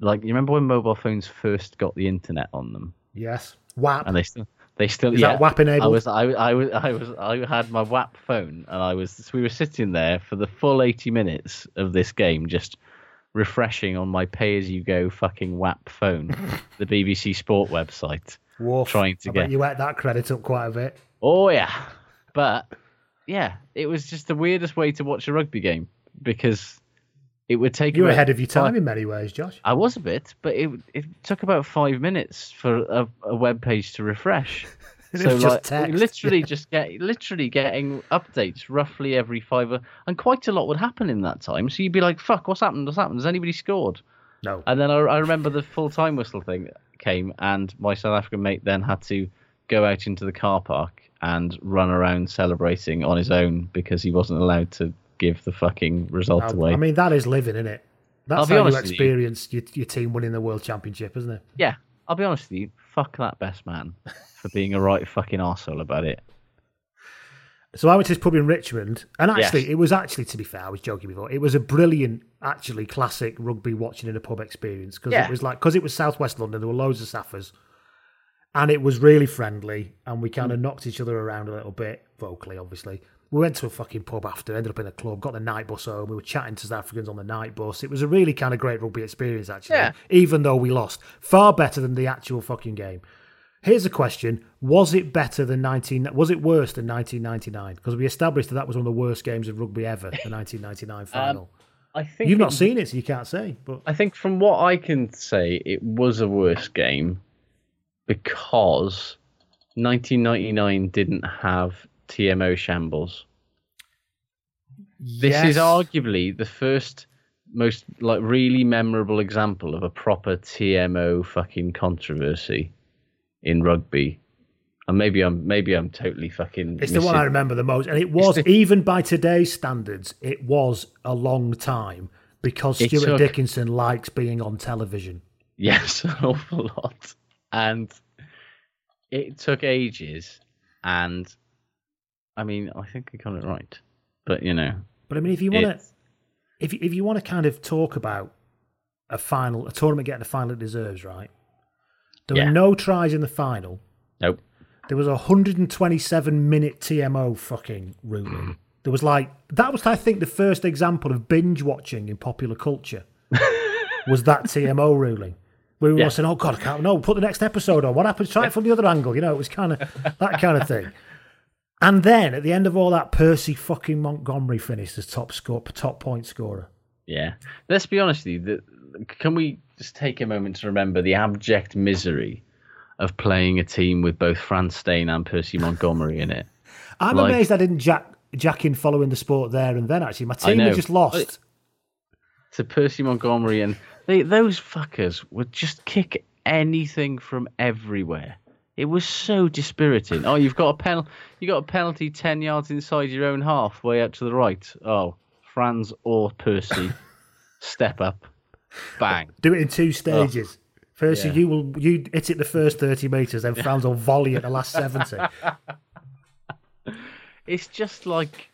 Speaker 3: like you remember when mobile phones first got the internet on them?
Speaker 2: yes. Whap.
Speaker 3: and they still they still
Speaker 2: Is
Speaker 3: yeah,
Speaker 2: that WAP enabled?
Speaker 3: I was I, I was I was I had my WAP phone and I was so we were sitting there for the full 80 minutes of this game just refreshing on my pay as you go fucking WAP phone the BBC sport website
Speaker 2: Wharf.
Speaker 3: trying to
Speaker 2: I bet
Speaker 3: get-
Speaker 2: you ate that credit up quite a bit.
Speaker 3: oh yeah but yeah it was just the weirdest way to watch a rugby game because It would take.
Speaker 2: You were
Speaker 3: about
Speaker 2: ahead of your time
Speaker 3: five-
Speaker 2: in many ways, Josh.
Speaker 3: I was a bit, but it it took about five minutes for a, a web page to refresh.
Speaker 2: It
Speaker 3: so
Speaker 2: was just
Speaker 3: like
Speaker 2: text,
Speaker 3: literally just get literally getting updates roughly every five, o- and quite a lot would happen in that time. So you'd be like, "Fuck, what's happened? What's happened? Has anybody scored?"
Speaker 2: No.
Speaker 3: And then I, I remember the full time whistle thing came, and my South African mate then had to go out into the car park and run around celebrating on his own because he wasn't allowed to give the fucking result
Speaker 2: Uh, I,
Speaker 3: away.
Speaker 2: I mean, that is living, isn't it?
Speaker 3: I'll
Speaker 2: That's
Speaker 3: be
Speaker 2: how you
Speaker 3: honest with you.
Speaker 2: experience your, your team winning the world championship, isn't it?
Speaker 3: Yeah, I'll be honest with you. Fuck that best man for being a right fucking arsehole about it.
Speaker 2: So I went to this pub in Richmond, and
Speaker 3: Yes.
Speaker 2: actually, it was actually, to be fair, I was joking before, it was a brilliant, actually classic rugby watching in a pub experience because
Speaker 3: Yeah.
Speaker 2: it was like because it was Southwest London, there were loads of Saffers, and it was really friendly, and we
Speaker 3: Mm.
Speaker 2: kind of knocked each other around a little bit vocally, obviously. We went to a fucking pub after, ended up in a club, got the night bus home. We were chatting to South Africans on the night bus. It was a really kind of great rugby experience, actually.
Speaker 3: Yeah.
Speaker 2: Even though we lost, far better than the actual fucking game. Here's a question: Was it better than 19? Was it worse than 1999? Because we established that that was one of the worst games of rugby ever, the 1999 final.
Speaker 3: Um, I think
Speaker 2: You've not
Speaker 3: it-
Speaker 2: seen it, so you can't say. But
Speaker 3: I think from what I can say, it was a worse game because 1999 didn't have TMO shambles. This
Speaker 2: Yes.
Speaker 3: is arguably the first most like really memorable example of a proper TMO fucking controversy in rugby. And maybe I'm maybe I'm totally fucking
Speaker 2: it's the one I
Speaker 3: missing-
Speaker 2: remember the most, and it was
Speaker 3: the-
Speaker 2: even by today's standards, it was a long time because
Speaker 3: It
Speaker 2: Stuart
Speaker 3: took-
Speaker 2: Dickinson likes being on television.
Speaker 3: Yes, an awful lot. And it took ages. And I mean, I think I got it right. But, you know,
Speaker 2: But I mean, if you want to,
Speaker 3: It's-
Speaker 2: if you- if you want to kind of talk about a final, a tournament getting the final it deserves, right? There
Speaker 3: Yeah.
Speaker 2: were no tries in the final.
Speaker 3: nope.
Speaker 2: There was a 127 minute TMO fucking ruling. There was like that was I think the first example of binge watching in popular culture was that TMO ruling. We were
Speaker 3: Yeah.
Speaker 2: all saying, "Oh God, I can't no, put the next episode on. What happens? Try it from the other angle." You know, it was kind of that kind of thing. And then at the end of all that, Percy fucking Montgomery finished as top score, top point scorer.
Speaker 3: Yeah. Let's be honest with you. The, can we just take a moment to remember the abject misery of playing a team with both Fran Stain and Percy Montgomery in it?
Speaker 2: I'm
Speaker 3: Like-
Speaker 2: amazed I didn't jack jack in following the sport there and then. Actually, my
Speaker 3: I
Speaker 2: team had
Speaker 3: know.
Speaker 2: just lost.
Speaker 3: to Percy Montgomery, and they, those fuckers would just kick anything from everywhere. It was so dispiriting. Oh, you've got a penalty. You got a penalty ten yards inside your own half, way out to the right. Oh, Franz or Percy, step up, bang.
Speaker 2: Do it in two stages. First,
Speaker 3: Yeah.
Speaker 2: you will you hit it the first thirty meters, then Franz will volley at the last seventy.
Speaker 3: It's just like,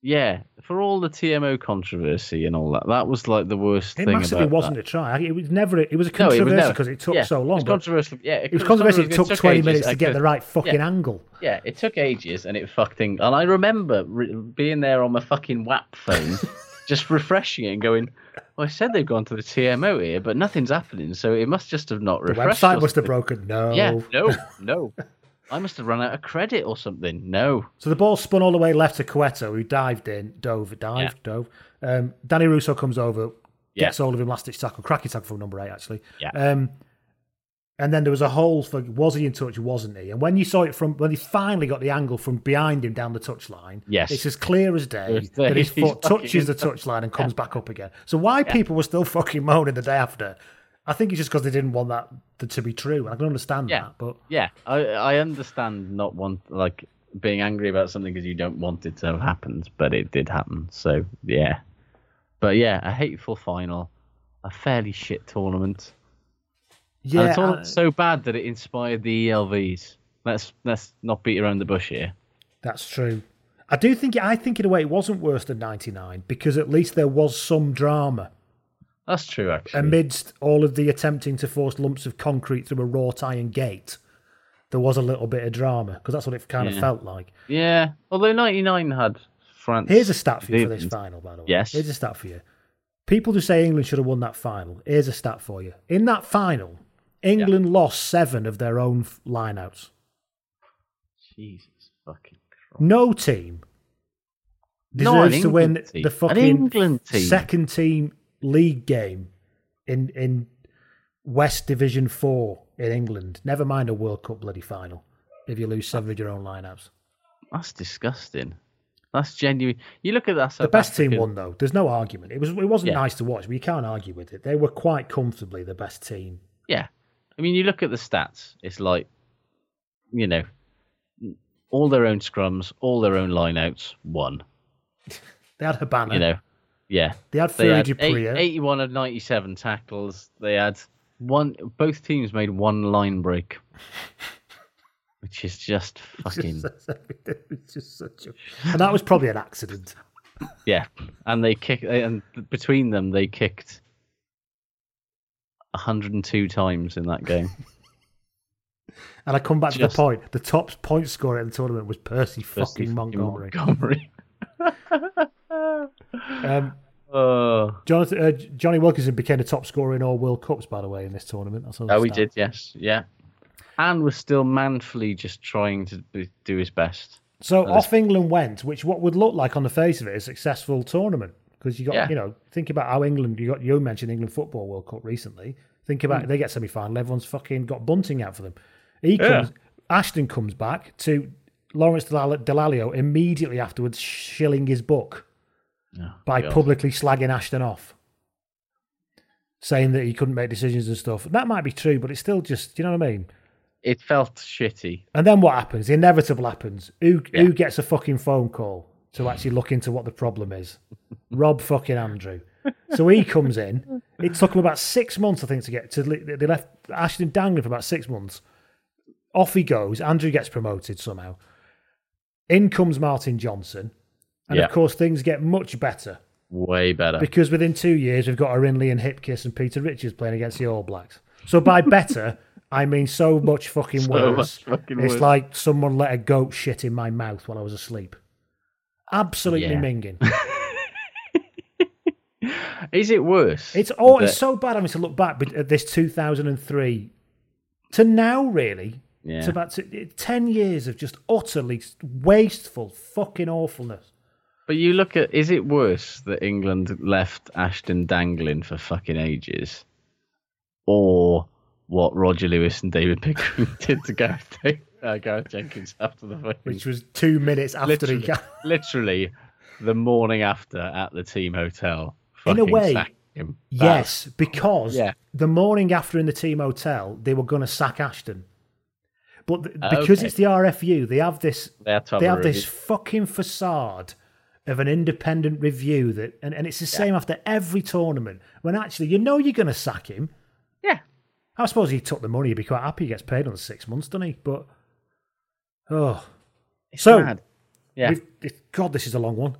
Speaker 3: yeah, for all the TMO controversy and all that, that was like the worst
Speaker 2: It
Speaker 3: thing.
Speaker 2: massively
Speaker 3: about
Speaker 2: wasn't
Speaker 3: that.
Speaker 2: a try. It was never. It was a
Speaker 3: No, it was
Speaker 2: controversy
Speaker 3: never-
Speaker 2: because it, took
Speaker 3: yeah,
Speaker 2: so long.
Speaker 3: It's
Speaker 2: but
Speaker 3: controversial. Yeah,
Speaker 2: it was controversial. It took, twenty
Speaker 3: ages.
Speaker 2: minutes
Speaker 3: I
Speaker 2: to get
Speaker 3: could-
Speaker 2: the right fucking
Speaker 3: yeah.
Speaker 2: angle.
Speaker 3: Yeah, it took ages and it fucked things. And I remember re- being there on my fucking WAP phone, just refreshing it and going, well, I said they've gone to the TMO here, but nothing's happening, so it must just have not
Speaker 2: The
Speaker 3: refreshed. or
Speaker 2: website must have
Speaker 3: something."
Speaker 2: broken. No.
Speaker 3: Yeah, no, no. I must have run out of credit or something. No.
Speaker 2: So the ball spun all the way left to Cueto, who dived in, dove, dived, dove. Um, Danny Russo comes over,
Speaker 3: Yeah.
Speaker 2: gets hold of him, last ditch tackle, cracking tackle from number eight, actually.
Speaker 3: Yeah.
Speaker 2: Um, and then there was a hole for was he in touch, wasn't he? And when you saw it from when he finally got the angle from behind him down the touchline,
Speaker 3: Yes.
Speaker 2: it's as clear as day
Speaker 3: There's-
Speaker 2: that his
Speaker 3: he's
Speaker 2: foot touches the
Speaker 3: fucking-
Speaker 2: touchline and comes back up again. So why people were still fucking moaning the day after? I think it's just because they didn't want that th- to be true. I can understand
Speaker 3: Yeah.
Speaker 2: that, but
Speaker 3: Yeah, I, I understand not want, like, being angry about something because you don't want it to have happened, but it did happen. So, yeah. But yeah, a hateful final, a fairly shit tournament. and
Speaker 2: yeah,
Speaker 3: it's all
Speaker 2: I-
Speaker 3: so bad that it inspired the ELVs. Let's let's not beat around the bush here.
Speaker 2: That's true. I do think I think in a way it wasn't worse than '99 because at least there was some drama
Speaker 3: That's true, actually.
Speaker 2: amidst all of the attempting to force lumps of concrete through a wrought iron gate. There was a little bit of drama because that's what it kind of
Speaker 3: Yeah.
Speaker 2: felt like.
Speaker 3: yeah, although '99 had France.
Speaker 2: Here's a stat for you for this
Speaker 3: Zealand.
Speaker 2: final, by the way.
Speaker 3: Yes.
Speaker 2: Here's a stat for you. People who say England should have won that final, here's a stat for you. In that final, England lost seven of their own f- lineouts.
Speaker 3: Jesus fucking. Christ.
Speaker 2: No team deserves
Speaker 3: No, an
Speaker 2: to win
Speaker 3: England team.
Speaker 2: the
Speaker 3: An
Speaker 2: fucking
Speaker 3: England team.
Speaker 2: second team league game in in West Division Four in England. Never mind a World Cup bloody final. If you lose seven of your own lineups,
Speaker 3: That's disgusting. That's genuine. You look at that.
Speaker 2: the best team won though. There's no argument. It was it wasn't
Speaker 3: Yeah.
Speaker 2: nice to watch, but you can't argue with it. They were quite comfortably the best team.
Speaker 3: Yeah. I mean, you look at the stats, it's like, you know, all their own scrums, all their own lineouts, one.
Speaker 2: They had Habana.
Speaker 3: You know, yeah.
Speaker 2: They had
Speaker 3: They had
Speaker 2: Fergie
Speaker 3: eight,
Speaker 2: Priya.
Speaker 3: 81 of 97 tackles. They had one, both teams made one line break, which is just fucking,
Speaker 2: it was just such a, and that was probably an accident.
Speaker 3: yeah. And they kick, and between them, they kicked 102 times in that game.
Speaker 2: And I come back to the
Speaker 3: Just-
Speaker 2: point. The top point scorer in the tournament was Percy, fucking Montgomery.
Speaker 3: Montgomery.
Speaker 2: Um, Jonathan, uh, Johnny Wilkinson became the top scorer in all World Cups, by the way, in this tournament. That's
Speaker 3: Oh, we did, yes, yeah. And was still manfully just trying to do- do his best.
Speaker 2: So
Speaker 3: That is-
Speaker 2: off England went, which what would look like on the face of it a successful tournament because you got
Speaker 3: Yeah.
Speaker 2: you know think about how England you got you mentioned England football World Cup recently. Think about
Speaker 3: Hmm.
Speaker 2: they get semi final, everyone's fucking got bunting out for them. He
Speaker 3: Yeah.
Speaker 2: comes, Ashton comes back to Lawrence Delal- Delalio immediately afterwards, shilling his book by
Speaker 3: Oh, God.
Speaker 2: publicly slagging Ashton off, saying that he couldn't make decisions and stuff. That might be true, but it's still just do you know what I mean.
Speaker 3: It felt shitty.
Speaker 2: And then what happens? The inevitable happens. Who who gets a fucking phone call to actually look into what the problem is? Rob fucking Andrew. So he comes in. It took him about six months, I think, to get to. li- They left Ashton dangling for about six months. Off he goes. Andrew gets promoted somehow. In comes Martin Johnson, and
Speaker 3: Yeah.
Speaker 2: of course things get much better
Speaker 3: Way better.
Speaker 2: because within two years we've got Arinley and Hipkiss and Peter Richards playing against the All Blacks. So by better, I mean so much fucking
Speaker 3: So
Speaker 2: worse.
Speaker 3: much fucking
Speaker 2: it's
Speaker 3: worse.
Speaker 2: like someone let a goat shit in my mouth while I was asleep. Absolutely
Speaker 3: Yeah.
Speaker 2: minging.
Speaker 3: Is it worse?
Speaker 2: It's all it's
Speaker 3: that-
Speaker 2: so bad having to look back but at this 2003 to now really.
Speaker 3: Yeah.
Speaker 2: It's about t- 10 years of just utterly wasteful fucking awfulness.
Speaker 3: But you look at, is it worse that England left Ashton dangling for fucking ages? Or what Roger Lewis and David Pickering did to Gareth, Day- uh, Gareth Jenkins after the fucking.
Speaker 2: Which was two minutes after he got.
Speaker 3: literally the morning after at the team hotel.
Speaker 2: In a
Speaker 3: fucking
Speaker 2: way,
Speaker 3: sacked him.
Speaker 2: Yes, because
Speaker 3: Yeah.
Speaker 2: the morning after in the team hotel, they were going to sack Ashton. But th- because
Speaker 3: Ah, Okay.
Speaker 2: it's the RFU, they have this
Speaker 3: They had to have
Speaker 2: they
Speaker 3: a
Speaker 2: have this
Speaker 3: review.
Speaker 2: fucking facade of an independent review that and, and it's the same after every tournament when actually you know you're going to sack him.
Speaker 3: Yeah.
Speaker 2: I suppose he took the money, he'd be quite happy he gets paid on six months, doesn't he? But oh. so
Speaker 3: mad. Yeah.
Speaker 2: we've- it- God, this is a long one.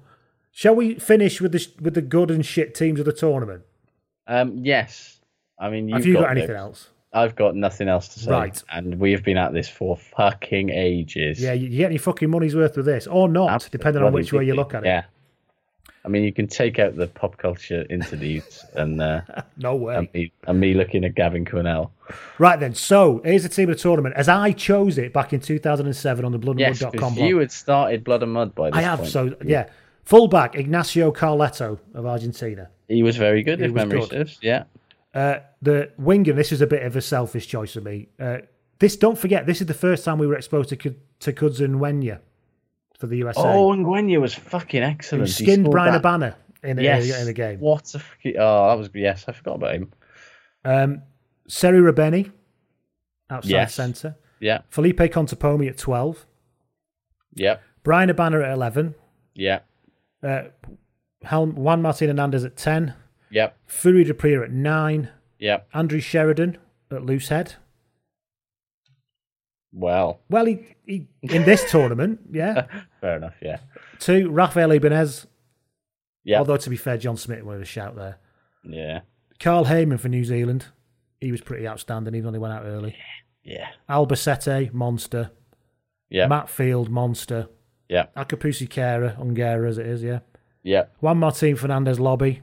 Speaker 2: Shall we finish with the sh- with the good and shit teams of the tournament?
Speaker 3: Um, yes. I mean, you've
Speaker 2: have you got, anything
Speaker 3: those.
Speaker 2: else?
Speaker 3: I've got nothing else to say.
Speaker 2: Right.
Speaker 3: And we have been at this for fucking ages.
Speaker 2: Yeah, you you get your fucking money's worth with this, or not,
Speaker 3: Absolutely
Speaker 2: depending on which way you
Speaker 3: ridiculous.
Speaker 2: look at it.
Speaker 3: Yeah. I mean, you can take out the pop culture interludes and, uh,
Speaker 2: No way.
Speaker 3: and, me, and me looking at Gavin Cornell.
Speaker 2: right then, so here's the team of the tournament as I chose it back in 2007 on the
Speaker 3: Yes,
Speaker 2: bloodandwood.com
Speaker 3: because
Speaker 2: blog.
Speaker 3: you had started Blood and Mud by this
Speaker 2: I have,
Speaker 3: point.
Speaker 2: so yeah. Fullback Ignacio Carletto of Argentina.
Speaker 3: He was very good,
Speaker 2: He
Speaker 3: if
Speaker 2: was
Speaker 3: memory
Speaker 2: good.
Speaker 3: serves. Yeah.
Speaker 2: Uh, the winger, this is a bit of a selfish choice for me. Uh, this, don't forget, this is the first time we were exposed to, Cu- to Kudzu Wenya for the USA.
Speaker 3: Oh, and Gwenya was fucking excellent.
Speaker 2: who
Speaker 3: He
Speaker 2: skinned
Speaker 3: scored
Speaker 2: Brian
Speaker 3: that-
Speaker 2: Abana in, a-
Speaker 3: Yes.
Speaker 2: in a game.
Speaker 3: What a fucking. Oh, that was. Yes, I forgot about him.
Speaker 2: Um, Seri Rabeni, outside
Speaker 3: Yes.
Speaker 2: centre.
Speaker 3: Yeah.
Speaker 2: Felipe Contepomi at 12.
Speaker 3: Yep.
Speaker 2: Brian Abana at 11.
Speaker 3: Yeah.
Speaker 2: Uh, Hel- Juan Martin Hernandez at 10.
Speaker 3: Yep.
Speaker 2: Furi Dupriya at 9.
Speaker 3: Yep.
Speaker 2: Andrew Sheridan at loosehead.
Speaker 3: Well,
Speaker 2: Well, he, he in this tournament, yeah.
Speaker 3: fair enough. Yeah.
Speaker 2: Two, Rafael Ibanez.
Speaker 3: Yeah.
Speaker 2: Although, to be fair, John Smith wanted a shout there.
Speaker 3: yeah.
Speaker 2: Carl Heyman for New Zealand. He was pretty outstanding, even though he went out early.
Speaker 3: Yeah.
Speaker 2: Albacete, monster.
Speaker 3: Yeah.
Speaker 2: Matt Field, monster.
Speaker 3: yeah.
Speaker 2: Akapusi Kara, Ungara as it is, yeah.
Speaker 3: Yeah.
Speaker 2: Juan Martin Fernandez lobby.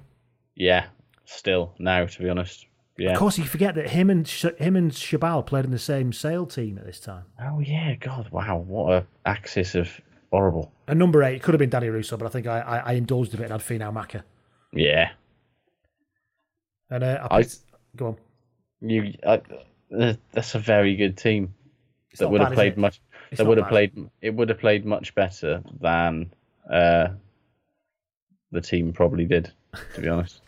Speaker 3: Yeah. Still now, to be honest. Yeah.
Speaker 2: Of course, you forget that him and Sh- him and Shabal played in the same sale team at this time.
Speaker 3: Oh yeah. God. Wow. What a axis of horrible.
Speaker 2: And number eight could have been Danny Russo, but I think I, I, I indulged a bit and had Finau Maka.
Speaker 3: Yeah.
Speaker 2: And uh, I,
Speaker 3: I-
Speaker 2: picked, go on.
Speaker 3: You, I, uh, that's a very good team. that
Speaker 2: not
Speaker 3: would
Speaker 2: bad,
Speaker 3: have
Speaker 2: is
Speaker 3: played
Speaker 2: it?
Speaker 3: much.
Speaker 2: It's
Speaker 3: that
Speaker 2: not
Speaker 3: would have
Speaker 2: bad.
Speaker 3: played. It would have played much better than uh, the team probably did. To be honest,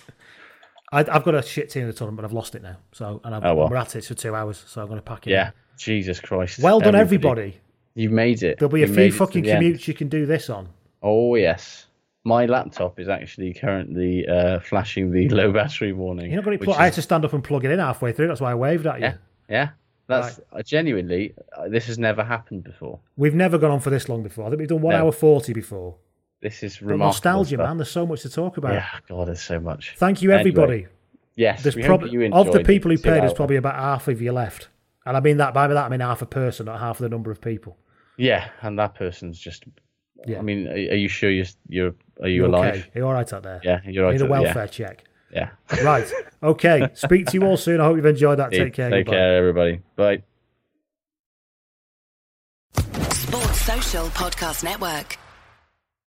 Speaker 2: I, I've got a shit team in the tournament, but I've lost it now. So and I've,
Speaker 3: Oh, well.
Speaker 2: we're at it for two hours, so I'm going to pack it.
Speaker 3: yeah. Jesus Christ.
Speaker 2: Well done, everybody.
Speaker 3: You made it.
Speaker 2: There'll be a
Speaker 3: You made
Speaker 2: few
Speaker 3: it to
Speaker 2: fucking
Speaker 3: the end.
Speaker 2: commutes you can do this on.
Speaker 3: Oh yes. My laptop is actually currently uh, flashing the low battery warning.
Speaker 2: You're not going to
Speaker 3: which
Speaker 2: plug. I
Speaker 3: is-
Speaker 2: had to stand up and plug it in halfway through. That's why I waved at you.
Speaker 3: Yeah, yeah. That's uh, genuinely. Uh, this has never happened before.
Speaker 2: We've never gone on for this long before. I think we've done one
Speaker 3: No.
Speaker 2: hour forty before.
Speaker 3: This is
Speaker 2: But
Speaker 3: remarkable.
Speaker 2: nostalgia,
Speaker 3: stuff.
Speaker 2: man. There's so much to talk about.
Speaker 3: Yeah, God, there's so much.
Speaker 2: Thank you,
Speaker 3: Anyway,
Speaker 2: everybody.
Speaker 3: yes,
Speaker 2: there's
Speaker 3: we hope
Speaker 2: probably
Speaker 3: you
Speaker 2: of the
Speaker 3: enjoyed
Speaker 2: people who
Speaker 3: it. Two
Speaker 2: paid. There's
Speaker 3: hours.
Speaker 2: probably about half of you left, and I mean that by that I mean half a person, not half of the number of people.
Speaker 3: Yeah, and that person's just.
Speaker 2: Yeah.
Speaker 3: I mean, are, are you sure you're you're are you
Speaker 2: You
Speaker 3: alive?
Speaker 2: Okay? Are you all right out there?
Speaker 3: Yeah, you're all
Speaker 2: Need a
Speaker 3: right out- yeah.
Speaker 2: welfare check.
Speaker 3: Yeah.
Speaker 2: Right. Okay. Speak to you all soon. I hope you've enjoyed that. Take care.
Speaker 3: Take
Speaker 2: Goodbye.
Speaker 3: care, everybody. Bye.
Speaker 9: Sports Social Podcast Network.